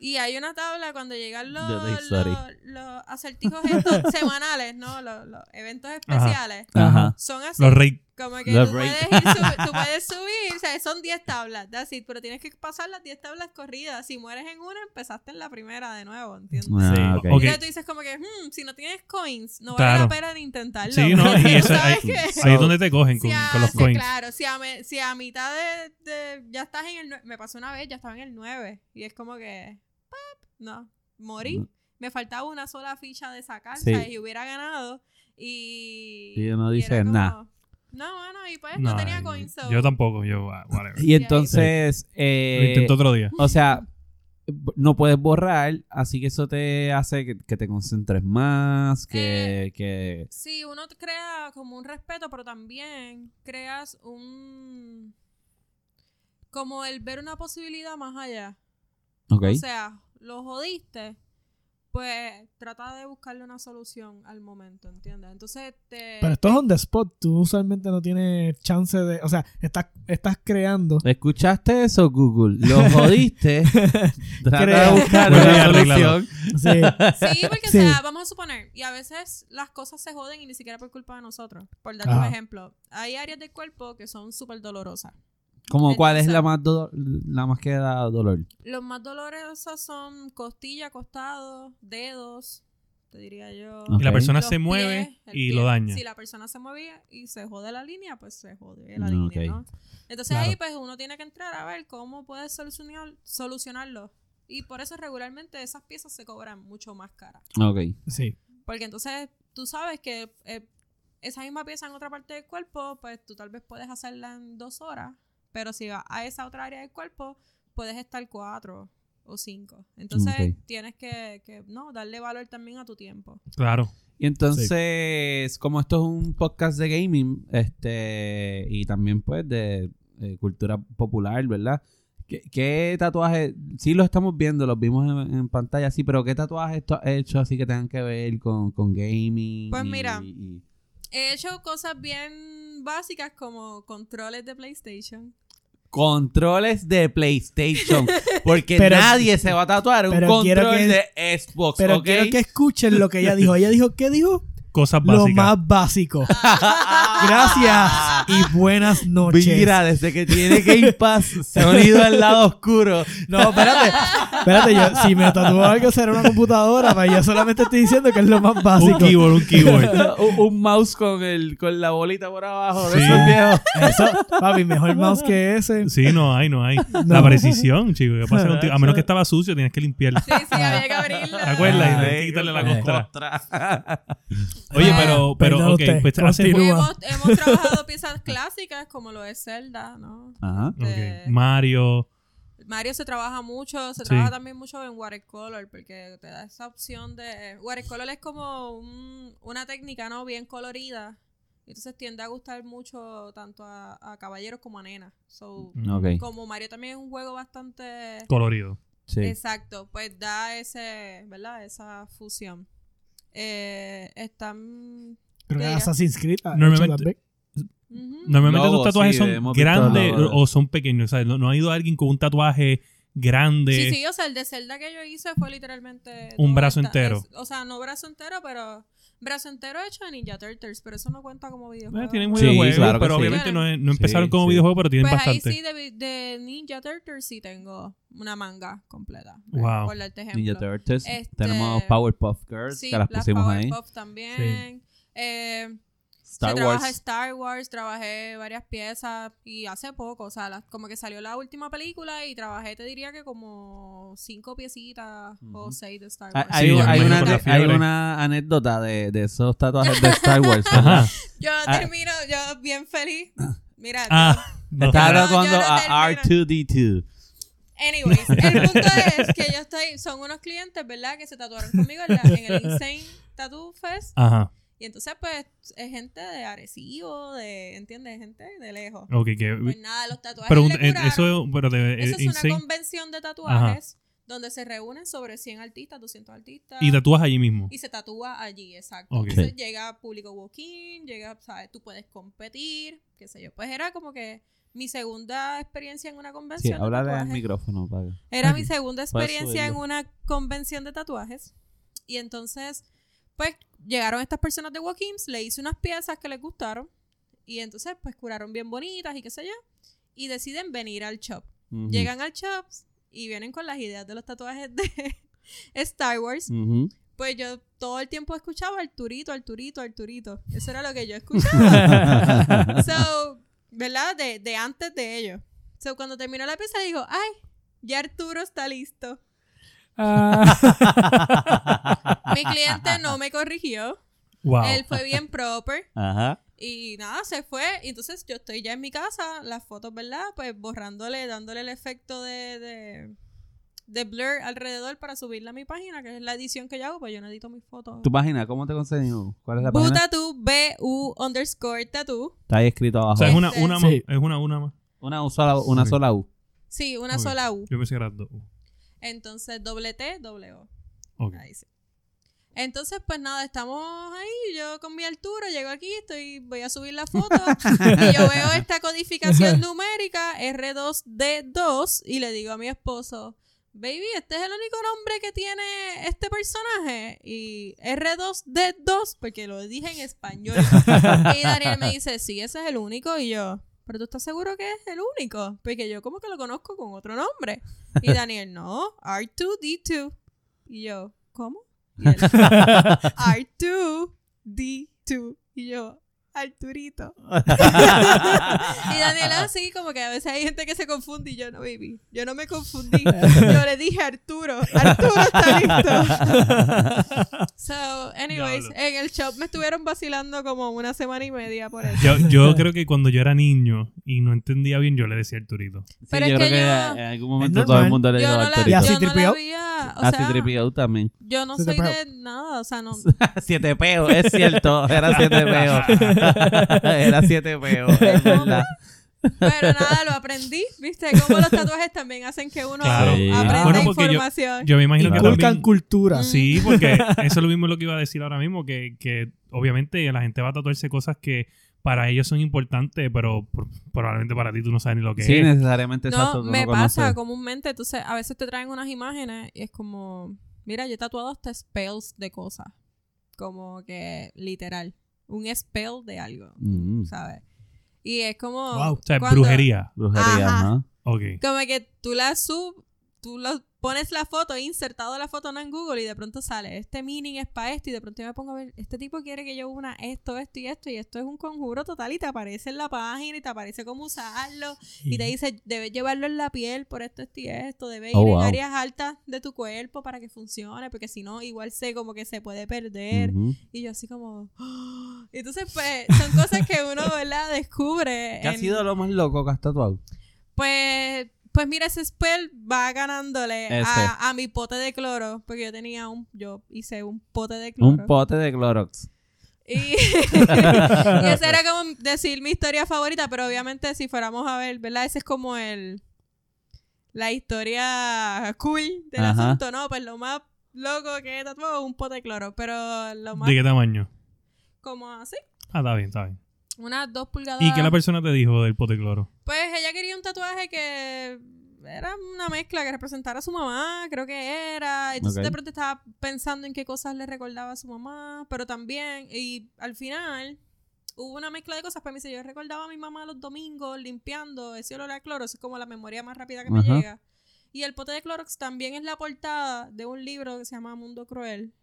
S4: Y hay una tabla cuando llegan los,
S1: De Toy Story.
S4: los, los acertijos
S3: *laughs*
S4: estos semanales, ¿no? Los, los eventos especiales.
S1: Ajá.
S4: Son así.
S3: los rey...
S4: Como que
S1: The
S4: tú puedes,
S1: break.
S4: ir
S3: *laughs*
S4: subi- tú puedes subir, o sea, son 10 tablas, that's it, pero tienes que pasar las 10 tablas corridas. Si mueres en una, empezaste en la primera de nuevo, ¿entiendes?
S1: Ah,
S3: Sí,
S1: ok.
S3: ok.
S4: Entonces tú dices como que, hmm, si no tienes coins, no
S3: Claro.
S4: vale la pena ni intentarlo.
S3: Sí, no,
S4: *laughs* porque
S3: y
S4: tú
S3: eso, ahí,
S4: sabes que-
S3: ahí es donde te cogen con,
S4: si a-
S3: con los
S4: sí,
S3: coins.
S4: Claro, si a, me- si a mitad de, de- Ya estás en el. nue- Me pasó una vez, ya estaba en el 9. Y es como que. pap, no, morí.
S1: No.
S4: Me faltaba una sola ficha de sacar,
S1: Sí.
S4: ¿sabes? Y hubiera ganado. Y.
S1: Y uno
S4: y
S1: dice,
S4: era como,
S1: "Nah".
S4: No, bueno, y pues no,
S3: No,
S4: tenía
S3: yo-
S4: coins. so-
S3: Yo tampoco, yo, ah, whatever.
S1: Y entonces,
S3: Lo
S1: eh,
S3: intenté otro día.
S1: o sea, b- no puedes borrar, así que eso te hace que, que te concentres más, que... que-
S4: Sí, uno t- crea como un respeto, pero también creas un. Como el ver una posibilidad más allá.
S1: ok.
S4: O sea, lo jodiste, pues trata de buscarle una solución al momento, ¿entiendes? Entonces te...
S2: Pero esto es on the spot. Tú usualmente no tienes chance de. O sea, estás, estás creando. *laughs*
S1: ¿Escuchaste eso, Google? Lo jodiste. *laughs* Trata
S2: Creo.
S1: de buscar
S3: Vuelve
S1: una
S3: a arreglarlo.
S1: solución.
S2: Sí.
S4: Sí,
S2: *laughs*
S4: porque o
S2: Sí.
S4: sea, vamos a suponer, y a veces las cosas se joden y ni siquiera por culpa de nosotros. Por darte un
S2: Ajá.
S4: ejemplo, hay áreas del cuerpo que son súper dolorosas.
S1: Como cuál es
S4: Entonces-
S1: la más, do- la más que da dolor.
S4: Los más dolorosos son costilla, costado, dedos, te diría yo.
S1: Ok.
S3: Y la persona
S4: los
S3: se mueve
S4: pies, el
S3: y
S4: pie.
S3: lo daña.
S4: Si la persona se movía y se jode la línea, pues se jode la
S1: Mm,
S4: línea,
S1: ok.
S4: ¿no? Entonces ahí pues uno tiene que entrar a ver cómo puede solucionar, solucionarlo. Y por eso regularmente esas piezas se cobran mucho más caras.
S1: Ok.
S2: Sí.
S4: Porque entonces tú sabes que eh, esa misma pieza en otra parte del cuerpo, pues tú tal vez puedes hacerla en dos horas, pero si vas a esa otra área del cuerpo, puedes estar cuatro o cinco. Entonces
S1: Ok.
S4: tienes que, que, no, darle valor también a tu tiempo.
S3: Claro.
S1: Y entonces, como esto es un podcast de gaming, este, y también pues de eh, cultura popular, ¿verdad? ¿Qué, qué tatuajes? Sí, los estamos viendo, los vimos en, en pantalla, sí, pero ¿qué tatuajes tú has hecho así que tengan que ver con, con gaming?
S4: Pues
S1: y-
S4: mira.
S1: y-
S4: He hecho cosas bien básicas como controles de PlayStation. *laughs*
S1: controles de PlayStation, porque
S2: Pero-
S1: nadie se va a tatuar un
S2: pero quiero
S1: control
S2: que-
S1: de Xbox,
S2: Pero
S1: ¿ok?
S2: quiero que escuchen lo que ella dijo. Ella dijo, ¿qué dijo?
S3: Cosas
S2: Lo
S3: básicas.
S2: más básico. Gracias y buenas noches.
S1: Mira, desde que tiene Game Pass, se ha unido al lado oscuro.
S2: No, espérate. Espérate, yo, si me tatuó algo será una computadora, pero yo solamente estoy diciendo que es lo más
S3: un
S2: básico.
S3: keyboard,
S2: *laughs*
S3: un
S1: *laughs*
S3: keyboard.
S1: un, un mouse con el con la bolita por abajo de
S3: Sí.
S1: esos viejos.
S2: Eso, papi, mejor mouse que ese.
S3: Sí, no hay, no hay. La
S2: No.
S3: precisión, chico. que pasa contigo. A menos que estaba sucio, tienes que limpiarlo.
S4: Sí, sí, había que abrirlo.
S3: ¿Te acuerdas?
S1: Ah,
S3: Y le-
S1: sí,
S3: quítale la
S1: con
S3: costra.
S1: costra.
S3: Oye,
S4: Ah,
S3: pero, pero,
S2: perdón
S3: ok,
S2: usted,
S3: pues te hace
S2: continúa.
S4: Hemos, hemos trabajado piezas clásicas como lo de Zelda, ¿no?
S1: Ajá.
S3: Ok, Mario,
S4: Mario se trabaja mucho, se
S3: Sí.
S4: trabaja también mucho en watercolor, porque te da esa opción de... Watercolor es como un- una técnica, ¿no? Bien colorida. Entonces tiende a gustar mucho tanto a, a caballeros como a nenas. So,
S1: Ok.
S4: como Mario también es un juego bastante...
S3: Colorido.
S1: Sí.
S4: Exacto, pues da ese, ¿verdad? Esa fusión. Eh, están...
S2: Creo que
S4: Sí, ya.
S2: Assassin's Creed ha hecho
S3: Normalmente-
S2: las veces.
S4: ujú.
S3: Normalmente
S1: Lobos,
S3: esos tatuajes
S1: sí,
S3: son
S1: hemos visto
S3: grandes
S1: lobos.
S3: o son pequeños. O sea, no, no ha ido alguien con un tatuaje grande.
S4: Sí, sí, o sea, el de Zelda que yo hice fue literalmente...
S3: Un
S4: todo
S3: brazo
S4: esta-
S3: entero.
S4: es- o sea, no brazo entero, pero... Brazo entero hecho de Ninja Turtles, pero eso no cuenta como videojuego.
S3: Eh, tienen
S1: Sí,
S3: videojuegos,
S1: claro que
S3: pero
S1: sí.
S3: obviamente no, es- no
S1: Sí,
S3: empezaron como
S1: sí.
S3: videojuegos, pero tienen
S4: pues
S3: bastante.
S4: ahí sí, de, vi- de Ninja Turtles sí tengo una manga completa. eh,
S3: Wow.
S4: Por darte ejemplo.
S1: Ninja Turtles.
S4: Este-
S1: Tenemos Powerpuff Girls,
S4: Sí,
S1: que las pusimos ahí.
S4: Powerpuff también. Eh,
S1: Star
S4: se trabaja
S1: Wars.
S4: Star Wars, trabajé varias piezas y hace poco, o sea, la- como que salió la última película y trabajé, te diría que como cinco piecitas
S1: Ujú.
S4: o seis de Star
S1: Hay,
S4: Wars.
S1: hay-
S3: Sí,
S1: hay
S3: imagino
S1: una,
S3: por la
S1: ane- hay
S3: fiebre.
S1: una anécdota de, de esos tatuajes
S4: *laughs*
S1: de Star Wars. ¿verdad?
S3: Ajá.
S4: Yo
S1: Ah.
S4: termino, yo bien feliz. Mira,
S3: Ah, no.
S1: Estaba
S4: No, yo
S1: tatuando
S4: no
S1: a
S4: termino.
S1: R2D2.
S3: *laughs*
S4: anyways, el punto es que yo estoy, son unos clientes, ¿verdad? Que se tatuaron conmigo en, la- en el Insane Tattoo Fest.
S3: Ajá.
S4: Y entonces, pues, es gente de Arecibo, de, ¿entiendes? Gente de lejos.
S3: Ok, que.
S4: Pues nada, los tatuajes
S3: pero un-
S4: le
S3: eh,
S4: curaron.
S3: eso, pero de,
S4: Eso
S3: eh,
S4: es
S3: insane.
S4: una convención de tatuajes donde se reúnen sobre 100 artistas, 200 artistas.
S3: y tatúas allí mismo.
S4: y se tatúa allí, exacto.
S3: Ok.
S4: Entonces llega público walking, llega, ¿sabes? Tú puedes competir, qué sé yo. Pues era como que mi segunda experiencia en una
S1: Sí,
S4: convención. de
S1: háblale al
S4: tatuajes.
S1: micrófono. Para... *laughs*
S4: Era
S3: Aquí.
S4: mi segunda
S1: Puedes
S4: experiencia en
S1: subirlo.
S4: una convención de tatuajes. Y entonces, pues, llegaron estas personas de Walkims, le hice unas piezas que les gustaron. Y entonces, pues, curaron bien bonitas y qué sé yo. Y deciden venir al shop.
S1: Ujú.
S4: Llegan al shop y vienen con las ideas de los tatuajes de *laughs* Star Wars.
S1: Ujú.
S4: Pues yo todo el tiempo escuchaba Arturito, Arturito, Arturito. Eso era lo que yo escuchaba. so, ¿verdad? De, de antes de ello. So, cuando terminó la pieza, digo, ay, ya Arturo está listo.
S2: Ah,
S4: Mi cliente no me corrigió.
S3: Wow.
S4: Él fue bien proper.
S1: Ajá.
S4: Y nada, se fue. Y Entonces yo estoy ya en mi casa, las fotos, ¿verdad? Pues borrándole, dándole el efecto de, de, de blur alrededor para subirla a mi página, que es la edición que yo hago, pues yo no edito mis fotos.
S1: ¿Tu página? ¿Cómo te conseguimos? ¿Cuál es la
S4: Bu
S1: página?
S4: Tattoo, B-U underscore tattoo.
S1: Está ahí escrito
S3: o
S1: abajo.
S3: sea, es una, una más.
S2: Sí.
S3: Es una, una más.
S1: Una sola, una
S3: Ok.
S1: sola U.
S4: Sí, una
S3: Ok.
S4: sola U.
S3: Yo pensé que eran dos.
S4: Entonces, doble T, doble O.
S3: Ok.
S4: Ahí sí. Entonces, pues nada, estamos ahí. Yo con mi altura llego aquí, estoy, voy a subir la foto. y yo veo esta codificación numérica R2D2 y le digo a mi esposo, baby, este es el único nombre que tiene este personaje. Y R2D2, porque lo dije en español. y Daniel me dice, sí, ese es el único. Y yo, pero tú estás seguro que es el único, porque yo como que lo conozco con otro nombre. Y Daniel, no, R2D2. Y yo, ¿cómo? Y él, R2D2. Y yo, Arturito. y Daniela así, como que a veces hay gente que se confunde y yo no, baby. Yo no me confundí. Yo le dije Arturo. Arturo está listo. So, anyways,
S3: Diablo.
S4: en el shop me estuvieron vacilando como una semana y media por eso.
S3: Yo,
S4: *laughs*
S3: yo creo que cuando yo era niño y no entendía bien, yo le decía Arturito.
S1: Sí,
S4: Pero
S1: yo
S4: es
S1: creo
S4: que
S1: que
S4: yo-
S1: en algún momento
S2: Es
S1: todo el
S2: normal.
S1: mundo le
S4: Yo
S1: dijo
S4: no la,
S1: Arturito.
S2: Y
S4: yo
S2: así
S4: no la
S2: tripeó.
S4: veía. O
S1: Así
S4: sea,
S1: tripió también.
S4: yo no
S2: Se
S4: soy
S2: tripeó.
S4: de nada. O sea, no.
S1: Siete peo, es cierto. Era siete *laughs* peo. Era siete peo. Es verdad.
S4: Pero nada, lo aprendí. ¿Viste? Como los tatuajes también hacen que uno
S3: Claro.
S1: Sí.
S4: aprenda
S1: Bueno,
S3: porque yo-
S4: información.
S3: Yo me imagino que
S2: Inculcan
S3: también...
S2: cultura.
S3: Ah, Sí,
S2: *laughs*
S3: porque eso es lo mismo lo que iba a decir ahora mismo, que, que obviamente la gente va a tatuarse cosas que para ellos son importantes, pero por- probablemente para ti tú no sabes ni lo que
S1: Sí,
S3: es.
S1: necesariamente exacto.
S4: No,
S1: tú
S4: me
S1: no
S4: pasa
S1: conoces.
S4: comúnmente. Entonces, a veces te traen unas imágenes y es como, mira, yo he tatuado hasta spells de cosas. Como que literal. Un spell de algo,
S1: Mm,
S4: ¿sabes? Y es como...
S2: Wow.
S3: O sea,
S4: cuando-
S3: brujería.
S1: brujería,
S4: Ajá.
S1: ¿no?
S3: Ok.
S4: Como que tú la sub... Tú lo- pones la foto, insertado la foto ¿no? en Google y de pronto sale, este meaning es para esto y de pronto yo me pongo a ver, este tipo quiere que yo una esto, esto y esto y esto es un conjuro total y te aparece en la página y te aparece cómo usarlo y te dice, debes llevarlo en la piel por esto, esto y esto, debes
S1: Oh,
S4: ir
S1: wow.
S4: en áreas altas de tu cuerpo para que funcione, porque si no, igual se como que se puede perder.
S1: Ujú.
S4: Y yo así como... *gasps* "Ah". Entonces, pues, son cosas que uno, ¿verdad? Descubre.
S1: ¿Qué ha
S4: en-
S1: sido lo más loco que has tatuado?
S4: Pues, Pues mira, ese spell va ganándole
S1: Ese.
S4: a, a mi pote de cloro. Porque yo tenía un. Yo hice un pote de cloro.
S1: Un pote de Clorox. *laughs*
S4: Y, y esa era como decir mi historia favorita, pero obviamente si fuéramos a ver, ¿verdad? Esa es como el la historia cool del
S1: Ajá.
S4: asunto, ¿no? Pues lo más loco que he tatuado es un pote de cloro, pero lo más
S3: ¿De qué tamaño?
S4: como así,
S3: Ah, está bien, está bien.
S4: unas dos pulgadas.
S3: ¿Y qué la persona te dijo del pote de cloro?
S4: Pues ella quería un tatuaje que era una mezcla que representara a su mamá, creo que era. Entonces
S1: Ok.
S4: de pronto estaba pensando en qué cosas le recordaba a su mamá, pero también, y al final hubo una mezcla de cosas para mí. Si yo recordaba a mi mamá los domingos limpiando ese olor a cloro, eso es como la memoria más rápida que
S1: Ajá.
S4: me llega. Y el pote de Clorox también es la portada de un libro que se llama Mundo Cruel.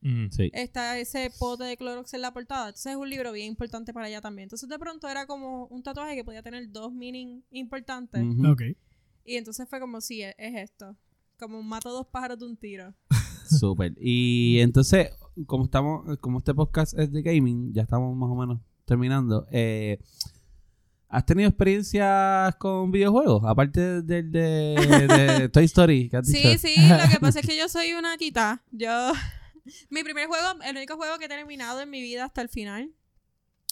S3: Mm.
S1: Sí.
S4: Está ese pote de Clorox en la portada. Entonces es un libro bien importante para ella también. Entonces de pronto era como un tatuaje que podía tener dos meanings importantes.
S1: Ujú.
S2: Ok.
S3: Eh,
S4: Y entonces fue como, sí, e-, es, es esto. Como mato dos pájaros de un tiro.
S1: Súper. Y entonces, como estamos, como este podcast es de gaming, ya estamos más o menos terminando. eh, ¿Has tenido experiencias con videojuegos? Aparte del de,
S4: *laughs*
S1: de Toy Story, que has
S4: Sí,
S1: dicho.
S4: sí, lo que pasa es
S1: *laughs*
S4: que yo soy una tita. Yo. *laughs* Mi primer juego, el único juego que he terminado en mi vida hasta el final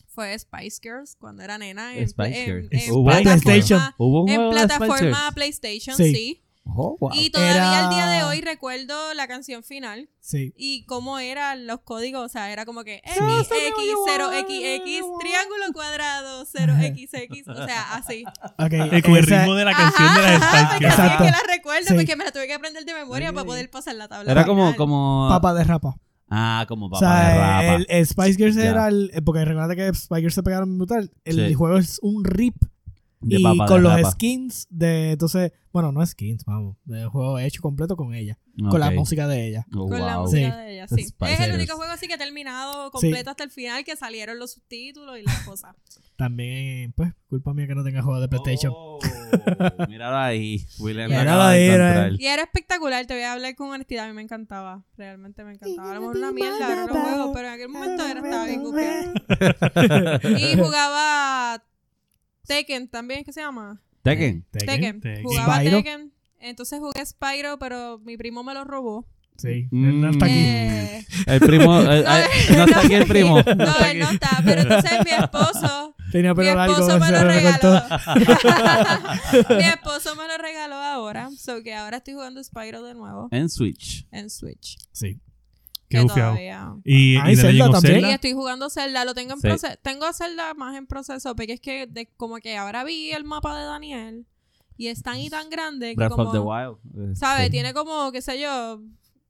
S4: fue Spice Girls cuando era nena. En,
S1: Spice
S4: en-
S1: Girls. Oh,
S4: en
S1: Hubo un
S4: plataforma,
S2: PlayStation.
S1: Hubo un
S4: en
S1: juego de
S4: plataforma
S1: Oh, Spice Girls?
S4: PlayStation,
S2: Sí.
S4: sí.
S1: Oh, wow.
S4: Y todavía
S2: Era-
S4: al día de hoy recuerdo la canción final
S2: Sí.
S4: y cómo eran los códigos. O sea, era como que
S2: Sí.
S4: X, X, 0XX, triángulo
S2: *laughs*
S4: cuadrado, 0XX. O sea, así.
S2: Ok.
S3: Eh, con el
S2: esa-
S3: ritmo de la canción de
S4: Ajá,
S3: la
S4: ajá, porque así es
S2: Exacto.
S4: que la recuerdo
S2: Sí.
S4: porque me la tuve que aprender de memoria
S1: Ok.
S4: para poder pasar la tabla.
S1: Era
S4: final.
S1: como, como...
S2: Papa de rapa.
S1: Ah, como
S2: O
S1: papá de
S2: sea,
S1: rapa.
S2: el, el Spice Girls
S1: Ya.
S2: era el. eh, Porque recuerda que Spice Girls se pegaron brutal. El
S1: Sí.
S2: juego es un rip.
S1: De
S2: y
S1: papá de
S2: con los
S1: rapa.
S2: skins de. Entonces, bueno, no skins, vamos. El juego hecho completo con ella.
S1: Ok.
S2: Con la música de ella.
S1: Oh,
S4: Con la
S1: wow.
S4: música de ella, sí.
S1: Spice
S4: es el
S1: Girls.
S4: único juego así que he terminado completo hasta el final, que salieron los subtítulos y la cosa.
S2: También, pues, culpa mía que no tenga juego
S1: *laughs*
S2: de PlayStation.
S1: Oh, míralo ahí. William lo
S2: Míralo
S1: acaba de
S2: ahí, era-
S1: encontrar.
S4: Y era espectacular, te voy a hablar con honestidad, a mí me encantaba, realmente me encantaba. A lo mejor una mierda, ahora lo juego, pero en aquel momento era, estaba bien gufiada.
S1: *laughs*
S3: *laughs*
S4: Y jugaba Tekken también, ¿qué se llama?
S1: Tekken.
S4: Tekken.
S3: Tekken.
S4: Jugaba
S2: Spyro.
S4: Tekken. Entonces jugué Spyro, pero mi primo me lo robó.
S2: Sí.
S1: Mm.
S2: él no está aquí.
S4: Eh,
S1: El *laughs* primo. eh, ay, no está aquí el primo.
S4: *laughs* No, él no está. Pero entonces mi esposo,
S2: Tenía
S4: mi
S2: pelo largo.
S4: esposo me
S2: se
S4: lo
S2: lo recortó.
S4: regaló. mi esposo me lo regaló ahora. So que ahora estoy jugando Spyro de nuevo
S1: En Switch.
S4: en Switch.
S2: Sí.
S3: Eh, Qué
S4: que
S3: bufiado.
S4: todavía-
S3: Y,
S2: Ah,
S3: y
S2: y
S3: de The
S2: Zelda
S3: Legend of
S2: también.
S4: Y
S3: Zelda.
S4: estoy jugando Zelda, lo tengo en
S1: Sí.
S4: proceso. Tengo Zelda más en proceso, porque es que de- como que ahora vi el mapa de Daniel y es tan y tan grande que
S1: Breath of the
S4: como,
S1: Wild. eh,
S4: ¿sabes?
S1: sí.
S4: Tiene como, qué sé yo,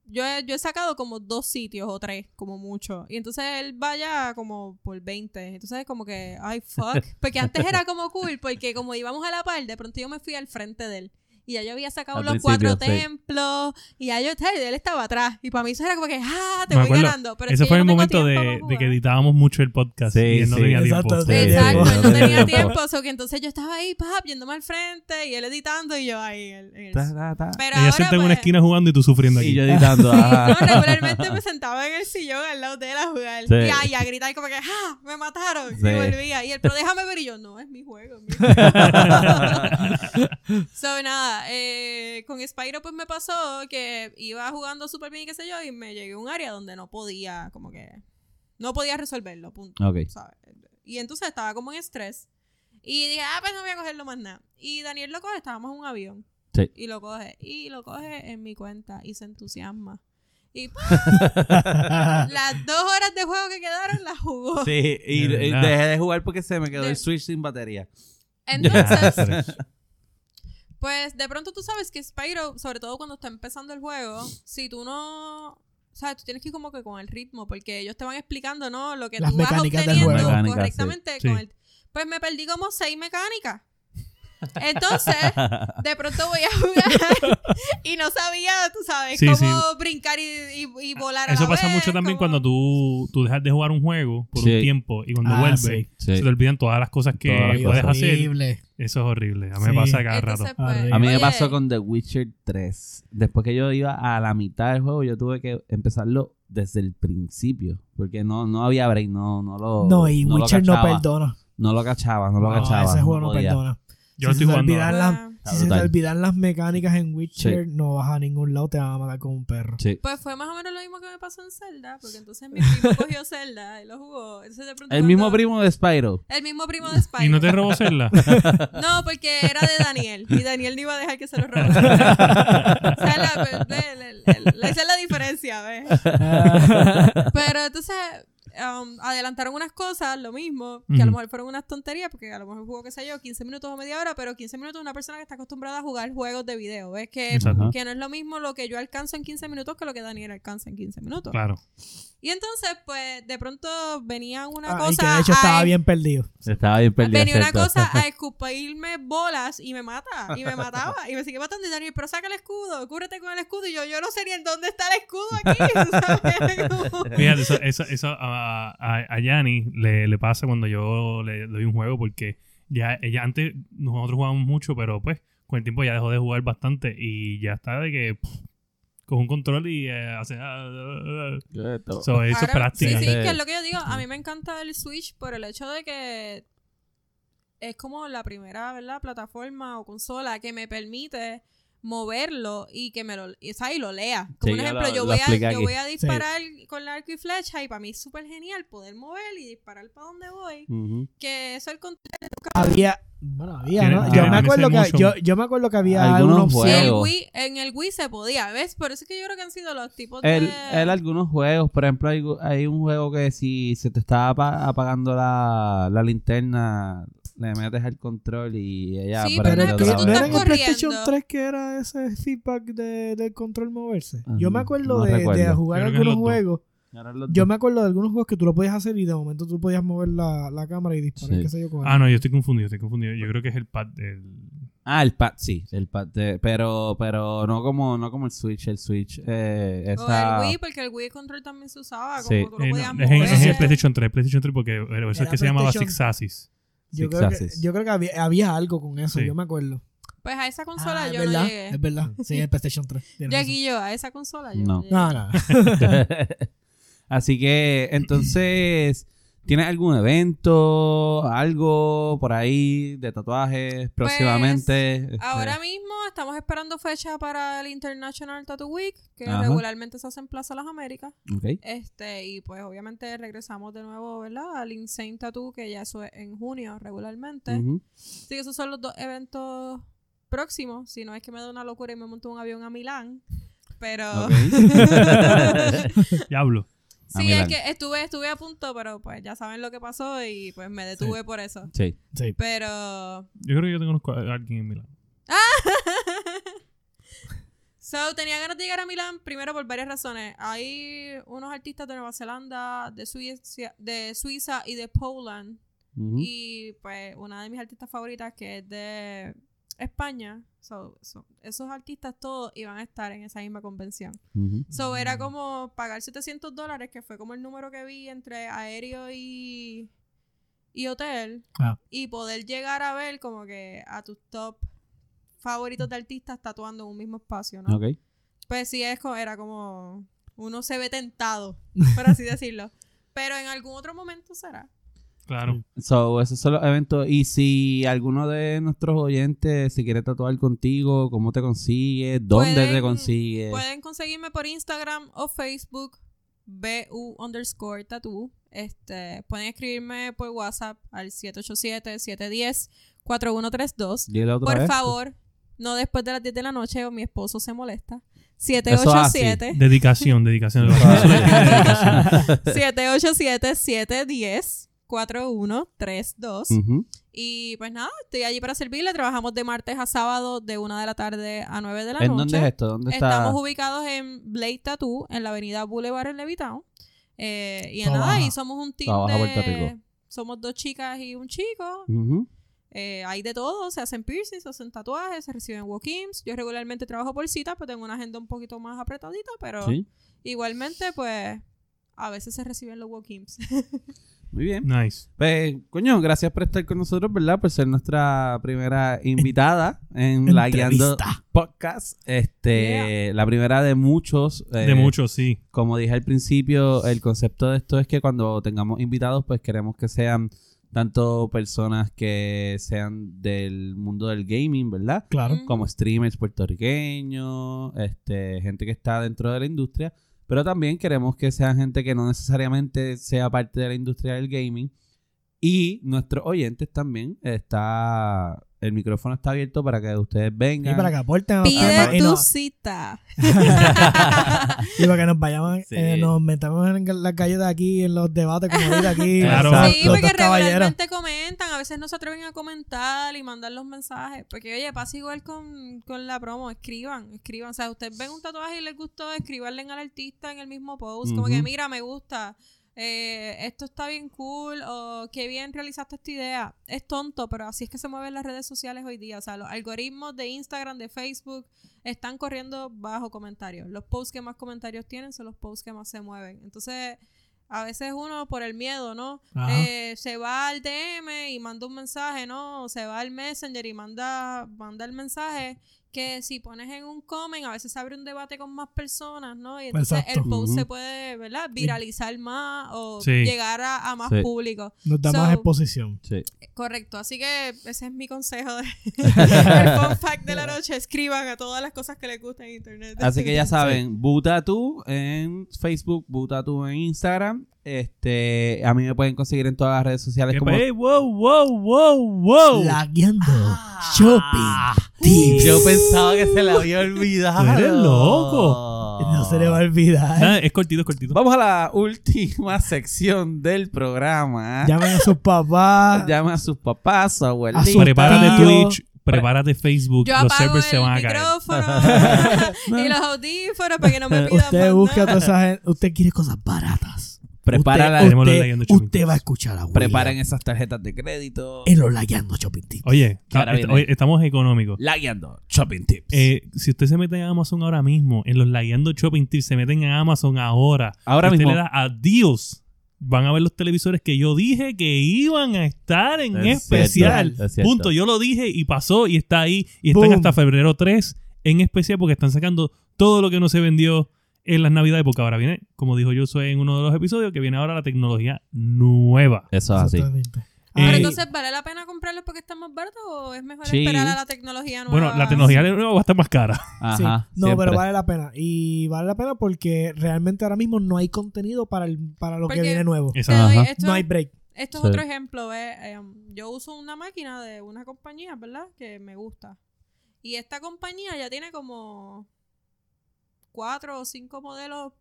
S4: yo he, yo he sacado como dos sitios o tres, como mucho. Y entonces él vaya como por 20. Entonces es como que, ay,
S3: *laughs*
S4: fuck. Porque antes era como cool, porque como íbamos a la par, de pronto yo me fui al frente de él. Y ya yo había sacado
S1: Al
S4: los
S1: principio,
S4: cuatro
S1: sí.
S4: templos. Y ya yo, él estaba atrás. Y para mí eso era como que, ah, te
S3: Me
S4: voy
S3: acuerdo.
S4: ganando. Pero es
S3: Ese
S4: que
S3: fue
S4: yo
S3: el
S4: no tengo
S3: momento
S4: tiempo
S3: de,
S4: para
S3: de que
S4: jugar.
S3: editábamos mucho el podcast
S1: Sí,
S3: y él no
S1: sí.
S3: tenía tiempo.
S2: Exacto,
S1: Sí,
S4: Exacto,
S1: sí,
S4: él
S1: no
S4: no tenía
S3: *laughs*
S1: tenía
S4: tiempo, so que entonces yo estaba ahí, pap, yéndome al frente y él editando y yo ahí. él- él-
S1: Ta, ta, ta.
S4: Pero
S3: Ella
S4: ahora,
S3: sienta en una
S4: pues,
S3: esquina jugando y tú sufriendo aquí.
S1: Y yo *laughs* editando.
S4: No,
S1: ajá.
S4: regularmente me sentaba en el sillón al lado de él a jugar
S1: Sí.
S4: y ahí a gritar como que ¡Ah! ¡Me mataron!
S1: Sí.
S4: Y volvía. Y él, pero déjame ver. Y yo, no, es mi juego. es mi
S1: *laughs*
S4: juego". so, nada, eh, con Spyro pues me pasó que iba jugando súper bien y qué sé yo y me llegué a un área donde no podía, como que, no podía resolverlo, punto.
S1: *laughs* Ok.
S4: ¿sabes? Y entonces estaba como en estrés. Y dije, ah, pues no voy a cogerlo más nada. Y Daniel lo coge, estábamos en un avión.
S1: Sí.
S4: Y lo coge, y lo coge en mi cuenta y se entusiasma. Y ¡pum!
S2: *laughs*
S4: las dos horas de juego que quedaron las jugó.
S1: Sí, y,
S3: De
S1: y
S3: verdad.
S1: dejé de jugar porque se me quedó
S4: De-
S1: el Switch sin batería.
S4: Entonces,
S3: *laughs*
S4: pues de pronto tú sabes que Spyro, sobre todo cuando está empezando el juego, si tú no... ¿Sabes? Tú tienes que ir como que con el ritmo, porque ellos te van explicando, ¿no? Lo que
S2: Las
S4: tú vas
S2: mecánicas del
S4: obteniendo
S1: juego. Mecánicas, sí.
S4: correctamente.
S3: Sí.
S4: Con el, pues me perdí como seis mecánicas. Entonces,
S1: *laughs*
S4: de pronto voy a jugar *laughs* y no sabía, tú sabes,
S3: Sí,
S4: cómo
S3: sí.
S4: brincar y, y- y volar a
S3: Eso
S4: la
S3: pasa
S4: vez,
S3: mucho también
S4: cómo-
S3: cuando tú, tú dejas de jugar un juego por
S1: Sí.
S3: un tiempo y cuando
S2: Ah,
S3: vuelves
S2: sí.
S1: Sí.
S3: se te olvidan todas las cosas que
S1: Todas las
S3: puedes
S1: cosas.
S3: hacer.
S2: Horrible.
S3: Eso es horrible. A mí me
S2: Sí.
S3: pasa cada
S4: Entonces,
S3: rato.
S4: pues,
S1: A mí me
S4: oye,
S1: pasó con The Witcher 3. Después que yo iba a la mitad del juego, yo tuve que empezarlo desde el principio. Porque no, no había break, no, no lo.
S2: No, y
S1: lo
S2: Witcher no
S1: cachaba.
S2: perdona.
S1: No lo cachaba, no lo
S2: No,
S1: cachaba.
S2: ese juego no
S1: podía.
S2: perdona.
S3: Yo lo
S2: Si
S3: estoy
S2: se
S3: jugando.
S2: olvidan
S3: ahora.
S2: las-
S4: ah,
S1: Está
S2: Si se te
S1: brutal.
S2: olvidan las mecánicas en Witcher, no vas a ningún lado, te van a matar con un perro.
S1: Sí.
S4: Pues fue más o menos lo mismo que me pasó en Zelda, porque entonces mi primo cogió Zelda y lo jugó. Entonces de pronto
S1: El mismo
S4: cuando-
S1: primo de Spyro.
S4: El mismo primo de Spyro.
S3: Y no te robó Zelda.
S1: *laughs*
S4: No, porque era de Daniel. Y Daniel no iba a dejar que se
S3: *laughs*
S4: lo robara. o sea, la, pues, el- el- el- esa es la diferencia, ¿ves? Pero entonces um, adelantaron unas cosas, lo mismo, que a
S3: Ujú.
S4: lo mejor fueron unas tonterías, porque a lo mejor jugó, qué sé yo, 15 minutos o media hora, pero 15 minutos es una persona que está acostumbrada a jugar juegos de video. Es que,
S3: Exacto.
S4: que no es lo mismo lo que yo alcanzo en 15 minutos que lo que Daniel alcanza en 15 minutos.
S3: Claro.
S4: Y entonces, pues, de pronto venía una
S2: Ah, y
S4: cosa...
S2: que de hecho
S4: a
S2: estaba bien perdido.
S1: Estaba bien perdido.
S4: Venía una
S1: exacto.
S4: cosa
S2: *laughs*
S4: a escupirme bolas y me mata, y me mataba, y me sigue matando. Y Daniel, pero saca el escudo, cúbrete con el escudo. Y yo, yo no sé ni en dónde está el escudo aquí. *laughs* ¿sabes?
S3: Fíjate, eso, eso, eso a, a, a Yanni le, le pasa cuando yo le doy un juego porque ya ella antes nosotros jugábamos mucho, pero pues con el tiempo ya dejó de jugar bastante y ya está de que pff, coge un control y eh, hace... ah, ah, ah.
S1: Esto.
S3: So, eso es
S4: Ahora,
S3: práctica.
S4: Sí, sí,
S1: Sí.
S4: que es lo que yo digo. A mí me encanta el Switch por el hecho de que es como la primera, ¿verdad? Plataforma o consola que me permite moverlo y que me lo, y, ¿sabes? Y lo lea. Como
S1: Sí, ya
S4: un ejemplo,
S1: lo-
S4: yo,
S1: lo
S4: voy
S1: expliqué
S4: a, yo
S1: aquí.
S4: voy a disparar con la arco y flecha y para mí es súper genial poder mover y disparar para donde voy.
S1: Ujú.
S4: Que eso el control.
S2: Había. Bueno, había,
S3: Tiene-
S2: ¿no?
S1: tiene
S2: Yo me, acuerdo
S3: ese
S2: que,
S3: motion.
S2: yo, yo me acuerdo que había
S1: Algunos
S2: algunos
S1: juegos.
S4: En el,
S1: Juego.
S4: Wii, en el Wii se podía, ¿ves? Por eso es que yo creo que han sido los tipos
S1: Él,
S4: de...
S1: él algunos juegos, por ejemplo, hay, hay un juego que si se te está apa- apagando la, la linterna, le metes al control y ella
S4: Sí,
S1: prende
S2: Pero es
S4: Pero
S2: que
S1: otra
S4: tú
S2: no
S1: vez.
S2: era
S4: estás
S2: en el PlayStation
S4: corriendo.
S2: 3 que era ese feedback de, del control moverse.
S1: Ah,
S2: Yo me acuerdo
S1: no
S2: de, de
S1: recuerdo.
S2: jugar
S3: Yo creo que
S2: algunos
S3: los dos.
S2: juegos.
S1: Ahora los
S2: Yo
S1: dos.
S2: me acuerdo de algunos juegos que tú lo podías hacer y de momento tú podías mover la, la cámara y disparar,
S1: Sí.
S2: qué sé yo, con
S3: Ah, no, yo estoy confundido, estoy confundido. Yo creo que es el pad del...
S1: Ah, el pad, sí, el pad, de- pero pero no como no como el Switch, el Switch eh, esa-
S4: O el Wii, porque el Wii control también se usaba, como
S1: Sí.
S4: tú lo
S3: Eh, no,
S4: podías
S3: es, en, es en el
S4: mover.
S3: PlayStation 3, PlayStation 3 porque eh, eso es
S2: Era
S3: que se llamaba
S2: PlayStation.
S3: Six Axis.
S2: Yo,
S1: Six
S2: creo que,
S1: Axis.
S2: yo creo que había, había algo con eso,
S3: Sí.
S2: yo me acuerdo.
S4: Pues a esa consola
S2: Ah, es
S4: yo
S2: verdad,
S4: no llegué.
S2: es verdad. Sí,
S4: *laughs*
S2: el PlayStation 3. tienes
S4: Yo
S2: razón.
S4: aquí yo, a esa consola yo
S1: No.
S4: no llegué.
S2: No, no.
S1: *laughs* Así que entonces ¿Tienes algún evento, algo por ahí de tatuajes próximamente? Este,
S4: Pues, Ahora mismo estamos esperando fecha para el International Tattoo Week, que
S1: Ajá.
S4: regularmente se hace en Plaza Las Américas.
S1: ok.
S4: Este, y pues obviamente regresamos de nuevo, ¿verdad? Al Insane Tattoo, que ya eso es en junio regularmente.
S1: Ujú.
S4: Así que esos son los dos eventos próximos. Si no es que me da una locura y me monto en un avión a Milán. Pero
S1: Ok.
S4: *laughs*
S3: Diablo.
S1: A
S4: sí, es
S1: Milán.
S4: que estuve, estuve a punto, pero pues ya saben lo que pasó y pues me detuve por eso.
S1: Sí.
S2: Sí.
S4: Pero
S3: Yo creo que yo tengo unos cua- a alguien en Milán.
S4: So, tenía ganas de llegar a Milán primero por varias razones. Hay unos artistas de Nueva Zelanda, de Suiza, de Suiza y de Poland.
S1: Ujú.
S4: Y pues una de mis artistas favoritas que es de España. So, so, esos artistas todos iban a estar en esa misma convención.
S1: Ujú.
S3: Mm.
S4: So, era como pagar 700 dólares, que fue como el número que vi entre aéreo y, y hotel.
S2: Ah.
S4: Y poder llegar a ver como que a tus top favoritos de artistas tatuando en un mismo espacio, ¿no?
S1: Ok.
S4: Pues sí, es co- era como. Uno se
S1: *laughs*
S4: ve tentado, por así decirlo. Pero en algún otro momento será.
S3: Claro.
S1: So, esos son los eventos. Y si alguno de nuestros oyentes se quiere tatuar contigo, ¿cómo te consigue? ¿Dónde
S4: Pueden-
S1: te consigue?
S4: Pueden conseguirme por Instagram o Facebook, BU underscore tattoo. Este, pueden escribirme por WhatsApp al 787-710-4132.
S1: Dile otra
S4: Por
S1: vez. *laughs*
S4: favor, no después de las 10 de la noche o mi esposo se molesta.
S1: Eso así.
S4: 787
S1: *laughs*
S3: Dedicación, dedicación.
S4: *laughs*
S1: Eso.
S4: 787 710 4132
S1: Ujú.
S4: Y pues nada, estoy allí para servirle. Trabajamos de martes a sábado de 1 de la tarde a 9 de la
S1: ¿En
S4: noche.
S1: dónde es esto? ¿Dónde está?
S4: Estamos ubicados en Blade Tattoo, en la avenida Boulevard en Levitown. Eh, y
S2: Toda
S4: nada,
S2: baja.
S4: ahí somos un team
S1: Toda baja, Puerto
S4: de...
S1: Rico.
S4: Somos dos chicas y un chico.
S1: Ujú.
S4: Eh, hay de todo, se hacen piercings, se hacen tatuajes, se reciben walk-ins. Yo regularmente trabajo por cita, pero tengo una agenda un poquito más apretadita, pero
S1: Sí.
S4: igualmente pues a veces se reciben los walk-ins.
S1: Muy bien.
S3: Nice.
S1: Pues, coño, gracias por estar con nosotros, ¿verdad? Por ser nuestra primera *laughs* invitada en la Guiando
S2: Entrevista.
S1: Podcast. Este, la primera de muchos. eh,
S3: De mucho, sí.
S1: Como dije al principio, el concepto de esto es que cuando tengamos invitados, pues queremos que sean tanto personas que sean del mundo del gaming, ¿verdad?
S2: Claro.
S4: Ujú.
S1: Como streamers puertorriqueños, este, gente que está dentro de la industria, pero también queremos que sean gente que no necesariamente sea parte de la industria del gaming. Y nuestros oyentes también está el micrófono está abierto para que ustedes vengan.
S2: Y para que aporten a-
S4: Pide
S2: y
S4: tu
S2: no-
S4: cita.
S2: *laughs*
S4: *laughs*
S2: y para que nos vayamos,
S1: Sí.
S2: eh, nos metamos en la calle de aquí, en los debates, como dice
S1: *laughs*
S2: aquí.
S3: Claro.
S2: o sea,
S4: Sí,
S2: los
S4: porque
S2: dos caballeros.
S4: regularmente comentan, a veces no se atreven a comentar y mandar los mensajes. Porque, oye, pasa igual con, con la promo, escriban, escriban. O sea, ustedes ven un tatuaje y les gustó, escribanle al artista en el mismo post, como
S1: Ujú.
S4: que, mira, me gusta, eh, esto está bien cool, o qué bien realizaste esta idea. Es tonto, pero así es que se mueven las redes sociales hoy día. O sea, los algoritmos de Instagram, de Facebook, están corriendo bajo comentarios. Los posts que más comentarios tienen son los posts que más se mueven. Entonces, a veces uno por el miedo, ¿no?
S2: Ajá.
S4: Eh, se va al DM y manda un mensaje, ¿no? O se va al Messenger y manda, manda el mensaje que si pones en un comment, a veces se abre un debate con más personas, ¿no? Y entonces
S2: Exacto.
S4: el post
S1: Ujú.
S4: se puede, ¿verdad? Viralizar más o
S3: Sí.
S4: llegar a, a más
S1: Sí.
S4: público.
S2: Nos da
S4: So-
S2: más exposición.
S1: Sí.
S4: Eh, Correcto. Así que ese es mi consejo de *laughs*
S1: *laughs*
S4: el fun fact de la noche. Escriban a todas las cosas que les gusta en internet.
S1: Así que ya saben, Buta tú en Facebook, Buta tú en Instagram. Este, a mí me pueden conseguir en todas las redes sociales
S3: Que
S1: como
S3: pa- ¡Ey, wow, wow, wow, wow!
S2: Lagueando.
S1: Ah. Oh. Yo pensaba que se le
S2: *laughs*
S1: había olvidado.
S3: Tú eres loco.
S2: No se le va a olvidar.
S3: Nada, es cortito, es cortito.
S1: Vamos a la última sección del programa.
S2: Llamen a sus papás.
S1: Llama a sus papás, su abuelita.
S2: su-
S3: Prepárate
S2: Tío.
S3: Twitch, prepárate Facebook,
S4: Yo
S3: los
S4: apago
S3: servers se van
S4: el
S3: a caer.
S4: micrófono
S1: *laughs*
S4: y los audífonos para que no me pidan
S2: Usted
S4: más
S2: busca a
S4: nada.
S2: toda esa gente. Usted quiere cosas baratas.
S1: Prepara la-
S2: usted,
S3: Tenemos los
S2: usted,
S3: Lagueando Shopping
S2: usted
S3: Tips.
S2: va a escuchar a William
S1: Preparen esas tarjetas de crédito.
S2: en los lagueando shopping tips.
S3: Oye,
S1: Que ahora
S3: est-
S1: viene.
S3: oye, estamos económicos.
S1: Lagueando. Shopping tips.
S3: Eh, si usted se mete a Amazon ahora mismo, en los lagueando shopping tips, se meten a Amazon ahora.
S1: Ahora
S3: usted
S1: mismo.
S3: Este le da adiós. Van a ver los televisores que yo dije que iban a estar en
S1: Es cierto,
S3: especial.
S1: es cierto.
S3: Punto. Yo lo dije y pasó y está ahí. Y están
S2: Boom.
S3: hasta febrero 3 en especial porque están sacando todo lo que no se vendió en las navidades. Porque ahora viene, como dijo yo en uno de los episodios, que viene ahora la tecnología nueva.
S1: Eso es así.
S2: Exactamente.
S4: Pero
S3: Eh,
S4: entonces, ¿vale la pena comprarlos porque están más baratos o es mejor
S1: Sí.
S4: esperar a la tecnología nueva?
S3: Bueno, la tecnología nueva va a estar más cara.
S2: Sí.
S1: Ajá.
S2: No,
S1: siempre.
S2: pero vale la pena. Y vale la pena porque realmente ahora mismo no hay contenido para, el, para lo
S4: Porque-
S2: que viene nuevo.
S4: Te doy-
S1: Ajá.
S4: esto,
S2: No hay break.
S4: esto es
S1: Sí.
S4: otro ejemplo. ¿ves? Eh, um, yo uso una máquina de una compañía, ¿verdad? Que me gusta. Y esta compañía ya tiene como cuatro o cinco modelos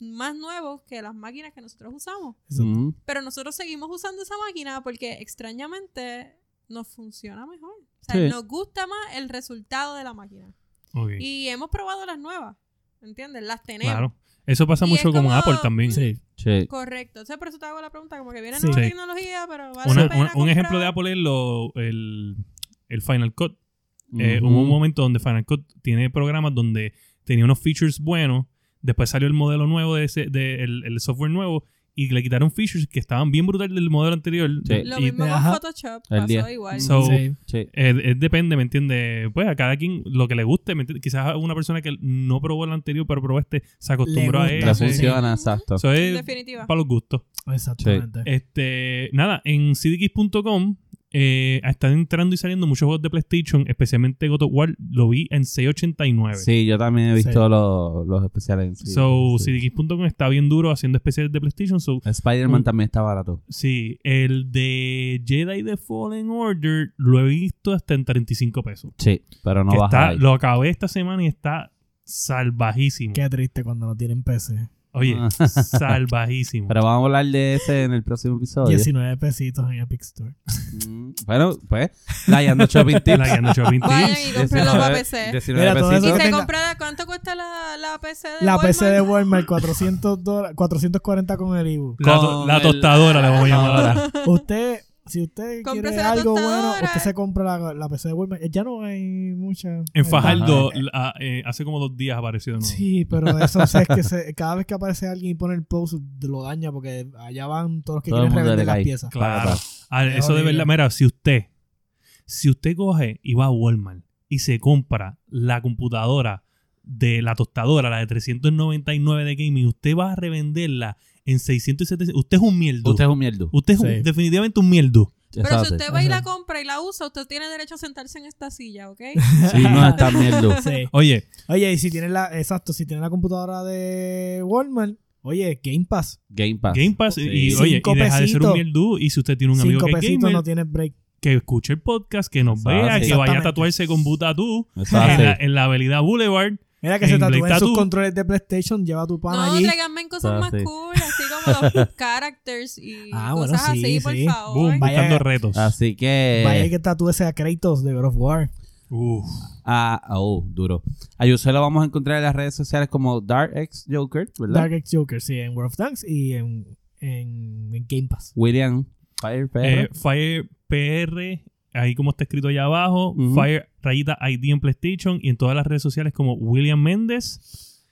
S4: más nuevos que las máquinas que nosotros usamos.
S1: Mm.
S4: Pero nosotros seguimos usando esa máquina porque extrañamente nos funciona mejor. O sea,
S1: Sí.
S4: nos gusta más el resultado de la máquina.
S3: Ok,
S4: Y hemos probado las nuevas. ¿Entiendes? Las tenemos.
S3: Claro. Eso pasa
S4: Y
S3: mucho
S4: es
S3: con
S4: como-
S3: Apple también.
S2: Sí.
S4: Eh,
S1: Sí.
S4: Correcto. O sea, por eso te hago la pregunta, como que viene
S2: Sí.
S4: nueva
S3: Sí.
S4: tecnología, pero vale
S3: Una-
S4: la pena
S3: un, un ejemplo de
S4: comprar.
S3: Apple es lo- el, el Final Cut. Eh,
S1: Ujú.
S3: Hubo un momento donde Final Cut tiene programas donde tenía unos features buenos, después salió el modelo nuevo de ese, de el, el software nuevo y le quitaron features que estaban bien brutal del modelo anterior.
S1: Sí.
S4: Lo
S3: Y,
S4: mismo con
S2: Eh, Ajá. Mm.
S4: Photoshop,
S1: El
S4: pasó
S1: 10.
S4: igual.
S3: So-
S2: Sí.
S1: Oh. Sí.
S3: eh, eh, depende, ¿me entiendes? Pues a cada quien lo que le guste, ¿me entiendes? Quizás a una persona que no probó el anterior, pero probó este, se acostumbró a
S2: Le
S3: él.
S2: gusta,
S3: eh,
S1: La
S2: sí.
S3: Eso
S1: funciona, exacto.
S4: en
S3: es
S4: definitiva.
S3: para los gustos.
S2: Exactamente.
S1: Eh.
S3: Este, nada, en cdx.com eh, están entrando y saliendo muchos juegos de PlayStation, especialmente God of War, lo vi en 689.
S1: Sí, yo también he visto
S2: Sí.
S1: los, los especiales. en sí.
S3: so,
S1: Sí.
S3: cdx.com está bien duro haciendo especiales de PlayStation. So,
S1: Spider-Man
S3: Mm.
S1: también está barato.
S3: sí, el de Jedi The Fallen Order lo he visto hasta en 35 pesos.
S1: Sí, pero no
S3: Que
S1: baja.
S3: está-
S1: ahí.
S3: lo acabé esta semana y está salvajísimo.
S2: Qué triste cuando no tienen PC.
S3: Oye,
S1: Ah.
S3: salvajísimo.
S1: Pero vamos a hablar de ese en el próximo episodio.
S2: 19 pesitos en Epic Store.
S1: Mm, Bueno, pues, Layando *laughs* Shopping Tips.
S3: La guiando Shopping
S4: Vayan
S3: Tips.
S4: y compren los
S1: 19
S4: PC.
S1: 19
S2: Mira, todo
S4: Y
S2: eso
S1: pesitos.
S4: se
S2: tenga-
S4: comprara, ¿cuánto cuesta la, la PC de
S2: La PC de
S4: Walmart?
S2: Walmart, 400 dólares, 440 con el
S4: *laughs*
S2: IBU.
S3: La, to-
S1: Con
S3: la
S1: el- Ah.
S3: tostadora la vamos a llamar ahora.
S2: Usted, si usted
S4: Cómprese
S2: quiere
S4: la
S2: algo bueno,
S4: tostadora.
S2: usted se compra la, la PC de Walmart. Ya no hay mucha.
S3: En Fajardo,
S2: Ajá.
S3: la- eh, hace como dos días apareció. de nuevo.
S2: Sí, pero eso o sea, es que se- cada vez que aparece alguien y pone el post, lo daña porque allá van todos los que
S1: Todo el
S2: quieren
S1: mundo
S2: revender
S1: le
S2: las
S1: cae.
S2: piezas.
S3: Claro.
S1: Claro.
S3: Ah,
S2: Es
S3: eso de
S2: horrible.
S3: verdad, mira, si usted, si usted coge y va a Walmart y se compra la computadora de la tostadora, la de 399 de gaming, usted va a revenderla en 600 y 700. Usted es un mierdo.
S1: Usted
S3: Usted,
S1: es un mierdo.
S3: es un-
S2: Sí.
S3: definitivamente un mierdo.
S4: Pero si
S1: Exacto.
S4: usted va y la
S2: Ajá.
S4: compra y la usa, usted tiene derecho a sentarse en esta silla,
S2: *laughs*
S4: ¿ok?
S1: Sí, no es tan mierdo.
S2: Sí.
S3: Oye,
S2: *laughs* Oye, y si tienes la, exacto, si tienes la computadora de Walmart, oye, Game Pass.
S1: Game Pass.
S3: Game Pass y- y,
S1: Ah. Sí.
S3: oye,
S2: Cinco
S3: y deja de ser un
S2: pesitos.
S3: mierdo. Y si usted tiene un amigo
S2: Cinco
S3: que es
S2: pesitos
S3: gamer,
S2: no tienes break.
S3: que escuche el podcast, que nos
S1: Exacto.
S3: vea, que vaya a
S2: Exactamente.
S3: tatuarse con Butatú en, la,
S1: Exacto.
S3: en la Avenida Boulevard.
S2: Mira que
S3: En
S2: se tatúen
S3: Blade
S2: sus
S3: Tattoo.
S2: controles de PlayStation, lleva a tu pana
S4: No,
S2: allí.
S4: tráiganme en cosas
S1: Ah,
S4: más
S1: sí.
S4: cool, así como
S2: *laughs*
S4: los characters y
S2: Ah, bueno,
S4: cosas así,
S2: sí,
S4: por
S2: sí.
S4: favor.
S3: Boom,
S2: Vaya-
S3: buscando retos.
S1: Así que.
S3: Eh.
S2: Vaya que tatúe a Kratos de God of War.
S3: Uf.
S1: Ah, oh, duro. A Yusel lo vamos a encontrar en las redes sociales como Dark X Joker, ¿verdad?
S2: Dark X Joker, sí, en World of Tanks y en, en, en Game Pass.
S1: William Fire PR.
S3: Eh, Fire PR, ahí como está escrito allá abajo,
S1: Ujú.
S3: Fire rayita ID en PlayStation y en todas las redes sociales como William Méndez.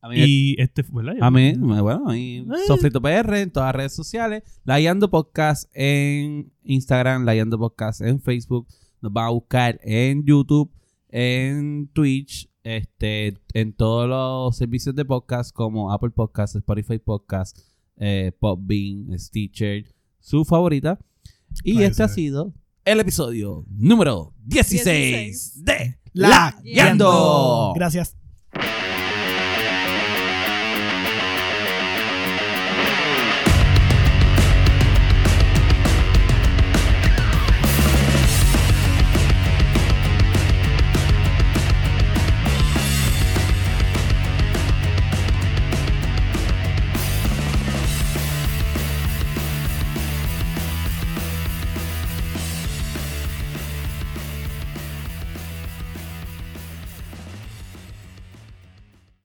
S1: a mí,
S3: Y este, ¿verdad?
S1: a mí- bueno, y Sofrito PR en todas las redes sociales. Layando Podcast en Instagram, Layando Podcast en Facebook. Nos van a buscar en YouTube, en Twitch, este, en todos los servicios de podcast como Apple Podcast, Spotify Podcast, eh, Podbean, Stitcher, su favorita. Y
S3: Ahí
S1: este ha
S3: se ve.
S1: sido el episodio número 16,
S4: 16.
S1: de
S4: La
S1: La Yando.
S2: Gracias.